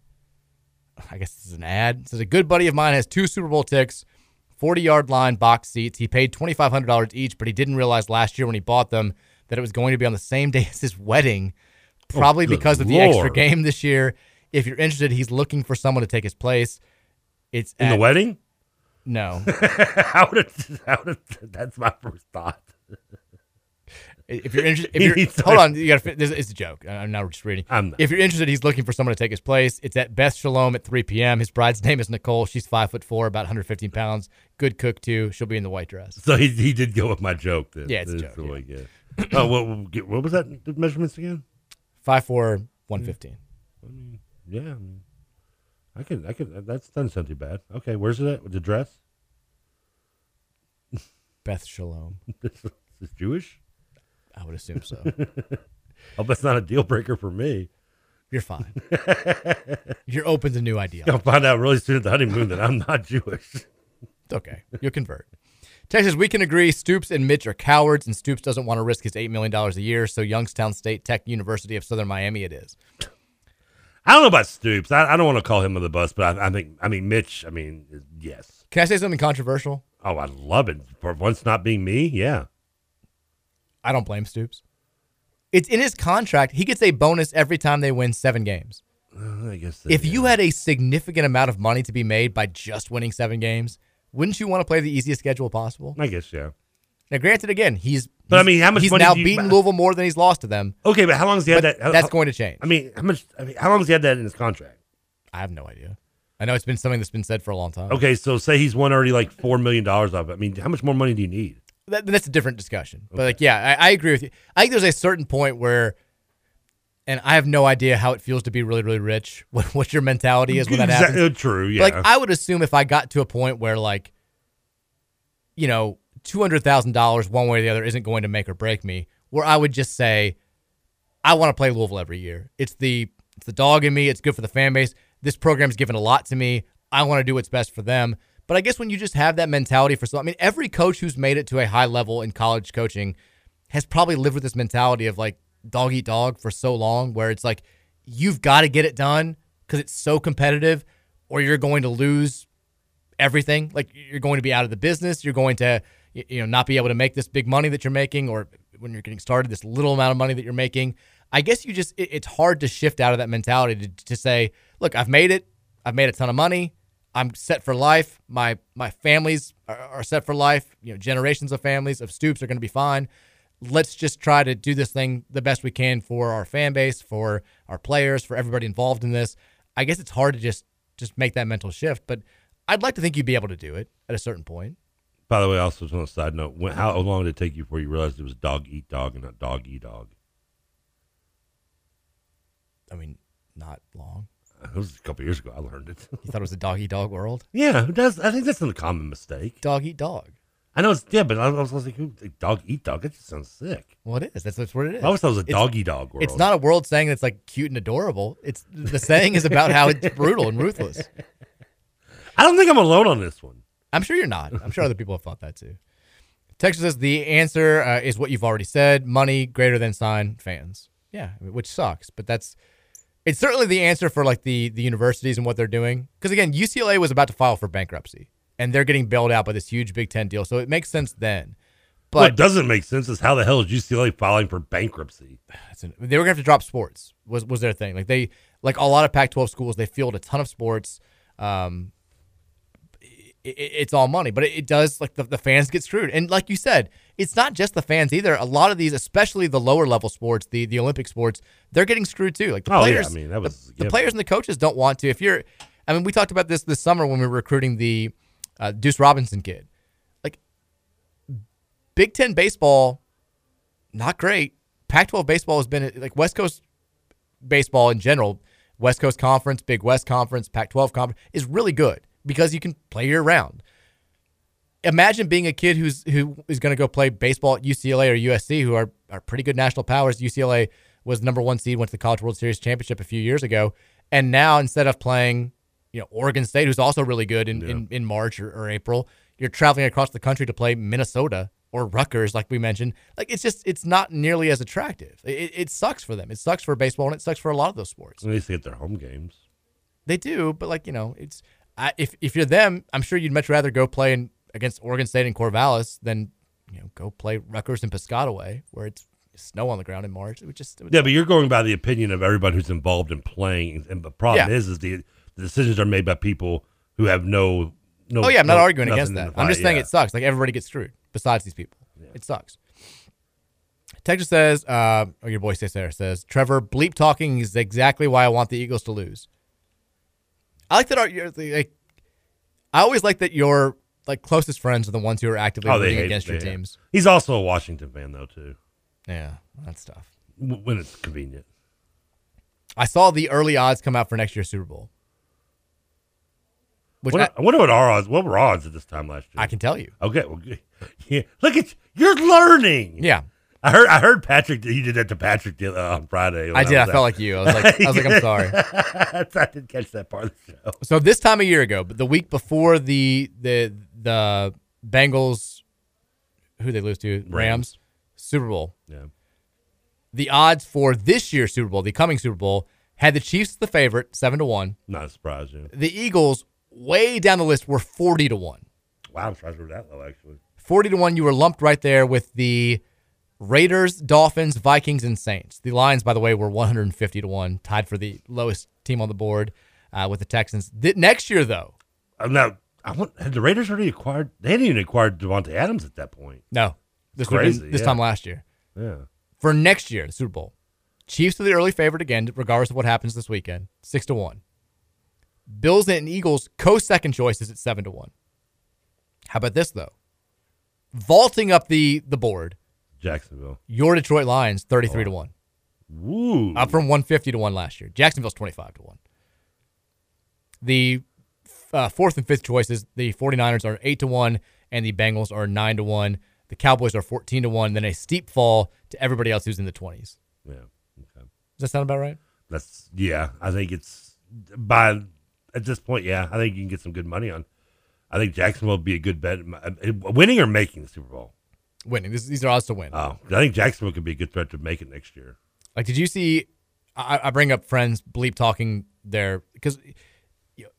I guess this is an ad. It says a good buddy of mine has two Super Bowl ticks, forty yard line box seats. He paid twenty five hundred dollars each, but he didn't realize last year when he bought them that it was going to be on the same day as his wedding, Oh, probably good because of the extra Lord. game this year. If you're interested, he's looking for someone to take his place. It's In the at- wedding? No. I would have. I would have. That's my first thought. If you're interested, if He you're, needs to- hold on, you got to. It's a joke. I- I'm now just reading. If you're interested, he's looking for someone to take his place. It's at Beth Shalom at 3 p.m. His bride's name is Nicole. She's five foot four, about 115 pounds. Good cook too. She'll be in the white dress. So he, he did go with my joke then. Yeah, it's a That's the way, yeah. oh, what, what- what was that? The measurements again? Five four, 115. Yeah, I, mean, I could. I could. That's doesn't sound too bad. Okay, where's it at? The dress? Beth Shalom. This is Jewish. I would assume so. oh, that's not a deal breaker for me. You're fine. You're open to new ideas. I'll find out really soon at the honeymoon that I'm not Jewish. It's okay. You'll convert. Texas, we can agree Stoops and Mitch are cowards, and Stoops doesn't want to risk his $8 million a year, so Youngstown State Tech University of Southern Miami it is. I don't know about Stoops. I, I don't want to call him on the bus, but I, I think. I mean, Mitch. I mean, is- yes. Can I say something controversial? Oh, I love it for once not being me. Yeah. I don't blame Stoops. It's in his contract. He gets a bonus every time they win seven games. Uh, I guess. that- If you had a significant amount of money to be made by just winning seven games, wouldn't you want to play the easiest schedule possible? I guess yeah. Now, granted, again, he's But, I he's- mean, how much he's money now do you- beaten Louisville more than he's lost to them. Okay, but how long has he had But that? how- that's how- going to change. I mean, how much? I mean, how long has he had that in his contract? I have no idea. I know it's been something that's been said for a long time. Okay, so say he's won already like four million dollars off. it. I mean, how much more money do you need? that, that's a different discussion. But like, yeah, I, I agree with you. I think there's a certain point where, and I have no idea how it feels to be really, really rich. What, what your mentality is when that Exact- happens? uh, true, But, yeah. Like, I would assume if I got to a point where like, you know, two hundred thousand dollars one way or the other isn't going to make or break me, where I would just say, I want to play Louisville every year. It's the it's the dog in me. It's good for the fan base. This program's given a lot to me. I want to do what's best for them. But I guess when you just have that mentality for so, I mean, every coach who's made it to a high level in college coaching has probably lived with this mentality of like dog eat dog for so long, where it's like you've got to get it done because it's so competitive, or you're going to lose everything. Like you're going to be out of the business. You're going to y- you know not be able to make this big money that you're making, or when you're getting started, this little amount of money that you're making. I guess you just it, it's hard to shift out of that mentality to, to say, look, I've made it. I've made a ton of money. I'm set for life. My my families are, are set for life. You know, generations of families of Stoops are going to be fine. Let's just try to do this thing the best we can for our fan base, for our players, for everybody involved in this. I guess it's hard to just just make that mental shift, but I'd like to think you'd be able to do it at a certain point. By the way, also just on a side note, when, how long did it take you before you realized it was e dog eat dog and not dog eat dog? not long. It was a couple years ago. I learned it. You thought it was a dog eat dog world? Yeah, who does? I think that's a common mistake. Dog eat dog. I know it's yeah, but I was like, who- dog eat dog. That just sounds sick. Well, it is. That's, that's what it is. I always thought it was a It's- dog eat dog world. It's not a world saying that's like cute and adorable. It's the saying is about how it's brutal and ruthless. I don't think I'm alone on this one. I'm sure you're not. I'm sure other people have thought that too. Texas says the answer uh, is what you've already said: money greater than sign fans. Yeah, which sucks, but that's it's certainly the answer for like the the universities and what they're doing. Because again, UCLA was about to file for bankruptcy, and they're getting bailed out by this huge Big Ten deal, so it makes sense then. But what doesn't make sense is how the hell is UCLA filing for bankruptcy? That's an, they were gonna have to drop sports was was their thing. Like they like a lot of Pac-12 schools, they field a ton of sports. Um, it, it's all money, but it, it does like the, the fans get screwed. And like you said, it's not just the fans either. A lot of these, especially the lower level sports, the the Olympic sports, they're getting screwed too. Like the Oh, yeah, players, I mean, that the- was- the, yeah. players and the coaches don't want to. If you're, I mean, we talked about this this summer when we were recruiting the uh, Deuce Robinson kid. Like Big Ten baseball, not great. Pac-12 baseball has been like West Coast baseball in general, West Coast Conference, Big West Conference, Pac-12 Conference is really good because you can play year round. Imagine being a kid who's who is going to go play baseball at UCLA or USC, who are are pretty good national powers. UCLA was number one seed, went to the College World Series championship a few years ago, and now instead of playing, you know, Oregon State, who's also really good in in, in March or, or April, you're traveling across the country to play Minnesota or Rutgers, like we mentioned. Like it's just it's not nearly as attractive. It, it sucks for them. It sucks for baseball, and it sucks for a lot of those sports. At least they get their home games. They do, but like you know, it's I, if if you're them, I'm sure you'd much rather go play in, against Oregon State and Corvallis than you know go play Rutgers and Piscataway where it's snow on the ground in March. It would just it would Yeah, but you're going by the opinion of everybody who's involved in playing, and the problem Yeah. is, is the, the decisions are made by people who have no, no. oh yeah, I'm not no- arguing against nothing in that. the I'm fight, just saying yeah. it sucks. Like everybody gets screwed besides these people. It sucks. Texas says, uh, or your boy stays there says, Trevor, bleep talking is exactly why I want the Eagles to lose. I like that. Our, your, the, like, I always like that your like closest friends are the ones who are actively Oh, they rooting hate against your they- teams. He's also a Washington fan though too. Yeah, that's tough. W- When it's convenient. I saw the early odds come out for next year's Super Bowl. Which What- oh, I, I, wonder what our odds. What were our odds at this time last year? I can tell you. Okay, well, good. yeah. Look at you're learning. Yeah. I heard. I heard Patrick. You did that to Patrick the- uh, on Friday. when I did. I was felt out. like you. I was like, I was like, I'm sorry. I didn't catch that part of the show. So this time a year ago, but the week before the the the Bengals, who they lose to Rams, Rams. Super Bowl. Yeah. The odds for this year's Super Bowl, the coming Super Bowl, had the Chiefs the favorite, seven to one. Not surprised. Yeah. The Eagles, way down the list, were forty to one. Wow, I'm surprised we were that low actually. 40 to 1 you were lumped right there with the raiders dolphins vikings and saints the lions by the way were 150 to 1 tied for the lowest team on the board uh, with the texans Th- next year though I'm not. Oh, I want, had the Raiders already acquired? They hadn't even acquired Devontae Adams at that point. no this, would've been- Crazy, this yeah. time last year Yeah. for next year the super bowl chiefs are the early favorite again regardless of what happens this weekend 6 to 1 bills and eagles co-second choices at 7 to 1 how about this though vaulting up the the board Jacksonville. Your Detroit Lions, 33 Oh. to 1. Woo. Up from 150 to 1 last year. Jacksonville's 25 to 1. The uh, fourth and fifth choices, the 49ers are 8 to 1, and the Bengals are 9 to 1. The Cowboys are 14 to 1, then a steep fall to everybody else who's in the 20s. Yeah. Okay. Does that sound about right? That's yeah. I think it's by at this point. Yeah, I think you can get some good money on. I think Jacksonville would be a good bet, Uh, winning or making the Super Bowl. Winning. This, these are odds to win. Oh, I think Jacksonville could be a good threat to make it next year. Like, did you see? I, I bring up friends bleep talking there because you know,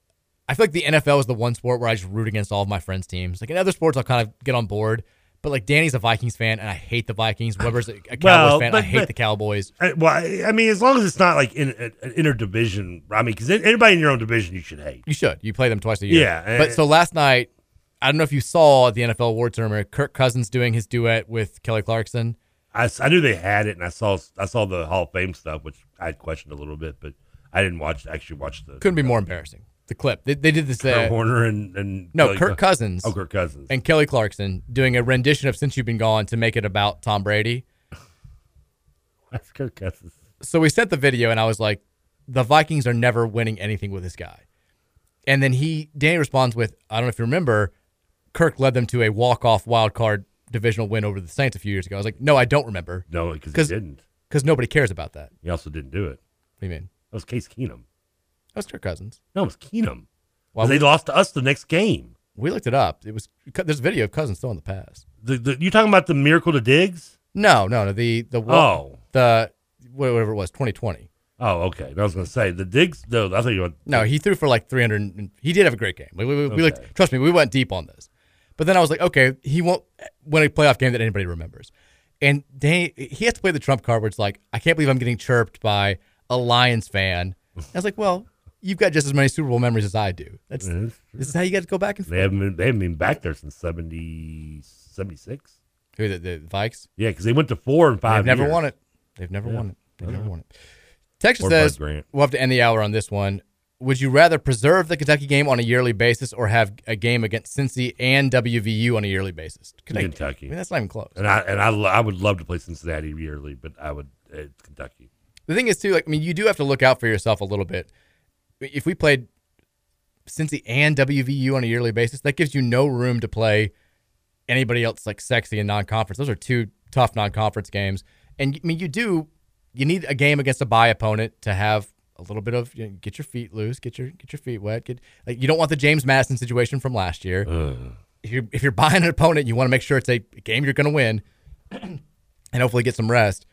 I feel like the NFL is the one sport where I just root against all of my friends' teams. Like in other sports, I'll kind of get on board, but like Danny's a Vikings fan and I hate the Vikings. Weber's a, a Cowboys Well, fan. I but- hate but- the Cowboys. I, well, I, I mean, as long as it's not like in an interdivision. I mean, because anybody in your own division, you should hate. You should. You play them twice a year. Yeah, But eh. so last night, I don't know if you saw the NFL award ceremony, Kirk Cousins doing his duet with Kelly Clarkson. I, s- I knew they had it, and I saw I saw the Hall of Fame stuff, which I had questioned a little bit, but I didn't watch actually watch the Couldn't be more embarrassing. The clip. They, they did this. Kurt uh, Warner and, and No, Kelly Kirk Cous- Cousins. Oh, Kirk Cousins. And Kelly Clarkson doing a rendition of Since You've Been Gone to make it about Tom Brady. That's Kirk Cousins. So we sent the video, and I was like, the Vikings are never winning anything with this guy. And then he Danny responds with, I don't know if you remember, Kirk led them to a walk off wild card divisional win over the Saints a few years ago. I was like, no, I don't remember. No, because he didn't. Because nobody cares about that. He also didn't do it. What do you mean? That was Case Keenum. That was Kirk Cousins. No, it was Keenum. 'Cause Well, they we- lost to us the next game. We looked it up. It was there's video of Cousins still in the pass. The, the, you talking about the miracle to Diggs? No, no, no. The the wa- Oh. the whatever it was, 2020. Oh, okay. I was going to say the Diggs. No, I thought you went. No, he threw for like 300. And he did have a great game. We, we, we looked, trust me, we went deep on this. But then I was like, okay, he won't win a playoff game that anybody remembers. And Danny, he has to play the trump card where it's like, I can't believe I'm getting chirped by a Lions fan. I was like, well, you've got just as many Super Bowl memories as I do. That's Yeah, that's this is how you got to go back and They haven't been, they haven't been back there since 70, 76. Who the, the Vikes? Yeah, because they went to four and 5 They've never years. won it. They've never Yeah. won it. They've I never know. won it. Texas Or Bud says Grant. we'll have to end the hour on this one. Would you rather preserve the Kentucky game on a yearly basis or have a game against Cincy and WVU on a yearly basis? Kentucky. Kentucky. I mean, that's not even close. And I and I, lo- I would love to play Cincinnati yearly, but I would it's Kentucky. The thing is, too, like I mean, you do have to look out for yourself a little bit. If we played Cincy and WVU on a yearly basis, that gives you no room to play anybody else like sexy and non-conference. Those are two tough non-conference games, and I mean, you do you need a game against a bye opponent to have a little bit of you know, get your feet loose, get your get your feet wet. Get like you don't want the James Madison situation from last year. If you're if you're buying an opponent, you want to make sure it's a game you're going to win, and hopefully get some rest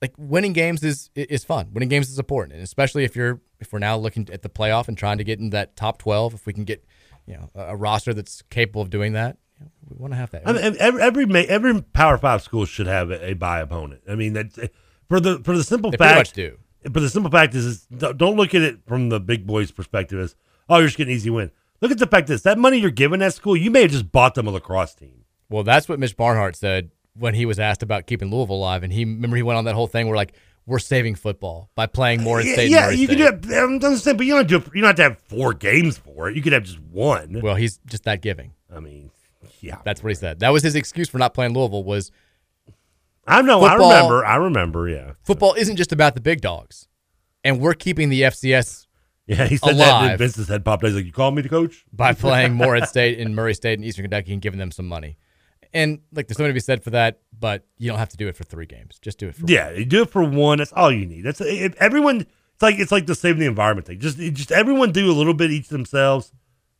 like winning games is is fun. Winning games is important, and especially if you're if we're now looking at the playoff and trying to get in that top twelve, if we can get you know a a roster that's capable of doing that, you know, we want to have that. I mean, every every ma- every Power Five school should have a, a by opponent. I mean that's eh, for the for the simple They pretty fact. much But the simple fact is, is don't don't look at it from the big boys' perspective as oh you're just getting an easy win. Look at the fact is that money you're giving that school, you may have just bought them a lacrosse team. well, that's what Mitch Barnhart said when he was asked about keeping Louisville alive, and he remember he went on that whole thing where like we're saving football by playing more in yeah, state. yeah, you can do it. I'm understand, but you don't do it, you don't have to have four games for it. You could have just one. Well, he's just that giving. I mean, yeah, that's what he said. That was his excuse for not playing Louisville was. I know. Football- I remember. I remember. Yeah. Football isn't just about the big dogs, and we're keeping the FCS. Yeah, he said that. alive. And Vince's head popped. out. He's like, "You call me the coach?" by playing Morehead State and Murray State and Eastern Kentucky and giving them some money. And like, there's something to be said for that, but you don't have to do it for three games. Just do it for Yeah, you do it for one. That's all you need. That's if everyone. It's like it's like the saving the environment thing. Just just everyone do a little bit each themselves.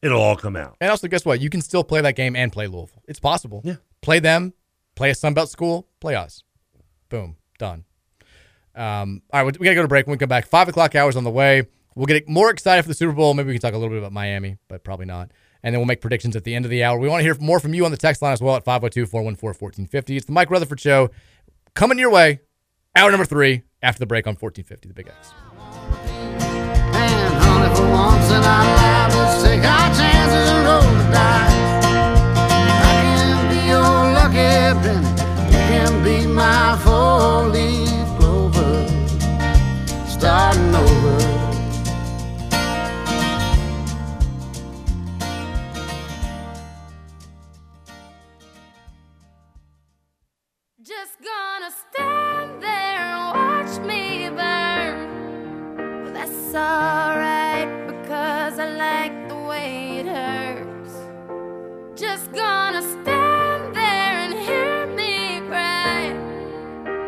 It'll all come out. And also, guess what? You can still play that game and play Louisville. It's possible. Yeah. Play them, play a Sunbelt school, play us. Boom. Done. Um, all right, we got to go to break. When we come back, 5 o'clock hours on the way. We'll get more excited for the Super Bowl. Maybe we can talk a little bit about Miami, but probably not. And then we'll make predictions at the end of the hour. We want to hear more from you on the text line as well at 502 414 1450. It's the Mike Rutherford Show coming your way. Hour number three after the break on 1450, the Big X. honey, for once in our lives, let's take our chances and roll the dice. I can be your lucky penny, you can be my four-leaf clover, starting over. Just gonna stand there and watch me burn. Well, that's alright because I like the way it hurts. Just gonna stand there and hear me cry.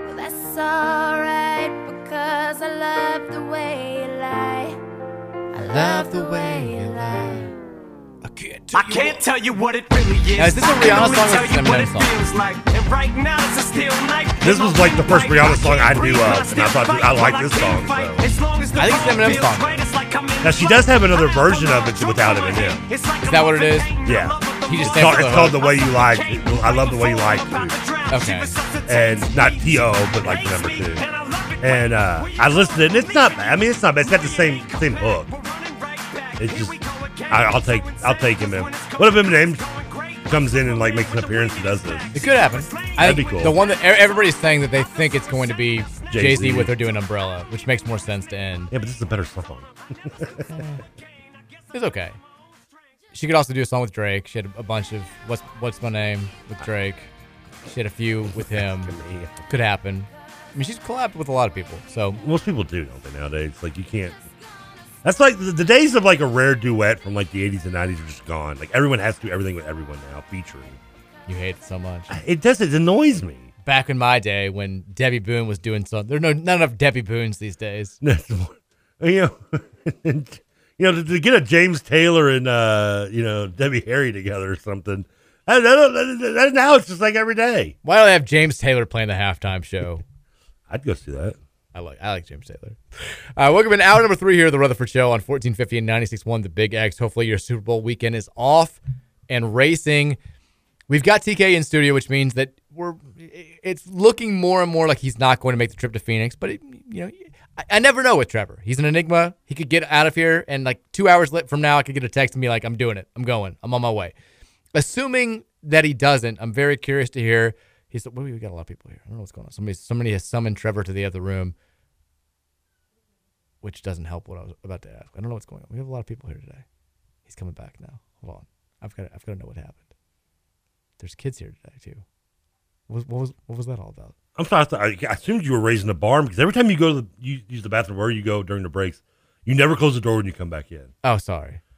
Well, that's alright because I love the way you lie. I love the way you lie. I can't tell you what it really is. Now, is this a I can Rihanna only song or tell is this you an what Eminem it song? feels like. And right now it's a steel night. This was like the first Rihanna song I knew of, and I thought dude, I like this song. So. I think it's an Eminem song. Now she does have another version of it without Eminem. Is that what it is? Yeah, He just it's called, sampled it's the called hook. the way you like. It. I love the way you like. It. Okay. and not to, but like the number two. And uh, I listened, and it's not. I mean, it's not. bad. It's got the same same hook. It's just. I, I'll take. I'll take him in. What if Eminem comes in and like makes an appearance and does this? It could happen. I That'd think be cool. The one that e- everybody's saying that they think it's going to be Jay-Z. Jay Z with her doing Umbrella, which makes more sense to end. Yeah, but this is a better song. it's okay. She could also do a song with Drake. She had a bunch of what's what's my name with Drake. She had a few with him. could happen. mean, she's collabed with a lot of people. So most people do, don't they nowadays? Like you can't. That's like the, the days of like a rare duet from like the 80s and 90s are just gone. Like everyone has to do everything with everyone now, featuring. You hate it so much. It does. It annoys me. Back in my day, when Debbie Boone was doing something, there are no not enough Debbie Boones these days. You know, and, you know, to, to get a James Taylor and uh, you know Debbie Harry together or something. I don't, I don't, that- now it's just like every day. Why don't I have James Taylor playing the halftime show? I'd go see that. I like I like James Taylor. All right, welcome in hour number three here at the Rutherford Show on 1450 and 96.1 The Big X. Hopefully your Super Bowl weekend is off and racing. We've got TK in studio, which means that we're it's looking more and more like he's not going to make the trip to Phoenix. But it, you know, I, I never know with Trevor. He's an enigma. He could get out of here, and like two hours lit from now, I could get a text and be like, "I'm doing it. I'm going. I'm on my way." Assuming that he doesn't, I'm very curious to hear. He's well, we got a lot of people here. I don't know what's going on. Somebody somebody has summoned Trevor to the other room, which doesn't help what I was about to ask. I don't know what's going on. We have a lot of people here today. He's coming back now. Hold on. I've got I've got to know what happened. There's kids here today too. What was what was, what was that all about? I'm sorry. I, thought, I I assumed you were raising the bar because every time you go to the, you use the bathroom where you go during the breaks, you never close the door when you come back in. Oh, sorry.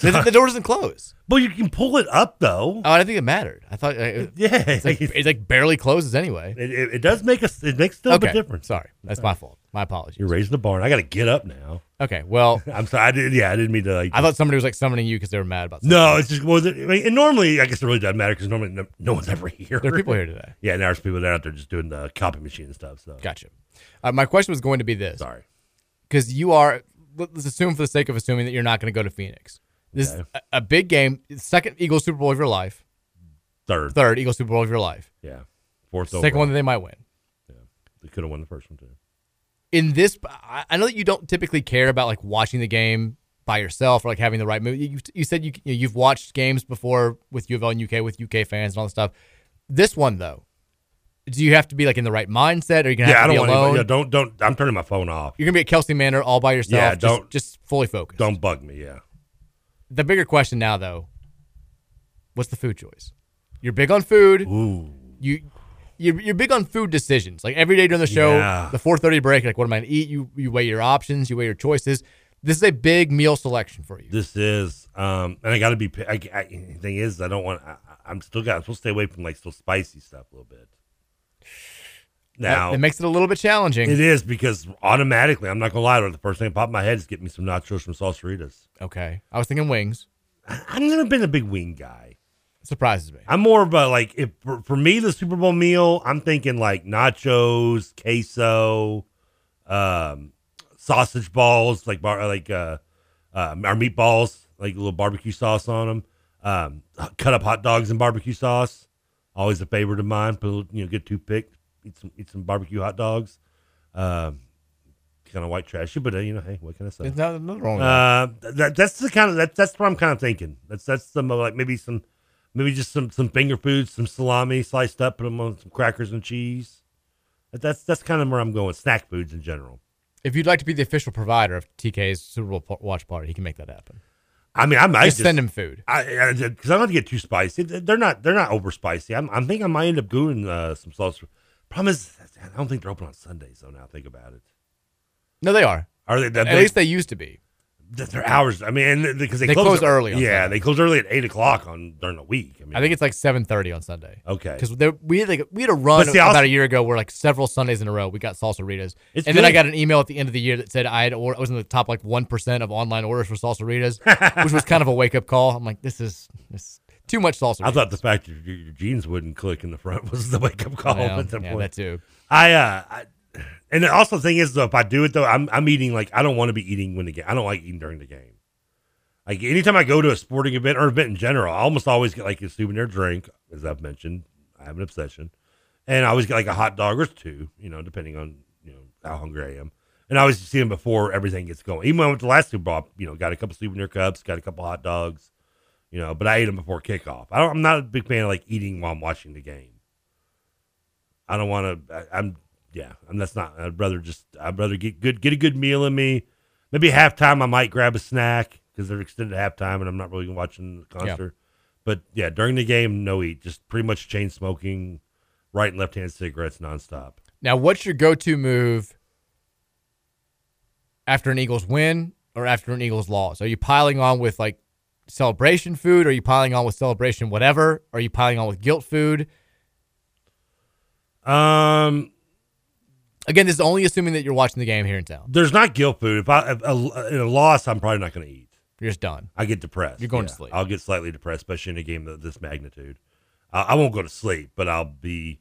The, the door doesn't close. Well, you can pull it up though. Oh, I didn't think it mattered. I thought, uh, yeah, it's like, it's like barely closes anyway. It, it, it does make us. It makes still Okay, a difference. Sorry, that's my fault. My apologies. You're raising the barn. I got to get up now. Okay, well, I'm sorry. I did. Yeah, I didn't mean to. Like, I thought somebody was like summoning you because they were mad about. Something. no, it's just was it. I mean, and normally, I guess it really doesn't matter because normally no, no one's ever here. There are people here today. Yeah, now there's people that are out there just doing the copy machine and stuff. So Gotcha. Uh, my question was going to be this. Sorry. Because you are, let- let's assume for the sake of assuming that you're not going to go to Phoenix. This is Okay. a, a big game, second Eagles Super Bowl of your life, third, third Eagles Super Bowl of your life. yeah, fourth. Second one that they might win. They could have won the first one too. in this I I know that you don't typically care about like watching the game by yourself or like having the right move. You, you said you you've watched games before with U of L and UK with UK fans and all this stuff. This one though, do you have to be like in the right mindset? Or you gonna yeah, have I to don't be want. alone? Anybody, yeah, don't don't. I'm turning my phone off. You're gonna be at Kelsey Manor all by yourself. Yeah, just- don't- just, fully focused. Don't bug me. Yeah. The bigger question now though, what's the food choice? You're big on food. Ooh. You. You're, you're big on food decisions. Like every day during the show, Yeah. the 4:30 break, like what am I going to eat? You you weigh your options, you weigh your choices. This is a big meal selection for you. This is, um, and I got to be. I, I, the thing is, I don't want. I, I- I'm still got. I'm supposed to stay away from like still spicy stuff a little bit. Now it makes it a little bit challenging. It is because automatically, I'm not gonna lie to you, the first thing that popped in my head is get me some nachos from Salsaritas. Okay, I was thinking wings. I've never been a big wing guy. Surprises me. I'm more of a like if for, for me the Super Bowl meal, I'm thinking like nachos, queso, um, sausage balls, like bar, like uh, uh, our meatballs, like a little barbecue sauce on them. Um, cut up hot dogs and barbecue sauce, always a favorite of mine. Put a little, you know, get toothpick, eat some eat some barbecue hot dogs. Um, kind of white trashy, but uh, you know, hey, what can I say? There's no- nothing wrong with Uh, th- that, that's the kind of that, that's what I'm kind of thinking. That's that's some uh, like maybe some maybe just some some finger foods, some salami sliced up, put them on some crackers and cheese. That- That's that's kind of where I'm going. Snack foods in general. If you'd like to be the official provider of TK's Super Bowl par- watch party, he can make that happen. I mean, I might Just send him food. I because I, don't have to get too spicy. They're not they're not over spicy. I'm I think I might end up doing uh, some sauce. Problem is, I don't think they're open on Sundays though. Now I think about it. No, they are. Are they? At least they used to be. Th- They're hours. I mean, and th- because they, They close early on yeah, Sunday. they close early at eight o'clock on during the week. I mean, I think it's like 7:30 on Sunday. Okay. Because there we had like, we had a run But see, about also- a year ago where like several Sundays in a row we got salsaritas, and It's then I good. got an email at the end of the year that said I had or- I was in the top like one percent of online orders for salsaritas, which was kind of a wake up call. I'm like, this is this too much salsaritas. I thought the fact that your, your jeans wouldn't click in the front was the wake up call Yeah, at that yeah, point. that too. I, uh, I, and also the thing is though, if I do it though, I'm I'm eating like I don't want to be eating when the game. I don't like eating during the game. Like anytime I go to a sporting event or event in general, I almost always get like a souvenir drink, as I've mentioned. I have an obsession, and I always get like a hot dog or two, you know, depending on you know how hungry I am. And I always see them before everything gets going. Even when I went to the last Super Bowl, you know, got a couple souvenir cups, got a couple hot dogs, you know, but I ate them before kickoff. I don't, I'm not a big fan of like eating while I'm watching the game. I don't want to. I'm yeah. I'm that's not. I'd rather just. I'd rather get good. Get a good meal in me. Maybe halftime. I might grab a snack because they're extended halftime, and I'm not really watching the concert. But yeah, during the game, no eat. Just pretty much chain smoking, right and left hand cigarettes nonstop. Now, what's your go-to move after an Eagles win or after an Eagles loss? Are you piling on with like celebration food? Are you piling on with celebration whatever? Are you piling on with guilt food? Um, again, this is only assuming that you're watching the game here in town. There's not guilt food. If I if a, in a loss, I'm probably not going to eat. You're just done. I get depressed. You're going to sleep. I'll get slightly depressed, especially in a game of this magnitude. I I won't go to sleep, but I'll be.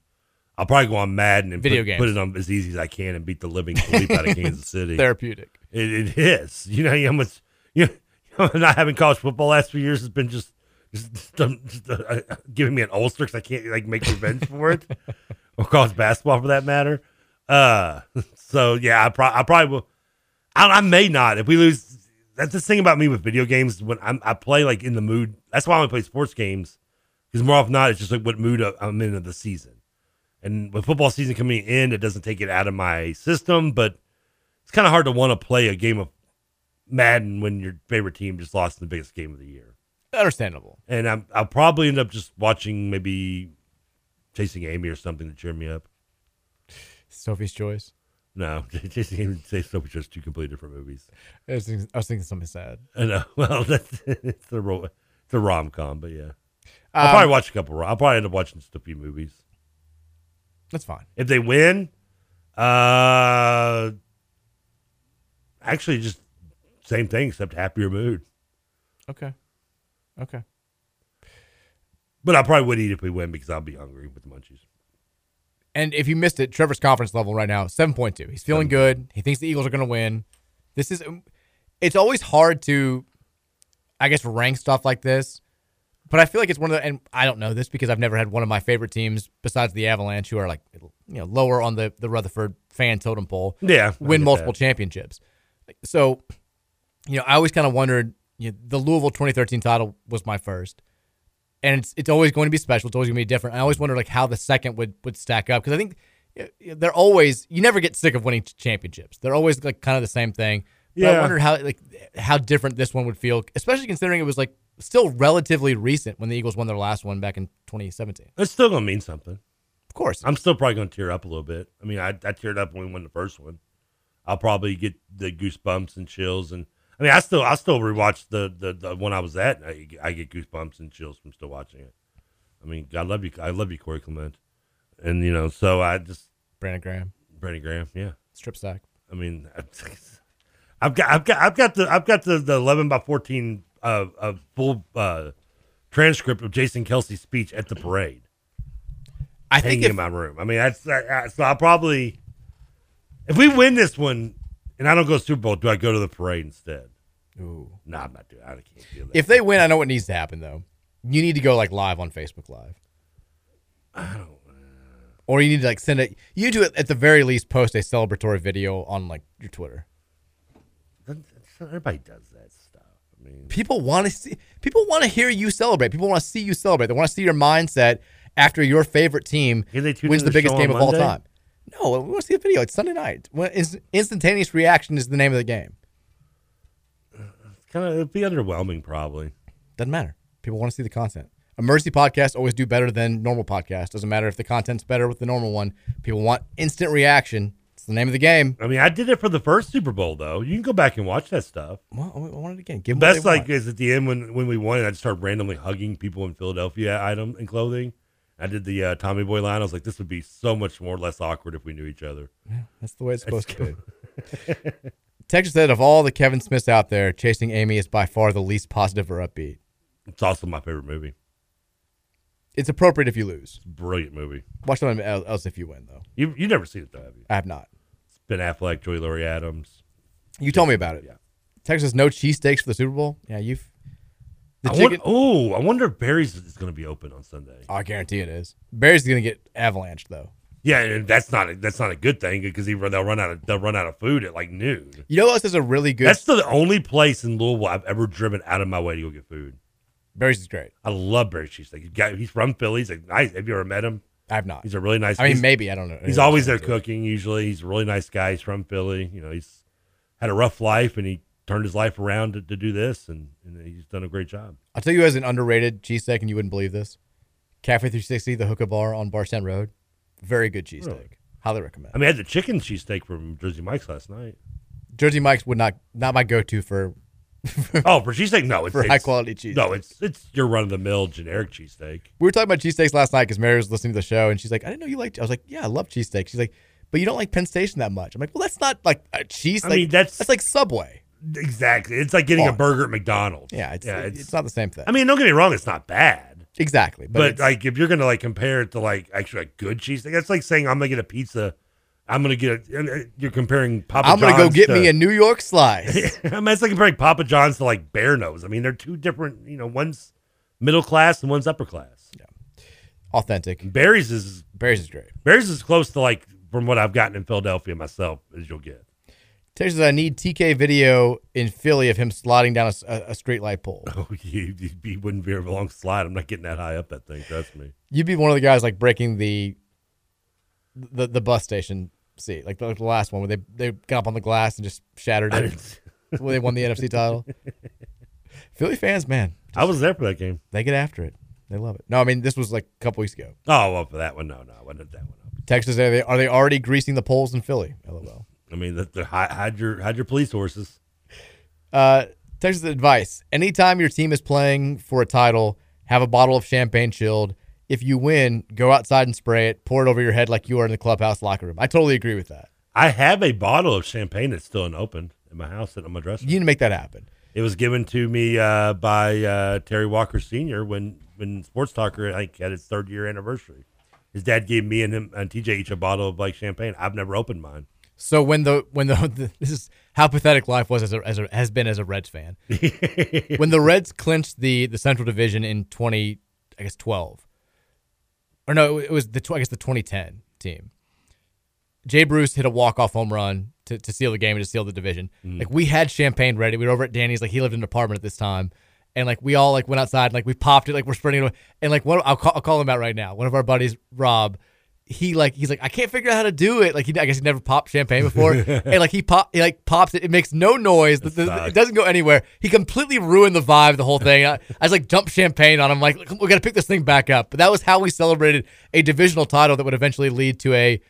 I'll probably go on Madden and Video put, games. put it on as easy as I can and beat the living sleep out of Kansas City. Therapeutic. It, it is. You know how much you know, not having college football last few years has been just just, just, um, just, uh, uh, giving me an ulcer because I can't like make revenge for it or college basketball for that matter. Uh, so yeah, I, pro- I probably will. I, I may not if we lose. That's the thing about me with video games when I'm, I play like in the mood. That's why I only play sports games because more often than not it's just like what mood I- I'm in of the season. And with football season coming in, it doesn't take it out of my system, but it's kind of hard to want to play a game of Madden when your favorite team just lost in the biggest game of the year. Understandable. And I'm, I'll probably end up just watching maybe Chasing Amy or something to cheer me up. Sophie's Choice. No, Chasing Amy and Chase Sophie just two completely different movies. I was thinking, I was thinking something sad. I know. Well, that's it's a ro- it's a rom com, but yeah, Um, I'll probably watch a couple. ro- I'll probably end up watching just a few movies. That's fine. If they win, uh, actually, just same thing except happier mood. Okay. Okay. But I probably would eat if we win because I'll be hungry with the munchies. And if you missed it, Trevor's conference level right now, 7.2. He's feeling good. He thinks the Eagles are going to win. This is, it's always hard to, I guess, rank stuff like this. But I feel like it's one of the, and I don't know this because I've never had one of my favorite teams besides the Avalanche, who are like, you know, lower on the, the Rutherford fan totem pole. Yeah, I Win get multiple that. championships. So, you know, I always kind of wondered, you know, the Louisville 2013 title was my first and it's it's always going to be special. It's always going to be different. I always wonder like how the second would would stack up because I think y- y- they're always you never get sick of winning ch- championships. They're always like kind of the same thing. But I Yeah. wondered how like how different this one would feel, especially considering it was like still relatively recent when the Eagles won their last one back in 2017. It's still gonna mean something. Of course, I'm still probably gonna tear up a little bit. I mean, I, I teared up when we won the first one. I'll probably get the goosebumps and chills, and I mean, I still I still rewatch the the, the one I was at. And I, I get goosebumps and chills from still watching it. I mean, God love you. I love you, Corey Clement, and you know, so I just Brandon Graham, Brandon Graham, yeah, strip sack. I mean, I've got, I've got, I've got the, I've got the, the eleven by fourteen uh, uh, full uh, transcript of Jason Kelsey's speech at the parade. I think in my room. I mean, that's I, I, so. I'll probably if we win this one and I don't go to Super Bowl, do I go to the parade instead? Ooh, no, I'm not doing. I can't do that. If they win, I know what needs to happen though. You need to go like live on Facebook Live. I don't. uh, Or you need to like send it. You do it at the very least. Post a celebratory video on like your Twitter. Everybody does that stuff. I mean, People want to see. People want to hear you celebrate. People want to see you celebrate. They want to see your mindset after your favorite team tune wins in the the biggest show game on of all Monday? time. No, we want to see the video. It's Sunday night. Well, it's- Instantaneous reaction is the name of the game. it's kind of it'd be underwhelming, probably. Doesn't matter. People want to see the content. Emergency podcasts always do better than normal podcasts. Doesn't matter if the content's better with the normal one. People want instant reaction. It's the name of the game. I mean, I did it for the first Super Bowl though. You can go back and watch that stuff. Well, I want it again. Give 'em what Best they want. like is at the end when when we won, and I just started randomly hugging people in Philadelphia item and clothing. I did the uh, Tommy Boy line. I was like, this would be so much more less awkward if we knew each other. Yeah, that's the way it's supposed to be. Texas said of all the Kevin Smiths out there, chasing Amy is by far the least positive or upbeat. It's also my favorite movie. It's appropriate if you lose. Brilliant movie. Watch something el- else if you win, though. You you never seen it though, have you? I have not. It's Ben Affleck, Joy Laurie Adams. You told me about it. Yeah. Texas no cheesesteaks for the Super Bowl. Yeah, you've. The I chicken. wonder, oh, I wonder if Barry's is going to be open on Sunday. I guarantee it is. Barry's gonna get avalanched though. Yeah, and that's not a, that's not a good thing because they'll run out of they'll run out of food at like noon. You know what else is a really good. That's the only place in Louisville I've ever driven out of my way to go get food. Barry's is great. I love Barry's cheesesteak. He's got- He's from Philly. He's like nice. Have you ever met him? I've not. He's a really nice. I mean, he's- maybe, I don't know. He's always there cooking. Usually, he's a really nice guy. He's from Philly. You know, he's had a rough life and he turned his life around to, to do this, and, and he's done a great job. I'll tell you as an underrated cheesesteak, and you wouldn't believe this. Cafe 360, the hookah bar on Barstown Road, very good cheesesteak. Highly recommend. I mean, I had the chicken cheesesteak from Jersey Mike's last night. Jersey Mike's would not not my go to for oh, for cheesesteak, no, it's For it's- high-quality cheese. No, it's it's your run of the mill generic cheesesteak. We were talking about cheesesteaks last night because Mary was listening to the show and she's like, I didn't know you liked. I was like, Yeah, I love cheesesteaks. She's like, But you don't like Penn Station that much. I'm like, Well, that's not like a cheese. I mean, that's that's like Subway. Exactly, it's like getting a Come on. burger at McDonald's. Yeah, it's, yeah, it's, not the same thing. I mean, don't get me wrong, it's not bad. Exactly, but But, it's- like, if you're gonna like compare it to like actually a good cheesesteak, that's like saying I'm gonna get a pizza. I'm gonna get a. and, uh, You're comparing Papa. I'm gonna go John's get to- me a New York slice. I mean, it's like comparing Papa John's to like Bear Nose. I mean, they're two different. You know, one's middle class and one's upper class. Yeah, authentic. Barry's is Barry's is great. Barry's is close to like from what I've gotten in Philadelphia myself as you'll get. Texas, I need TK video in Philly of him sliding down a, s- a- a street light pole. Oh, you, you, you wouldn't be a long slide. I'm not getting that high up that thing. Trust me. You'd be one of the guys like breaking the the, the bus station seat, like the, the last one where they, they got up on the glass and just shattered I it. where they won the NFC title. Philly fans, man, I was there for that game. they get after it. They love it. No, I mean this was like a couple weeks ago. Oh well, for that one, no, no, I wasn't at that one. Texas, are they are they already greasing the poles in Philly? LOL. I mean, the, the, hide, hide your hide your police horses. Uh, Texas advice: Anytime your team is playing for a title, have a bottle of champagne chilled. If you win, go outside and spray it. Pour it over your head like you are in the clubhouse locker room. I totally agree with that. I have a bottle of champagne that's still unopened in my house that I'm addressing. You need to make that happen. It was given to me uh, by uh, Terry Walker Sr. when when Sports Talker I think had its third year anniversary. His dad gave me and him and TJ each a bottle of like champagne. I've never opened mine. So when the when the, this is how pathetic life was as a, as a has been as a Reds fan. when the Reds clinched the the Central Division in twenty, I guess twelve, or no, it was the tw- I guess the twenty ten team. Jay Bruce hit a walk off home run to, to seal the game and to seal the division. Mm. Like we had champagne ready. We were over at Danny's. Like he lived in an apartment at this time, and like we all like went outside. And, like we popped it. Like we're spreading it. away. And like one, I'll call, I'll call him out right now. One of our buddies, Rob. He like he's like I can't figure out how to do it. Like he I guess he never popped champagne before, and like he pop he like pops it. It makes no noise. The- the- it doesn't go anywhere. He completely ruined the vibe of the whole thing. I, I just like dumped champagne on him. Like we got to pick this thing back up. But that was how we celebrated a divisional title that would eventually lead to a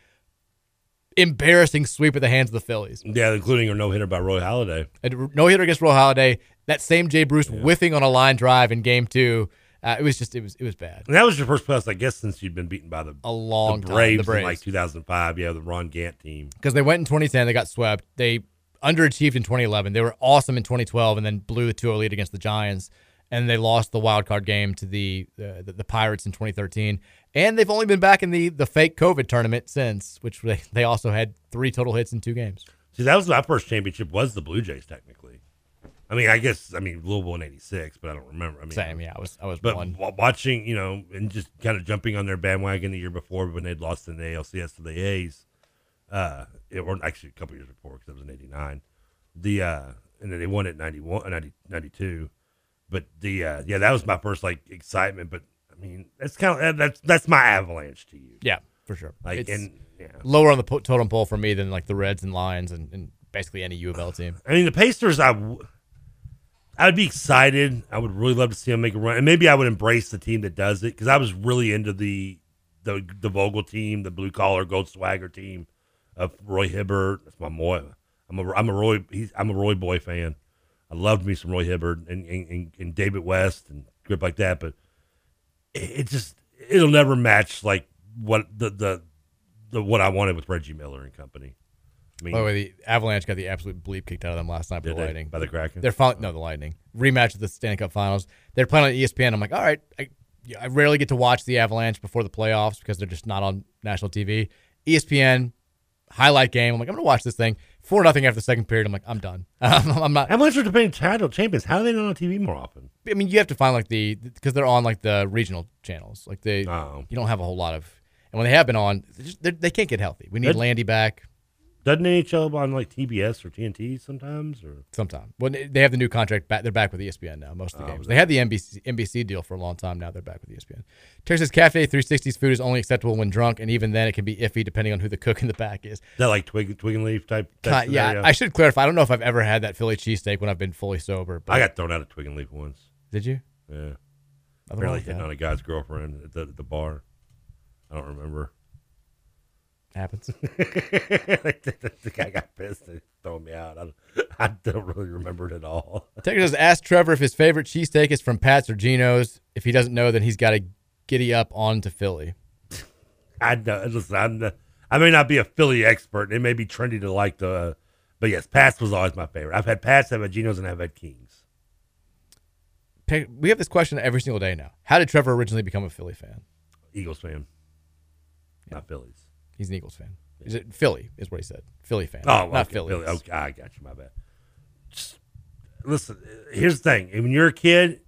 embarrassing sweep at the hands of the Phillies. Yeah, including a no hitter by Roy Halladay. No hitter against Roy Halladay. That same Jay Bruce whiffing on a line drive in Game Two. Uh, it was just it was it was bad. And that was your first playoffs, I guess, since you'd been beaten by the a long the time, the Braves, Braves. in like 2005. Yeah, the Ron Gant team. because they went in 2010, they got swept. They underachieved in 2011. They were awesome in 2012, and then blew the 2-0 lead against the Giants, and they lost the wild card game to the uh, the, the Pirates in 2013. And they've only been back in the the fake COVID tournament since, which they, they also had three total hits in two games. See, that was my first championship. Was the Blue Jays technically? I mean, I guess I mean Louisville in '86, but I don't remember. I mean, Same, yeah, I was- I was But one. wa- watching, you know, and just kind of jumping on their bandwagon the year before when they'd lost in the ALCS to the A's, uh, it, or actually a couple years before because it was in '89. The uh, and then they won it '91, 90, 92. But the uh, yeah, that was my first like excitement. But I mean, that's kind of that's that's my avalanche to you. Yeah, for sure. Like It's and yeah. lower on the po- totem pole for me than like the Reds and Lions and, and basically any U of L team. I mean, the Pacers, I, w- I'd be excited. I would really love to see them make a run, and maybe I would embrace the team that does it because I was really into the the the Vogel team, the blue collar gold swagger team of Roy Hibbert. That's my boy. I'm a I'm a Roy. He's, I'm a Roy boy fan. I loved me some Roy Hibbert and and, and, and David West and grip like that, but it, it just it'll never match like what the the. The, what I wanted with Reggie Miller and company. I mean, By the way, the Avalanche got the absolute bleep kicked out of them last night by Did the they? Lightning. By the Kraken? They're finally no the Lightning rematch of the Stanley Cup Finals. They're playing on E ESPN. I'm like, all right, I, yeah, I rarely get to watch the Avalanche before the playoffs because they're just not on national E TV. ESPN highlight game. I'm like, I'm gonna watch this thing. Four nothing after the second period. I'm like, I'm done. I'm not. How much are defending title champions? How are they not on TV more often? I mean, you have to find like the because they're on like the regional channels. Like they, Oh. you don't have a whole lot of. And when they have been on, they just, they're- they can't get healthy. We need That- Landy back. Doesn't NHL on like TBS or TNT sometimes? Or Sometime. Well, they have the new contract. Back, they're back with E ESPN now. Most of the Oh, games. is They had the NBC, NBC deal for a long time. Now they're back with E ESPN. Texas Cafe 360's food is only acceptable when drunk, and even then it can be iffy depending on who the cook in the back is. that like twig, twig and leaf type? type Kind- yeah, scenario? I should clarify. I don't know if I've ever had that Philly cheesesteak when I've been fully sober. But I got thrown out of twig and leaf once. Did you? Yeah. wrong Apparently with hitting that. on a guy's girlfriend at the, at the bar. I don't remember. Happens. the, the- the guy got pissed and throwing me out. I don't, I don't really remember it at all. Taker says, ask Trevor if his favorite cheesesteak is from Pat's or Gino's. If he doesn't know, then he's got to giddy up on to Philly. I know. Listen, I'm the, I may not be a Philly expert. It may be trendy to like the, but yes, Pats was always my favorite. I've had Pats, I've had Geno's, and I've had Kings. Pe- We have this question every single day now. How did Trevor originally become a Philly fan? Eagles fan, not Phillies. He's an Eagles fan. Is it Philly? Is what he said. Philly fan. Oh, not okay, Philly. Philly. Okay, I got you. My bad. Just- listen, here's the thing. When you're a kid,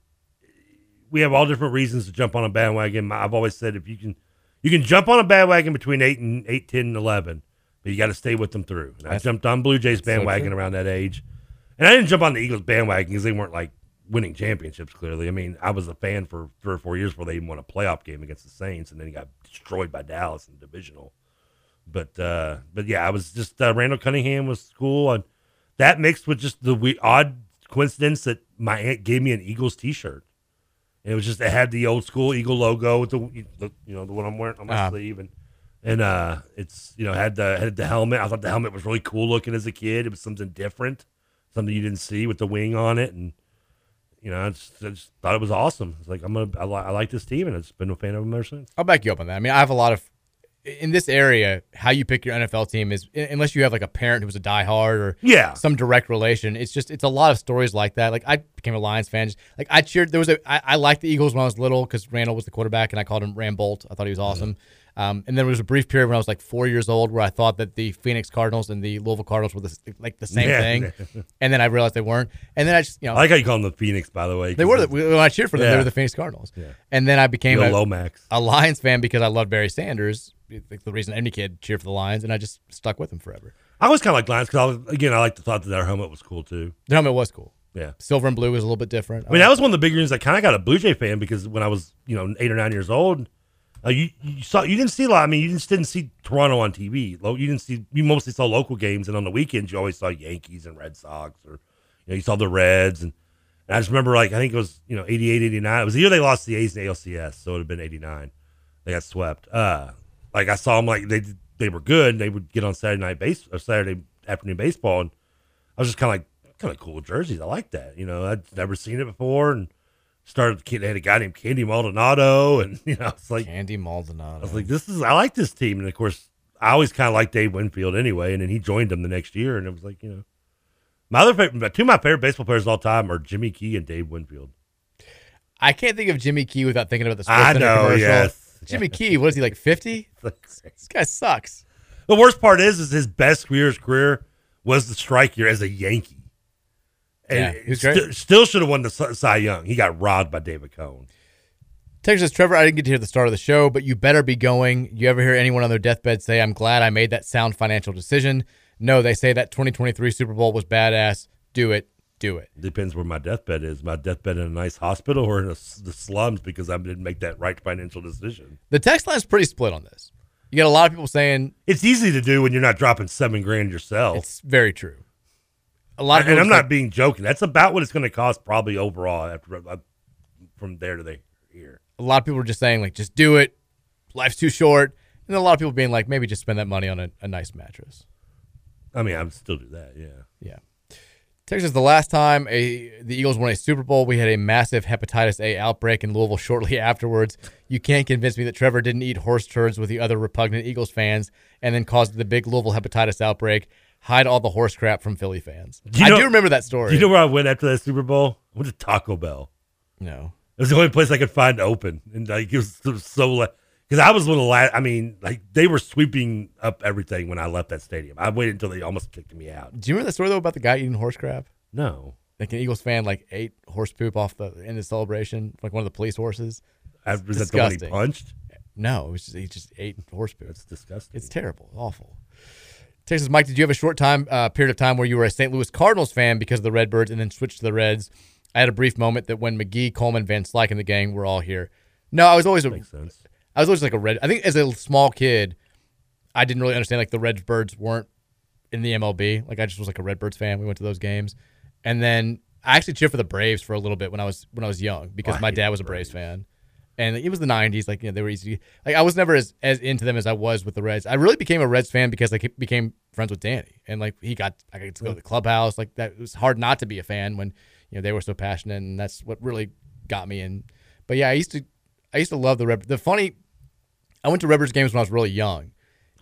we have all different reasons to jump on a bandwagon. My- I've always said if you can, you can jump on a bandwagon between eight and eight, ten, and eleven, but you got to stay with them through. And I That's- jumped on Blue Jays so bandwagon true. around that age, and I didn't jump on the Eagles bandwagon because they weren't like winning championships. Clearly, I mean, I was a fan for three or four years before they even won a playoff game against the Saints, and then he got destroyed by Dallas in the divisional. But uh, but yeah, I was just uh, Randall Cunningham was cool, and that mixed with just the we- odd coincidence that my aunt gave me an Eagles T-shirt. And it was just it had the old school Eagle logo with the the- you know the one I'm wearing on my Uh-huh. sleeve and and uh it's you know had the had the helmet. I thought the helmet was really cool looking as a kid. It was something different, something you didn't see with the wing on it, and you know I just, I just thought it was awesome. It's like I'm gonna I, li- I like this team, and I've just been a fan of them ever since. I'll back you up on that. I mean, I have a lot of in this area. How you pick your NFL team is unless you have like a parent who was a diehard or Yeah. some direct relation. It's just it's a lot of stories like that. Like I became a Lions fan. Just, like I cheered. There was a I, I liked the Eagles when I was little because Randall was the quarterback and I called him Rambolt. I thought he Mm-hmm. was awesome. Um, and then there was a brief period when I was like four years old where I thought that the Phoenix Cardinals and the Louisville Cardinals were the, s- like the same Yeah. thing, and then I realized they weren't. And then I just you know I like how you call them the Phoenix, by the way. They were the, when I cheered for them. They Yeah. were the Phoenix Cardinals. Yeah. And then I became Yo, a, Lomax. a Lions fan because I loved Barry Sanders. Like the reason any kid cheered for the Lions, and I just stuck with him forever. I was kind of like Lions because again I like the thought that their helmet was cool too. The helmet was cool. Yeah. silver and blue was a little bit different. Uh, I mean, that was one of the big reasons I kind of got a Blue Jay fan because when I was, you know, eight or nine years old, uh, you, you saw you didn't see a lot. I mean, you just didn't see Toronto on TV. Lo- You didn't see you mostly saw local games, and on the weekends you always saw Yankees and Red Sox, or you know, you saw the Reds. And, and I just remember like I think it was you know 88, 89. It was the year they lost the A's in the ALCS, so it would have been eighty nine. They got swept. Uh, like I saw them like they they were good. And they would get on Saturday night base or Saturday afternoon baseball, and I was just kind of like, kind of cool jerseys. I like that. You know, I'd never seen it before, and started. They had a guy named Candy Maldonado, and you know, it's like Candy Maldonado. I was like, this is. I like this team, and of course, I always kind of liked Dave Winfield anyway, and then he joined them the next year, and it was like, you know, my other favorite, two of my favorite baseball players of all time are Jimmy Key and Dave Winfield. I can't think of Jimmy Key without thinking about the I SportsCenter know, commercial. yes. Jimmy Key, what is he like fifty? this guy sucks. The worst part is, is his best career's career was the strike year as a Yankee. And Yeah, he was sti- great. still should have won the Cy- Cy Young. He got robbed by David Cohn. Texas says, Trevor, I didn't get to hear the start of the show, but you better be going. You ever hear anyone on their deathbed say, I'm glad I made that sound financial decision? No, they say that 2023 Super Bowl was badass. Do it. Do it. Depends where my deathbed is. My deathbed in a nice hospital or in a s the slums because I didn't make that right financial decision. The text line's pretty split on this. You got a lot of people saying it's easy to do when you're not dropping seven grand yourself. It's very true. A lot of and people I'm not say- being joking. That's about what it's going to cost probably overall after uh, from there to there. A lot of people are just saying, like, just do it. Life's too short. And a lot of people being like, maybe just spend that money on a, a nice mattress. I mean, I would still do that. Yeah. Yeah. Texas, the last time a the Eagles won a Super Bowl, we had a massive hepatitis A outbreak in Louisville shortly afterwards. You can't convince me that Trevor didn't eat horse turds with the other repugnant Eagles fans and then caused the big Louisville hepatitis outbreak. Hide all the horse crap from Philly fans. I do remember that story. Do you know where I went after that Super Bowl? I went to Taco Bell. No. It was the only place I could find open, and like it was, it was so because I was one of the last. I mean, like they were sweeping up everything when I left that stadium. I waited until they almost kicked me out. Do you remember that story though about the guy eating horse crap? No. Like an Eagles fan like ate horse poop off the in the celebration, like one of the police horses. Uh, was that the one he disgusting. punched? No, it was just, he just ate horse poop. That's disgusting. It's terrible, awful. Texas Mike, did you have a short time uh, period of time where you were a St. Louis Cardinals fan because of the Redbirds and then switched to the Reds? I had a brief moment that when McGee, Coleman, Van Slyke, and the gang were all here. No, I was always a, I was always like a red. I think as a small kid, I didn't really understand like the Redbirds weren't in the MLB. Like I just was like a Redbirds fan. We went to those games, and then I actually cheered for the Braves for a little bit when I was when I was young because I my hate dad the was a Braves, fan. and it was the '90s. Like you know, they were easy. Like I was never as, as into them as I was with the Reds. I really became a Reds fan because I ke- became friends with Danny, and like he got I got to go to the clubhouse. Like that it was hard not to be a fan when you know they were so passionate, and that's what really got me. And but yeah, I used to I used to love the Red. The funny, I went to Red Birds games when I was really young,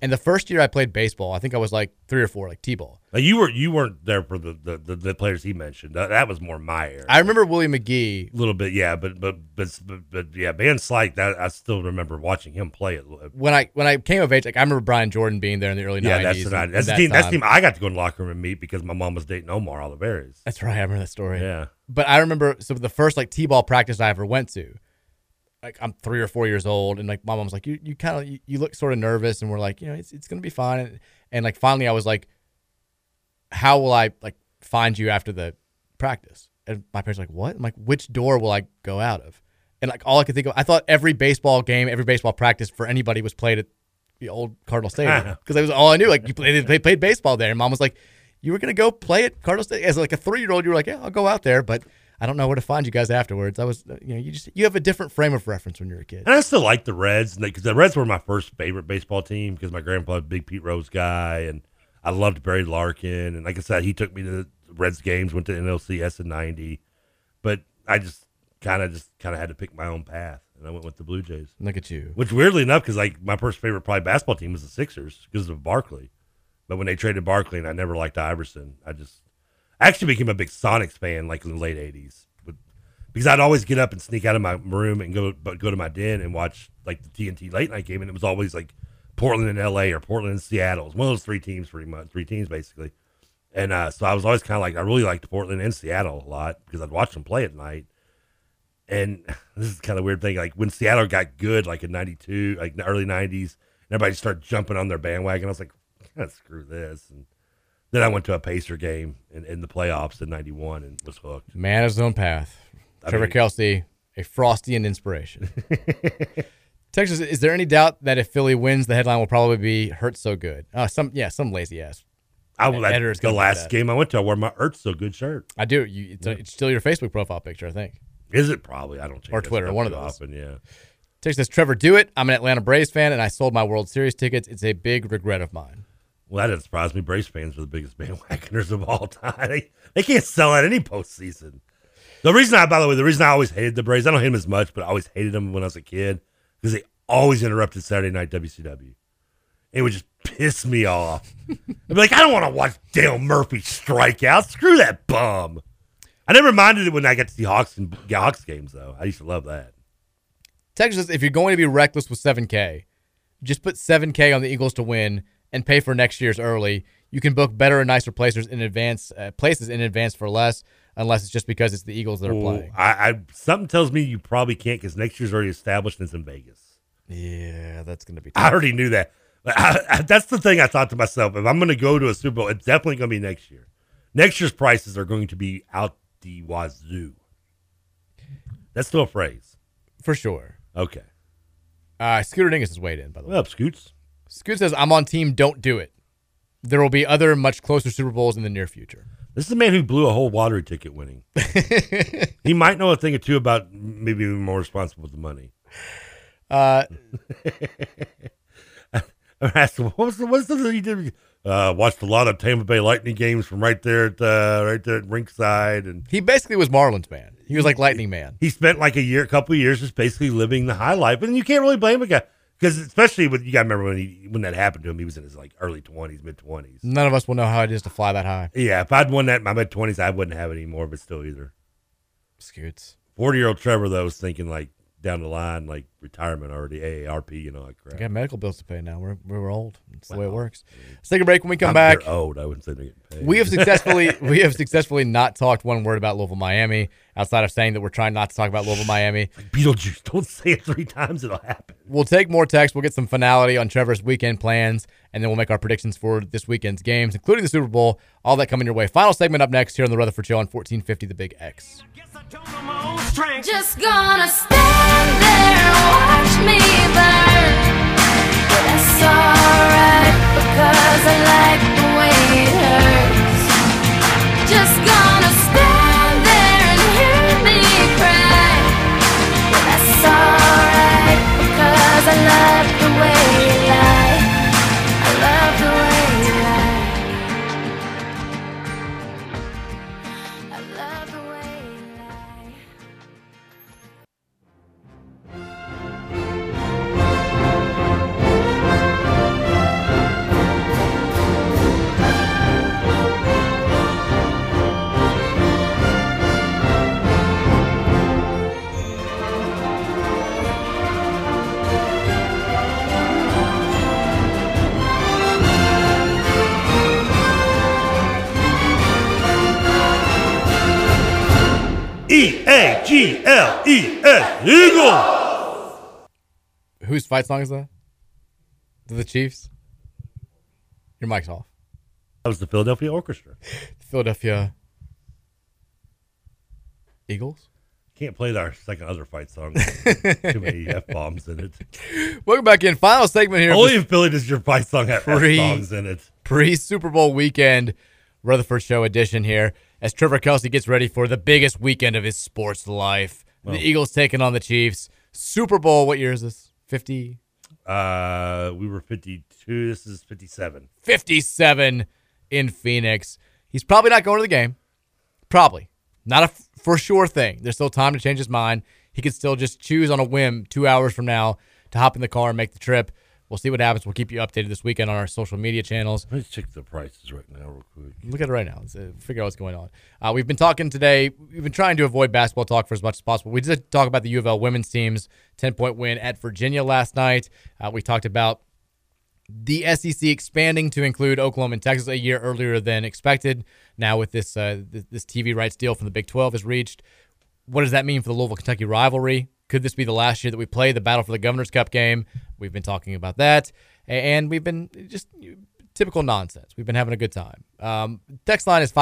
and the first year I played baseball, I think I was like three or four, like t-ball. Like you were you weren't there for the the, the, the players he mentioned. That, that was more my era. I remember Willie McGee a little bit, yeah. But but but but, but yeah, Van Slyke. That I still remember watching him play it. when I when I came of age, like I remember Brian Jordan being there in the early yeah, 90s. that's the, and- night- that's the that team. That's the time. team I got to go in the locker room and meet because my mom was dating Omar Olivares. That's right. I remember that story. Yeah. But I remember so the first like t-ball practice I ever went to. Like I'm three or four years old, and like my mom's like, you you kind of you, you look sort of nervous, and we're like, you know, it's it's gonna be fine. And, and like finally, I was like, how will I like find you after the practice? And my parents were like, what? I'm like, which door will I go out of? And like all I could think of, I thought every baseball game, every baseball practice for anybody was played at the old Cardinal Stadium because that was all I knew. Like you played, they played baseball there, and mom was like, you were gonna go play at Cardinal Stadium as like a three year old. You were like, yeah, I'll go out there, but I don't know where to find you guys afterwards. I was, you know, you just you have a different frame of reference when you're a kid. And I still like the Reds because the Reds were my first favorite baseball team because my grandpa was a big Pete Rose guy, and I loved Barry Larkin. And like I said, he took me to the Reds games, went to NLCS in '90, but I just kind of just kind of had to pick my own path, and I went with the Blue Jays. Look at you. Which weirdly enough, because like my first favorite probably basketball team was the Sixers because of Barkley, but when they traded Barkley, and I never liked Iverson, I just I actually became a big Sonics fan like in the late '80s, with, because I'd always get up and sneak out of my room and go but go to my den and watch like the TNT late night game, and it was always like Portland and LA or Portland and Seattle. It was one of those three teams, pretty much three teams basically. And uh, so I was always kind of like I really liked Portland and Seattle a lot because I'd watch them play at night and this is kind of weird thing. Like when Seattle got good, like in '92, like the early '90s, and everybody started jumping on their bandwagon. I was like, "God, screw this. And then I went to a Pacer game in, in the playoffs in '91 and was hooked. Man of his own path. I Trevor mean- Kelsey, a Frostian inspiration. Texas, is there any doubt that if Philly wins, the headline will probably be "Hurt so good"? Uh, some, yeah, some lazy ass. I was like, editor's the gonna put last that. game I went to, I wore my Earth so good shirt. I do. You, it's, it's still your Facebook profile picture, I think. Is it probably? I don't check Or that Twitter, stuff one of too those. often, yeah. Texas says, Trevor, do it. I'm an Atlanta Braves fan, and I sold my World Series tickets. It's a big regret of mine. Well, that doesn't surprise me. Braves fans are the biggest bandwagoners of all time. They, they can't sell out any postseason. The reason I, by the way, the reason I always hated the Braves, I don't hate them as much, but I always hated them when I was a kid because they always interrupted Saturday night WCW. It would just piss me off. I'd be like, I don't want to watch Dale Murphy strike out. Screw that bum. I never minded it when I got to see Hawks and Hawks games though. I used to love that. Texas, says, if you're going to be reckless with 7K, just put 7K on the Eagles to win and pay for next year's early. You can book better and nicer places in advance, uh, places in advance for less, unless it's just because it's the Eagles that are Ooh, playing. I, I something tells me you probably can't because next year's already established and it's in Vegas. Yeah, that's gonna be. I already knew that. But I, I- that's the thing I thought to myself: if I'm going to go to a Super Bowl, it's definitely going to be next year. Next year's prices are going to be out the wazoo. That's still a phrase for sure. Okay. Uh, Scooter Dingus is weighed in, by the way. What up, Scoots? Scoot says, I'm on team, don't do it. There will be other much closer Super Bowls in the near future. This is a man who blew a whole lottery ticket winning. he might know a thing or two about maybe being more responsible with the money. Uh, I asked him, "What's the what's the thing you did?" Uh, watched a lot of Tampa Bay Lightning games from right there at uh, right there at rinkside, and he basically was Marlins man. He was like Lightning man. He spent like a year, a couple of years, just basically living the high life, and you can't really blame a guy because especially with you got to remember when he when that happened to him, he was in his like early twenties, mid twenties. None of us will know how it is to fly that high. Yeah, if I'd won that in my mid twenties, I wouldn't have it anymore, but still either. Scoots. Forty year old Trevor though was thinking like down the line, like retirement already, AARP and all that We crap. got medical bills to pay now. We're, we're old. That's the way it works. Let's take a break when we come I'm- back. they're old. I wouldn't say they're getting paid. We have successfully we have successfully not talked one word about Louisville, Miami, outside of saying that we're trying not to talk about Louisville, Miami. Beetlejuice, don't say it three times; it'll happen. We'll take more text. We'll get some finality on Trevor's weekend plans, and then we'll make our predictions for this weekend's games, including the Super Bowl. All that coming your way. Final segment up next here on the Rutherford Show on 1450 The Big X. Just gonna stand there and watch me burn. But that's alright because I like the way it hurts. Just gonna stand there and hear me cry. But that's alright. love the way you lie. E A G L E S Eagle. Whose fight song is that? The Chiefs? Your mic's off. That was the Philadelphia Orchestra. Philadelphia Eagles? Can't play our second other fight song. Too many f bombs in it. Welcome back in. Final segment here. Only if Philly does your fight song have Pre- F-bombs in it. Pre Super Bowl weekend, Rutherford Show edition here. As Trevor Kelsey gets ready for the biggest weekend of his sports life, Well- the Eagles taking on the Chiefs. Super Bowl. What year is this? Fifty. Uh, we were fifty-two. This is fifty-seven. 57 in Phoenix. He's probably not going to the game. Probably. Not a f- for sure thing. There's still time to change his mind. He could still just choose on a whim two hours from now to hop in the car and make the trip. We'll see what happens. We'll keep you updated this weekend on our social media channels. Let's check the prices right now, real quick. Look at it right now. Let's, uh, figure out what's going on. Uh, we've been talking today. We've been trying to avoid basketball talk for as much as possible. We did talk about the U of L women's team's 10 point win at Virginia last night. Uh, we talked about the SEC expanding to include Oklahoma and Texas a year earlier than expected. Now with this uh, th- this TV rights deal from the Big 12 is reached, what does that mean for the Louisville Kentucky rivalry? Could this be the last year that we play the battle for the Governor's Cup game? We've been talking about that, A- and we've been just typical nonsense. We've been having a good time. Um, text line is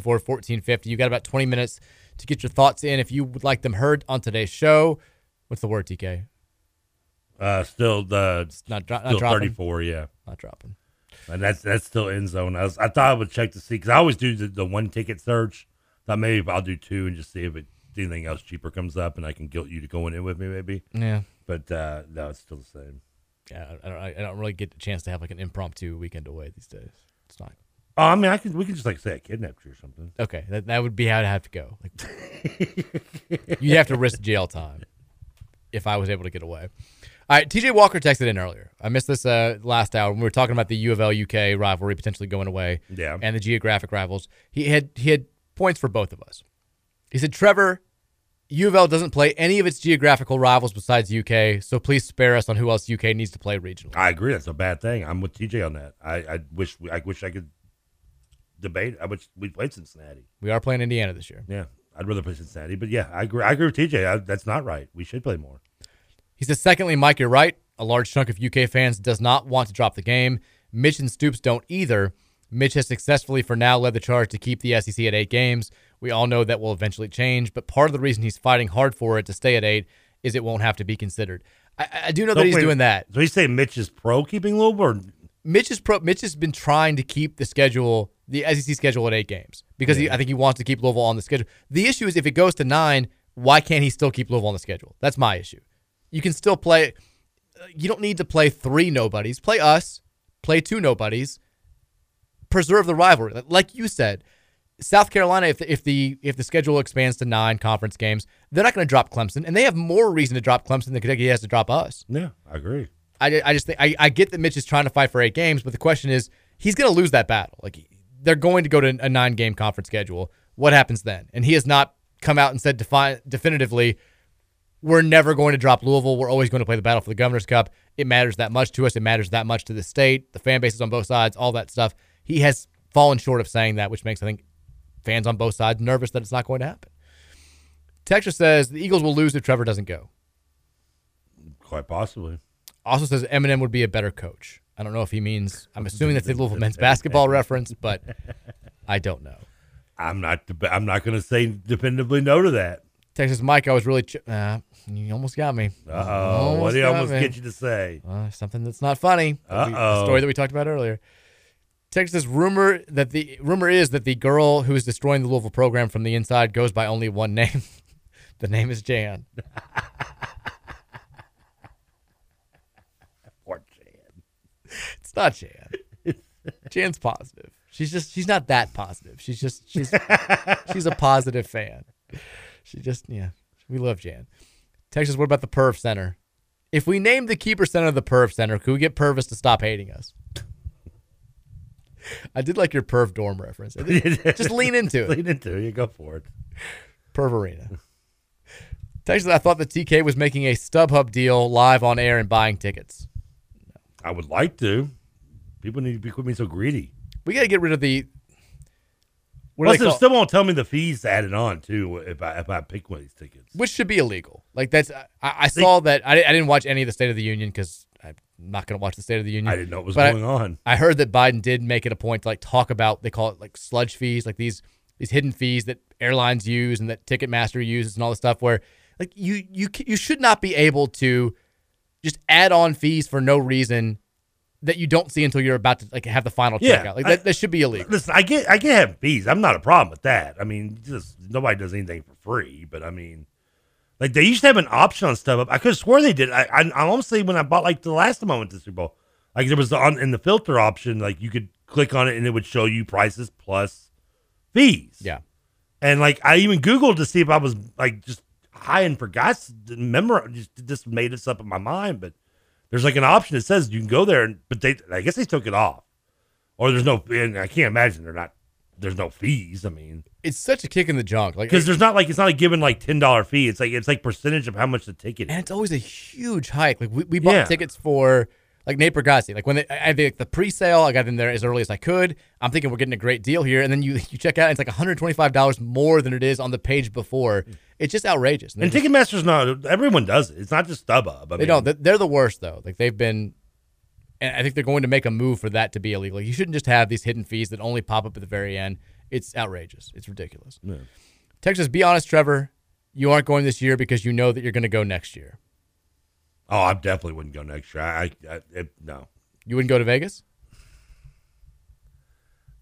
502-414-1450. You've oh. got about 20 minutes to get your thoughts in if you would like them heard on today's show. What's the word, TK? Uh, still the not, dro- not still dropping? thirty-four. Yeah, not dropping. And that's that's still end zone. I was I thought I would check to see because I always do the, the one ticket search. Thought maybe I'll do two and just see if it, anything else cheaper comes up and I can guilt you to going in with me maybe. Yeah. But uh, no, it's still the same. Yeah, I don't, I don't really get a chance to have like an impromptu weekend away these days. It's not Oh, I mean, I could we could just like say I kidnapped you or something. okay. That, that would be how I'd have to go. Like, you'd have to risk jail time if I was able to get away. All right, TJ Walker texted in earlier. I missed this uh, last hour when we were talking about the U of L UK rivalry potentially going away. Yeah. and the geographic rivals. He had he had points for both of us. He said, Trevor, U of L doesn't play any of its geographical rivals besides UK, so please spare us on who else UK needs to play regionally. I agree. That's a bad thing. I'm with TJ on that. I, I wish we, I wish I could debate. I wish we played Cincinnati. We are playing Indiana this year. Yeah, I'd rather play Cincinnati. But yeah, I agree. I agree with TJ. I, that's not right. We should play more. He says, secondly, Mike, you're right. A large chunk of UK fans does not want to drop the game. Mitch and Stoops don't either. Mitch has successfully, for now, led the charge to keep the SEC at eight games. We all know that will eventually change, but part of the reason he's fighting hard for it to stay at eight is it won't have to be considered. I, I- I do know So that he's wait, doing that. So he's saying Mitch is pro keeping Louisville. Or Mitch is pro. Mitch has been trying to keep the schedule, the SEC schedule at eight games because he, I think he wants to keep Louisville on the schedule. The issue is if it goes to nine, why can't he still keep Louisville on the schedule? That's my issue. You can still play. You don't need to play three nobodies. Play us. Play two nobodies. Preserve the rivalry, like you said. South Carolina, if the, if the if the schedule expands to nine conference games, they're not going to drop Clemson, and they have more reason to drop Clemson than Kentucky has to drop us. Yeah, I agree. I, I just think I, I get that Mitch is trying to fight for eight games, but the question is he's going to lose that battle. Like they're going to go to a nine game conference schedule. What happens then? And he has not come out and said defi- definitively, we're never going to drop Louisville. We're always going to play the battle for the Governor's Cup. It matters that much to us. It matters that much to the state, the fan bases on both sides, all that stuff. He has fallen short of saying that, which makes I think fans on both sides nervous that it's not going to happen. Texas says the Eagles will lose if Trevor doesn't go. Quite possibly. Also says Eminem would be a better coach. I don't know if he means. I'm assuming that's the Louisville men's basketball reference, but I don't know. I'm not. deb- I'm not going to say definitively no to that. Texas Mike, I was really. Ch- uh, you almost got me. Uh-oh. Uh, What did he got almost me. get you to say? Uh, something that's not funny. That we- Uh-oh. The story that we talked about earlier. Texas rumor that the rumor is that the girl who is destroying the Louisville program from the inside goes by only one name. the name is Jan. Poor Jan. It's not Jan. Jan's positive. She's just she's not that positive. She's just she's she's a positive fan. She just yeah. We love Jan. Texas, what about the Perv Center? If we name the keeper center the Perv Center, could we get Purvis to stop hating us? I did like your Perv dorm reference. I did- just lean into it. Lean into it. You go for it. Perv Arena. Texas, I thought the TK was making a StubHub deal live on air and buying tickets. I would like to. People need to be quit being so greedy. We got to get rid of the. What do Plus, they they call- still won't tell me the fees added on too if I if I pick one of these tickets. which should be illegal. Like that's I, I saw that I, di- I didn't watch any of the State of the Union because I'm not going to watch the State of the Union. I didn't know what was But I- going on. I heard that Biden did make it a point to like talk about they call it like sludge fees, like these these hidden fees that airlines use and that Ticketmaster uses and all this stuff. Where like you you c- you should not be able to just add on fees for no reason that you don't see until you're about to like have the final Yeah, checkout. Like I- that, that should be illegal. Listen, I get I get having fees. I'm not a problem with that. I mean, just nobody does anything for free. But I mean, like they used to have an option on stuff. I could have sworn they did. I, I, I honestly, when I bought like the last time I went to Super Bowl, like there was the on in the filter option, like you could click on it and it would show you prices plus fees. Yeah. And like I even Googled to see if I was like just high and forgot remember just just made this up in my mind, but there's like an option that says you can go there and but they I guess they took it off. Or there's no and I can't imagine they're not there's no fees. I mean It's such a kick in the junk. Like because there's not like it's not like giving like ten dollar fee. It's like it's like percentage of how much the ticket is. And it's always a huge hike. Like we, we bought Yeah. tickets for like Nate Bargatze. Like when they, I I did the pre-sale, I got in there as early as I could. I'm thinking we're getting a great deal here, and then you you check out, and it's like 125 dollars more than it is on the page before. It's just outrageous. And Ticketmaster's not everyone does it. It's not just StubHub. I they mean, don't. They're- They're the worst though. Like they've been, and I think they're going to make a move for that to be illegal. Like, you shouldn't just have these hidden fees that only pop up at the very end. It's outrageous. It's ridiculous. Texas, be honest, Trevor. You aren't going this year because you know that you're going to go next year. Oh, I definitely wouldn't go next year. I, I, I it, no. You wouldn't go to Vegas?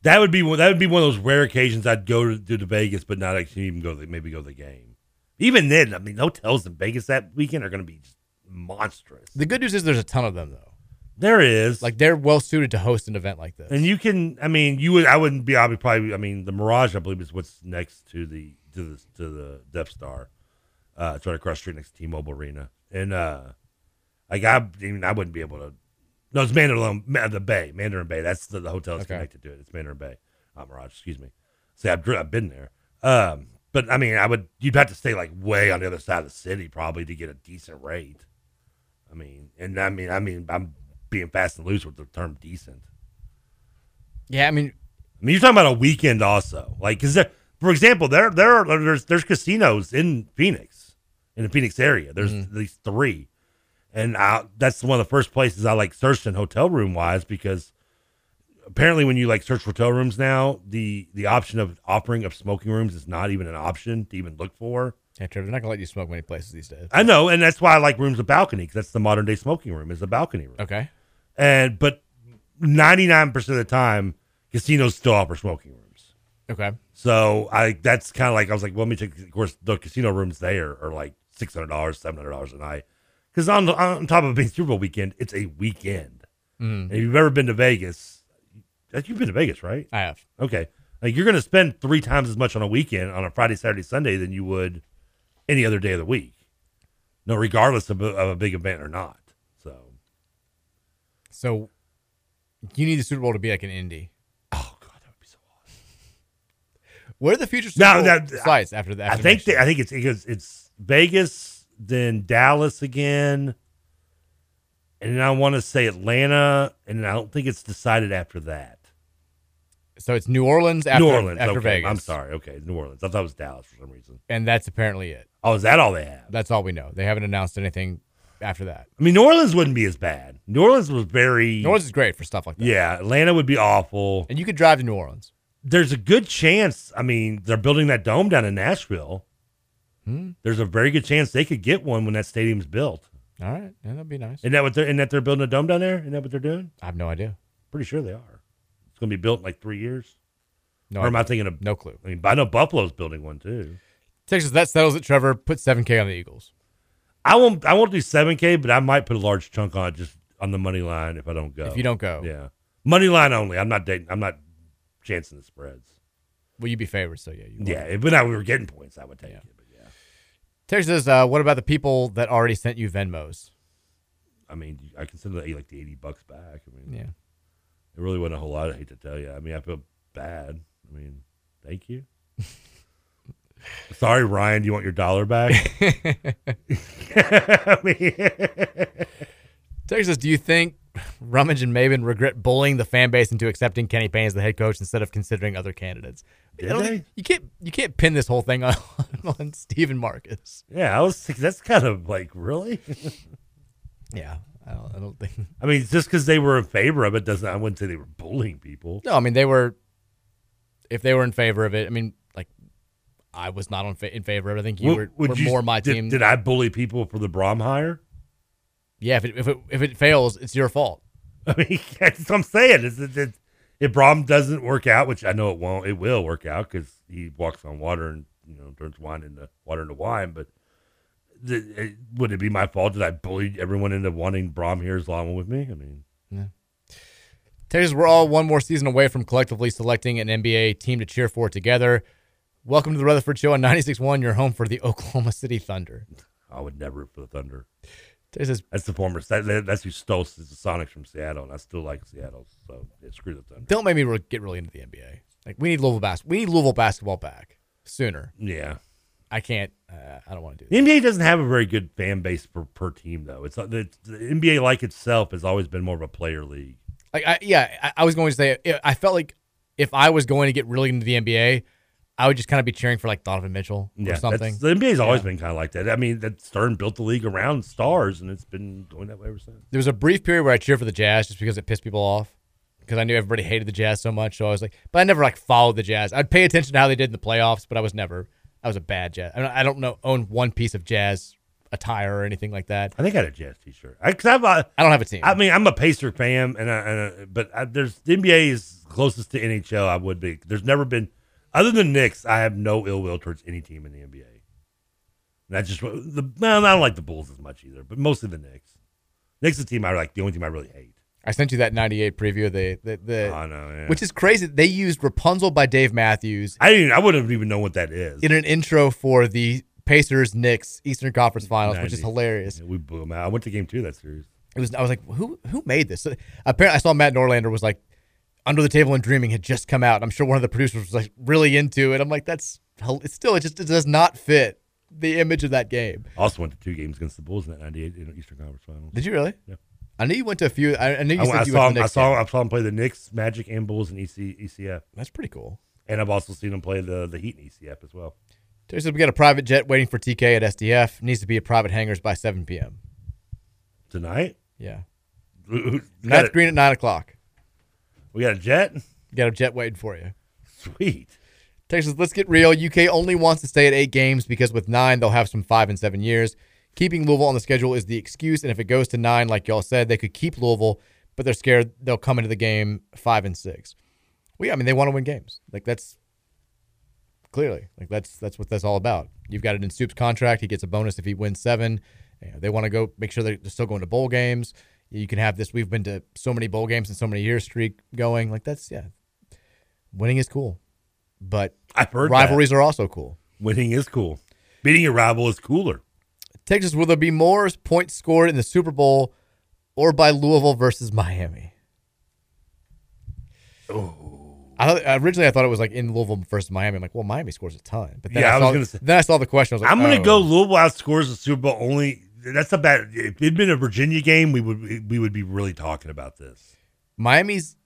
That would be one. That would be one of those rare occasions I'd go to, to Vegas, but not actually even go. To the, maybe go to the game. Even then, I mean, hotels in Vegas that weekend are going to be just monstrous. The good news is there's a ton of them though. There is. Like they're well suited to host an event like this. And you can, I mean, you would. I wouldn't be. I would probably. I mean, the Mirage, I believe, is what's next to the to the to the Death Star. Uh, it's right across the street next to T-Mobile Arena, and uh, like I, I mean, I wouldn't be able to. No, it's Mandarin Ma- the Bay, Mandarin Bay. That's the, the hotel that's Okay. connected to it. It's Mandarin Bay, uh, Mirage. Excuse me. See, I've dri- I've been there. Um, but I mean, I would. You'd have to stay like way on the other side of the city probably to get a decent rate. I mean, and I mean, I mean, I'm being fast and loose with the term decent. Yeah, I mean, I mean, you're talking about a weekend also, like because for example, there there are there's there's casinos in Phoenix, in the Phoenix area. There's at least three, and I, that's one of the first places I like searched in hotel room wise because apparently when you like search hotel rooms now, the the option of offering of smoking rooms is not even an option to even look for. Yeah, Trevor, they're not gonna let you smoke many places these days. I know, and that's why I like rooms with balcony because that's the modern day smoking room is a balcony room. Okay. And but ninety nine percent of the time, casinos still offer smoking rooms. Okay. So I that's kind of like I was like, well, let me check. Of course, the casino rooms there are like six hundred dollars, seven hundred dollars a night. Because on on top of being Super Bowl weekend, it's a weekend. Mm. And if you've ever been to Vegas, that- you've been to Vegas, right? I have. Okay, like you're going to spend three times as much on a weekend on a Friday, Saturday, Sunday than you would any other day of the week. No, regardless of a, of a big event or not. So So you need the Super Bowl to be like an indie. Oh god, that would be so awesome. Where are the future Super now Bowl that sites after that? I think they, I think it's because it's Vegas, then Dallas again, and then I want to say Atlanta, and I don't think it's decided after that. so it's New Orleans after New Orleans after okay. Vegas. I'm sorry. Okay, New Orleans. I thought it was Dallas for some reason. And that's apparently it. Oh, is that all they have? That's all we know. They haven't announced anything after that. I mean, New Orleans wouldn't be as bad. New Orleans was very. New Orleans is great for stuff like that. Yeah, Atlanta would be awful. And you could drive to New Orleans. There's a good chance. I mean, they're building that dome down in Nashville. Hmm. There's a very good chance they could get one when that stadium's built. All right. Yeah, that'd be nice. Isn't that what they're? Isn't that they're building a dome down there? Isn't that what they're doing? I have no idea. Pretty sure they are. It's going to be built in like three years. No or am I idea. thinking of No clue. I mean, I know Buffalo's building one too. Texas, that settles it, Trevor. Put seven K on the Eagles. I won't. I won't do seven k, but I might put a large chunk on it just on the money line if I don't go. If you don't go. yeah, money line only. I'm not dating. I'm not chance in the spreads. Well, you'd be favored, so yeah. You would. Yeah, if now we were getting points, I would take it. But yeah, Terry says, uh, what about the people that already sent you Venmos? I mean, I consider that like the eighty bucks back. I mean, Yeah. it really wasn't a whole lot. I hate to tell you. I mean, I feel bad. I mean, thank you. Sorry, Ryan. Do you want your dollar back? I mean- Terry says, do you think Rummage and Maven regret bullying the fan base into accepting Kenny Payne as the head coach instead of considering other candidates? I Did don't they? think- You can't you can't pin this whole thing on, on Stephen Marcus. yeah, I was. That's kind of like really. yeah, I don't, I don't think. I mean, just because they were in favor of it doesn't. I wouldn't say they were bullying people. No, I mean they were. If they were in favor of it, I mean, like, I was not on fa- in favor of it. I think you Would- were, would were you- more my did- team. Did I bully people for the Brom hire? Yeah, if it, if it if it fails, it's your fault. I mean, that's what I'm saying. Is it, it, if Brom doesn't work out, which I know it won't, it will work out because he walks on water and you know turns wine into water into wine. But th- it, would it be my fault that I bullied everyone into wanting Brom here as long with me? I mean, Texas, we're all one more season away from collectively selecting an NBA team to cheer for together. Welcome to the Rutherford Show on 96.1, your home for the Oklahoma City Thunder. I would never root for the Thunder. Texas, That's the former. That, that- that's who stole the Sonics from Seattle, and I still like Seattle. So yeah, screw the Thunder. don't make me re- get really into the NBA. Like we need Louisville basketball. We need Louisville basketball back sooner. Yeah. I can't. Uh, I don't want to do The NBA doesn't have a very good fan base per, per team, though. It's not- the, the NBA like itself has always been more of a player league. Like, I, yeah, I, I was going to say, I- I felt like if I was going to get really into the NBA, I would just kind of be cheering for like Donovan Mitchell or that's- something. The NBA's always Yeah. been kind of like that. I mean, that Stern built the league around stars, and it's been going that way ever since. There was a brief period where I cheered for the Jazz just because it pissed people off because I knew everybody hated the Jazz so much. So I was like, but I never like followed the Jazz. I'd pay attention to how they did in the playoffs, but I was never. I was a bad Jazz. I, mean, I don't know own one piece of Jazz attire or anything like that. I think I had a Jazz T-shirt. I, cause I've, uh, I, I don't have a team. I mean, I'm a Pacer fan, and, I, and I, but I, there's the NBA is closest to NHL. I would be. There's never been, other than Knicks, I have no ill will towards any team in the NBA. And I just the well, I don't like the Bulls as much either, but mostly the Knicks. Knicks is the team I like. The only team I really hate. I sent you that '98 preview. Of the the, the Oh, I know, yeah. which is crazy. They used "Rapunzel" by Dave Matthews. I didn't. I wouldn't even know what that is. in an intro for the Pacers Knicks Eastern Conference Finals, which is 90s. hilarious. Yeah, we blew them out. I went to game two of that series. It was I was like, who who made this? Apparently, I saw Matt Norlander was like, Under the Table and Dreaming had just come out. I'm sure one of the producers was like really into it. I'm like, that's hel- it's still it just it does not fit the image of that game. Also went to two games against the Bulls in that '98 in the Eastern Conference Finals. Did you really? Yeah. I knew you went to a few. I, I knew you I, said I you saw went to him. the I Knicks saw. game. I saw him play the Knicks, Magic, and Bulls in E EC, ECF. That's pretty cool. And I've also seen him play the the Heat in ECF as well. Terry said we got a private jet waiting for TK at SDF. Needs to be at private hangars by 7 p.m. Tonight, Yeah, we got, Matt's a, green at nine o'clock. we got a jet. Got a jet waiting for you. Sweet. Texas, let's get real. UK only wants to stay at eight games because with nine, they'll have some five and seven years. Keeping Louisville on the schedule is the excuse, and if it goes to nine, like y'all said, they could keep Louisville, but they're scared they'll come into the game five and six. Well, yeah, I mean they want to win games. Like that's clearly like that's that's what that's all about. You've got it in Stoops' contract. He gets a bonus if he wins seven. You know, they want to go make sure they're they're still going to bowl games. You can have this. We've been to so many bowl games and so many years streak going. Like that's yeah, winning is cool, but I've heard that. rivalries are also cool. Winning is cool. Beating your rival is cooler. Texas, will there be more points scored in the Super Bowl or by Louisville versus Miami? Oh. I thought, originally, I thought it was like in Louisville versus Miami. I'm like, well, Miami scores a ton. But then Yeah, I, I was saw, gonna say- then I saw the question. I was like, I'm going to oh. go Louisville outscores the Super Bowl only. That's about. If it'd been a Virginia game, we would we would be really talking about this. Miami's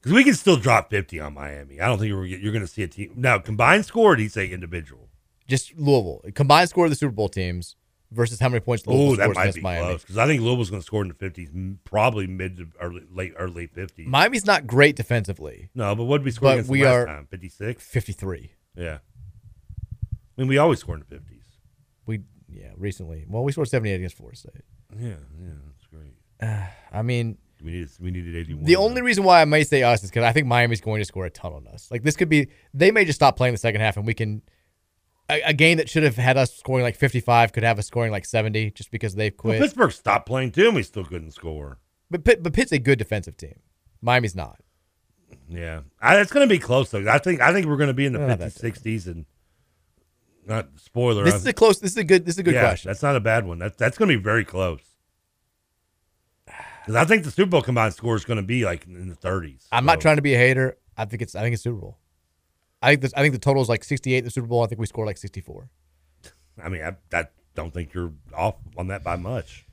because we can still drop 50 on Miami. I don't think we're, you're going to see a team now combined score. He'd say individual. just Louisville combined score of the Super Bowl teams versus how many points Louisville Oh, that scores might against be Miami. close because I think Louisville's going to score in the 50s, m- probably mid to early late early 50s. Miami's not great defensively. No, but what did we score But against them we last are time? 56? 53. Yeah. I mean, we always score in the 50s. We yeah, recently. Well, we scored 78 against Florida State. Yeah, yeah, that's great. I mean, We needed we needed 81. The only reason why I may say us is because I think Miami's going to score a ton on us. Like this could be, they may just stop playing the second half, and we can a, a game that should have had us scoring like fifty-five could have us scoring like seventy just because they've Well, quit. Pittsburgh stopped playing too, and we still couldn't score. but Pitt, but Pitt's a good defensive team. Miami's not. Yeah, I, it's going to be close though. I think I think we're going to be in the Not 50s, 60s, and not spoiler. This I- is a close. This is a good. This is a good yeah, question. That's not a bad one. That, that's going to be very close. Because I think the Super Bowl combined score is going to be like in the 30s. I'm not trying to be a hater. I think it's. I think it's Super Bowl. I think. This, I think the total is like 68 in the Super Bowl. I think we scored like 64. I mean, I, I don't think you're off on that by much.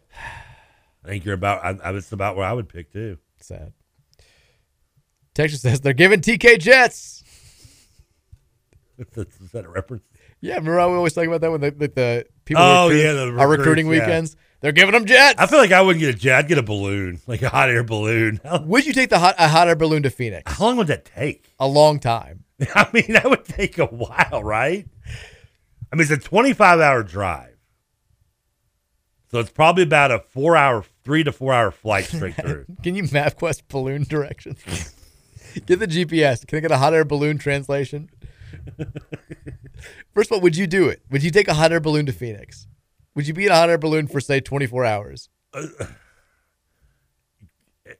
I think you're about. I, I, it's about where I would pick too. Sad. Texas says they're giving TK Jets. Is that a reference? Yeah, remember how we always talk about that when the, the, the people oh recruit- yeah, the are recruits, recruiting yeah. weekends. They're giving them jets. I feel like I wouldn't get a jet. I'd get a balloon, like a hot air balloon. Would you take the hot, a hot air balloon to Phoenix? How long would that take? A long time. I mean, that would take a while, right? I mean, it's a 25 hour drive. So it's probably about a four hour, three to four hour flight straight through. Can you MapQuest balloon directions? get the GPS. Can I get a hot air balloon translation? First of all, would you do it? Would you take a hot air balloon to Phoenix? Would you be in a hot air balloon for say 24 hours? Am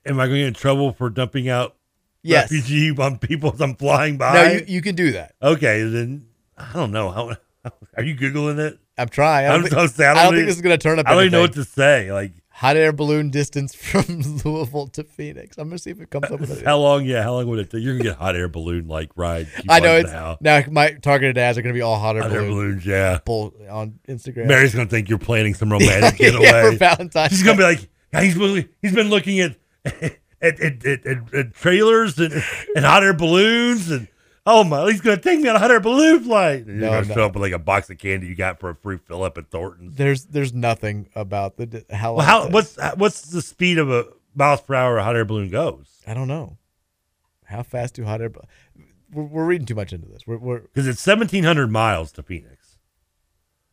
I going to get in trouble for dumping out Yes. refugee on people as I'm flying by? No, you, you can do that. okay, then I don't know. How, are you Googling it? I'm trying. I don't, I'm think, so sad. I don't even- think this is going to turn up. e- I don't even know what anything. to say. Like, Hot air balloon distance from Louisville to Phoenix. I'm going to see if it comes up with it. how long? Yeah, how long would it take? You're going to get hot air balloon like ride. I know it's now. now my targeted ads are going to be all hot air Hot air balloon balloons, yeah. bull on Instagram. Mary's gonna think you're planning some romantic Yeah, getaway for Valentine's She's gonna be like, "Yeah, he's really, he's been looking at at, at, at, at, at trailers and, and hot air balloons and oh my, he's gonna take me on a hot air balloon flight. And No, you're gonna no. show up with like a box of candy you got for a free fill up at Thornton's. There's there's nothing about the d- how. Well, long how it what's what's the speed of a miles per hour a hot air balloon goes? takes. I don't know. How fast do hot air? bal- We're, we're reading too much into this. We're, we're Because it's 1,700 miles to Phoenix,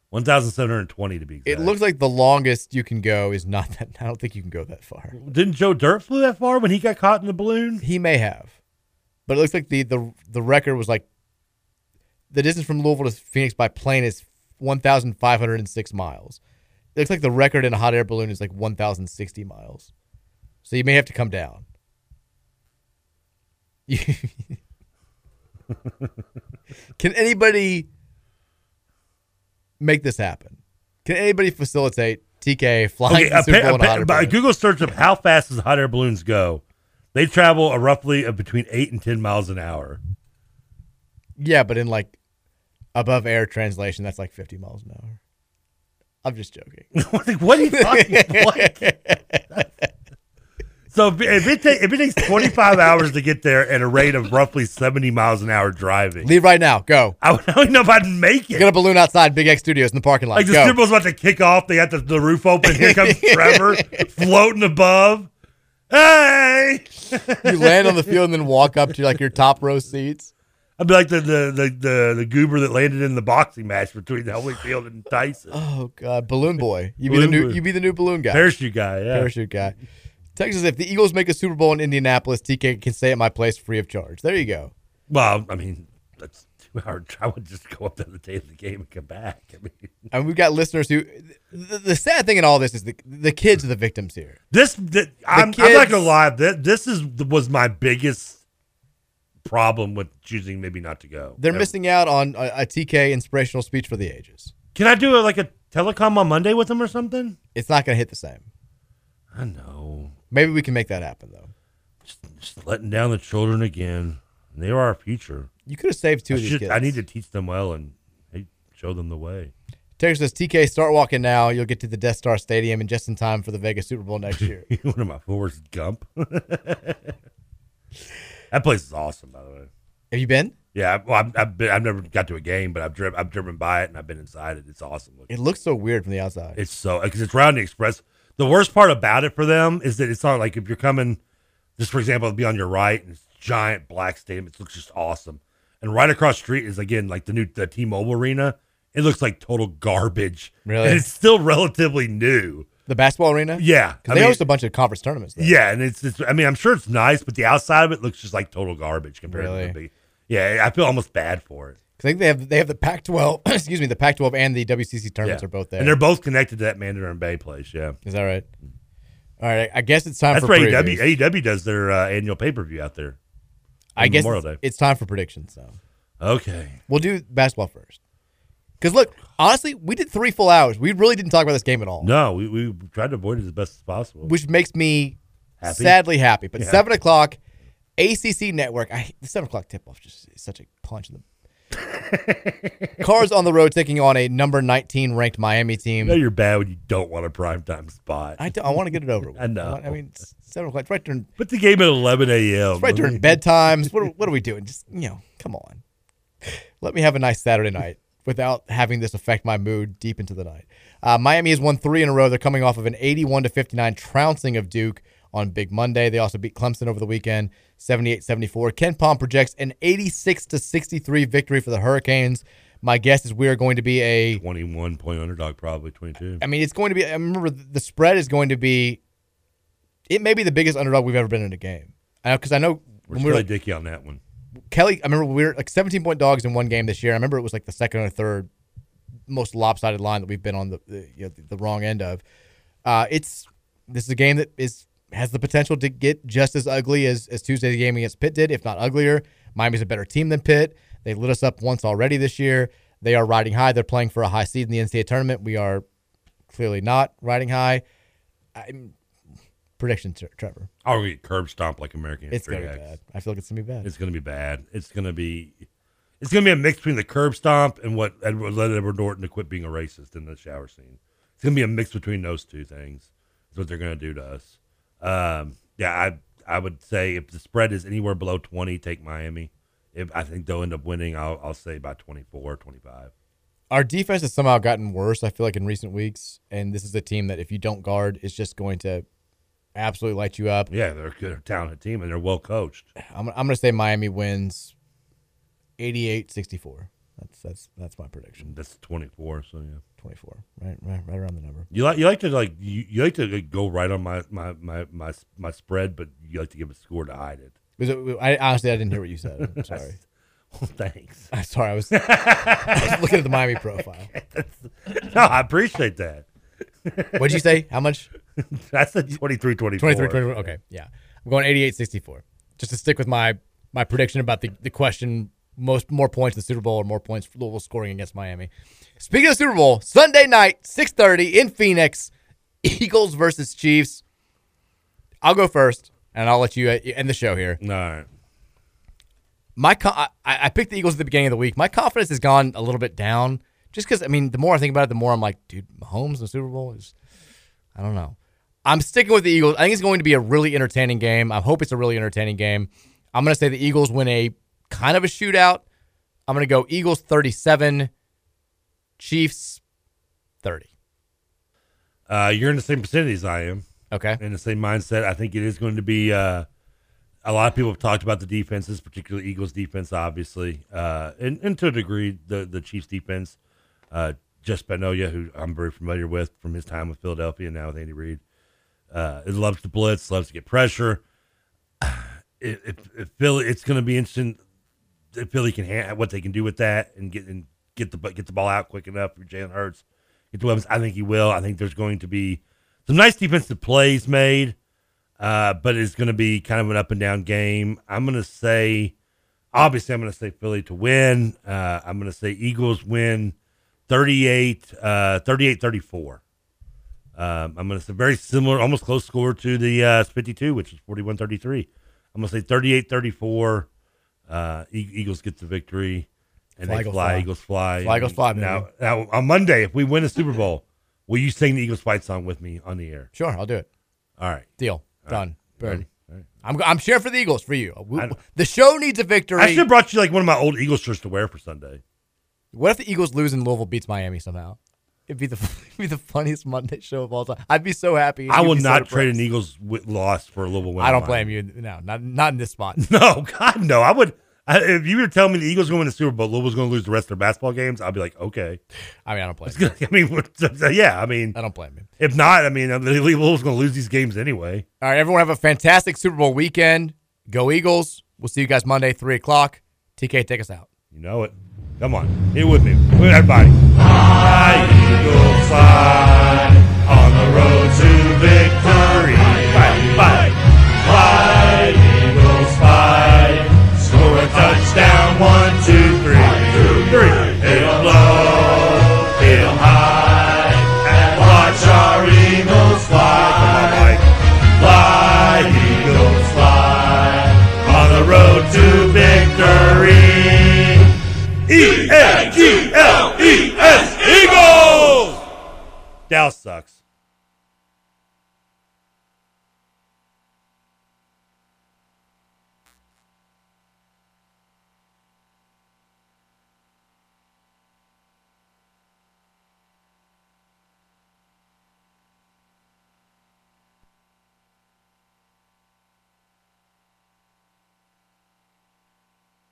1,720 to be exact. it looks like the longest you can go is not that. I don't think you can go that far. Didn't Joe Dirt flew that far when he got caught in the balloon? He may have, but it looks like the the the record was like the distance from Louisville to Phoenix by plane is one thousand five hundred and six miles. It looks like the record in a hot air balloon is like one thousand sixty miles. So you may have to come down. Can anybody make this happen? Can anybody facilitate TK flying Okay, to the Super appa- Bowl in a hot appa- air by balloon? Google search of how fast does hot air balloons go, they travel a roughly of between eight and ten miles an hour. Yeah, but in like above air translation, that's like 50 miles an hour. I'm just joking. like, what are you talking about? So if, if it ta- if it takes twenty five hours to get there at a rate of roughly seventy miles an hour driving, Leave right now. Go. I would- I don't know if I'd make it. Get a balloon outside Big X Studios in the parking lot. Like the Go. Super Bowl's about to kick off, they got the, the roof open. Here comes Trevor floating above. Hey! you land on the field and then walk up to like your top row seats. I'd be like the the, the the the goober that landed in the boxing match between Holyfield and Tyson. Oh God, balloon boy! You be the Balloon new boy. you be the new balloon guy. Parachute guy, yeah. Parachute guy. Texas, if the Eagles make a Super Bowl in Indianapolis, TK can stay at my place free of charge. There you go. Well, I mean, that's two hour. drive. I would just go up there the day of the game and come back. I mean, And we've got listeners who. The, the sad thing in all this is the the kids are the victims here. this. th- I'm, I'm not kids- gonna lie. This, this is was my biggest problem with choosing maybe not to go. They're Ever. missing out on a, a TK inspirational speech for the ages. Can I do a, like a telecom on Monday with them or something? It's not going to hit the same. I know. Maybe we can make that happen though. Just letting down the children again. They are our future. You could have saved two I of these should- kids. I need to teach them well and hey, show them the way. Texas says TK, start walking now. You'll get to the Death Star Stadium and just in time for the Vegas Super Bowl next year. One of my Forrest Gump. that place is awesome, by the way. Have you been? Yeah, well, I've, I've, been, I've never got to a game, but I've driven, I've driven by it and I've been inside it. It's awesome. looking. It looks so weird from the outside. It's so because it's round the express. The worst part about it for them is that it's not like if you're coming, just for example, it'd be on your right and it's giant black stadium. It looks just awesome, and right across the street is again like the new the T-Mobile Arena. It looks like total garbage. Really? and it's still relatively new. The basketball arena? Yeah, 'Cause I they mean- host a bunch of conference tournaments. There. Yeah, and it's, it's I mean I'm sure it's nice, but the outside of it looks just like total garbage compared to Really? the big. Yeah, I feel almost bad for it. 'Cause I think they have they have the Pac-12. excuse me, the Pac-12 and the WCC tournaments Yeah. are both there. and they're both connected to that Mandarin Bay place. Yeah, Is that right? All right, I guess it's time that's for where AEW, previews. AEW does their uh, annual pay per view out there. I guess Memorial it's, Day. it's time for predictions. So Okay. we'll do basketball first. Because look, honestly, we did three full hours. We really didn't talk about this game at all. No, we, we tried to avoid it as best as possible. which makes me Happy? sadly happy. But Yeah. seven o'clock, ACC Network. I the seven o'clock tip off just is such a punch in the. Cars on the road taking on a number nineteen ranked Miami team. I know you're bad when you don't want a primetime spot. I, don't, I want to get it over with. I know. I, want- I mean, it's seven o'clock. It's right during. Put the game at 11 a.m. It's right during bedtimes. What are, what are we doing? Just you know, come on. Let me have a nice Saturday night without having this affect my mood deep into the night. Uh, Miami has won three in a row. They're coming off of an 81 to 59 trouncing of Duke on Big Monday. They also beat Clemson over the weekend, 78-74. Ken Palm projects an 86 to 63 victory for the Hurricanes. My guess is we are going to be a 21 point underdog, probably 22. I mean, it's going to be. I remember th- the spread is going to be. It may be the biggest underdog we've ever been in a game. I know because I know We're really dicky on that one. Kelly, I remember we were like 17 point dogs in one game this year. I remember it was like the second or third most lopsided line that we've been on the the, you know, the wrong end of. Uh, it's this is a game that is has the potential to get just as ugly as as Tuesday's game against Pitt did, if not uglier. Miami's a better team than Pitt. They lit us up once already this year. They are riding high. They're playing for a high seed in the NCAA tournament. We are clearly not riding high. I'm, prediction, Tre- Trevor. I'll Oh, get curb stomped like American It's History gonna be X. bad. I feel like it's gonna be bad. It's gonna be bad. It's gonna be it's gonna be a mix between the curb stomp and what Edward led Edward Norton to quit being a racist in the shower scene. It's gonna be a mix between those two things. Is what they're gonna do to us. Um, yeah, I I would say if the spread is anywhere below twenty, take Miami. If I think they'll end up winning, I'll I'll say by 24, 25. our defense has somehow gotten worse. I feel like in recent weeks, and this is a team that if you don't guard, is just going to absolutely light you up. Yeah, they're a good, talented team and they're well coached. I'm, I'm going to say Miami wins 88-64. That's that's that's my prediction. That's twenty four. So yeah, twenty four. Right, right, right around the number. You like you like to like you, you like to like, go right on my my my my my spread, but you like to give a score to hide it. Was it- I honestly I didn't hear what you said. I'm sorry. well, thanks. I'm sorry. I was, I was looking at the Miami profile. No, I appreciate that. What'd you say? How much? I said 23 24. 23 24. Okay. Yeah. I'm going 88 64. Just to stick with my my prediction about the, the question most more points in the Super Bowl or more points for Louisville scoring against Miami. Speaking of Super Bowl, Sunday night, 6:30 in Phoenix, Eagles versus Chiefs. I'll go first and I'll let you uh, end the show here. All right. My co- I, I picked the Eagles at the beginning of the week. My confidence has gone a little bit down just cuz I mean, the more I think about it, the more I'm like, dude, Mahomes in the Super Bowl is I don't know. I'm sticking with the Eagles. I think it's going to be a really entertaining game. I hope it's a really entertaining game. I'm going to say the Eagles win a kind of a shootout. I'm going to go Eagles 37, Chiefs 30. Uh, you're in the same vicinity as I am. Okay. In the same mindset. I think it is going to be. Uh, a lot of people have talked about the defenses, particularly Eagles defense, obviously, uh, and, and to a degree, the the Chiefs defense. Uh, Jess Spagnolia, who I'm very familiar with from his time with Philadelphia and now with Andy Reid, uh, it loves to blitz, loves to get pressure. If, if, if Philly, it's going to be interesting if Philly can ha- what they can do with that and get and get the bu- get the ball out quick enough for Jalen Hurts. Get the weapons. I think he will. I think there's going to be some nice defensive plays made, uh, but it's going to be kind of an up and down game. I'm going to say, obviously, I'm going to say Philly to win. Uh, I'm going to say Eagles win 38 uh, 38 34. Um, I'm going to say very similar, almost close score to the uh, 52, which is 41 33. I'm going to say 38 34. Uh, E- Eagles get the victory. And Fly, they Eagles, fly, fly. Eagles fly. Fly, Eagles, fly, baby. Now, now, on Monday, if we win the Super Bowl, will you sing the Eagles fight song with me on the air? Sure, I'll do it. All right. Deal. Done. Bird. Ready? All right. I'm, I'm cheering for the Eagles for you. We- the show needs a victory. I should have brought you like one of my old Eagles shirts to wear for Sunday. What if the Eagles lose and Louisville beats Miami somehow? It'd be the it'd be the funniest Monday show of all time. I'd be so happy. I You'd will be so not trade an depressed. Eagles wi- loss for a Louisville win. I on don't mine. blame you. No, not not in this spot. No, God, no. I would. I, if you were telling me the Eagles going to win the Super Bowl, Louisville's going to lose the rest of their basketball games, I'd be like, okay. I mean, I don't blame. It's gonna- I mean, what- so, yeah. I mean, I don't blame him. If not, I mean, I mean, Louisville's going to lose these games anyway. All right, everyone have a fantastic Super Bowl weekend. Go Eagles. We'll see you guys Monday, 3 o'clock. TK, take us out. You know it. Come on, here with me, with everybody. Eagles fly on the road to victory. Fight, fight, fly, Eagles fly. to victory. E L E L E S Eagles. Dow sucks.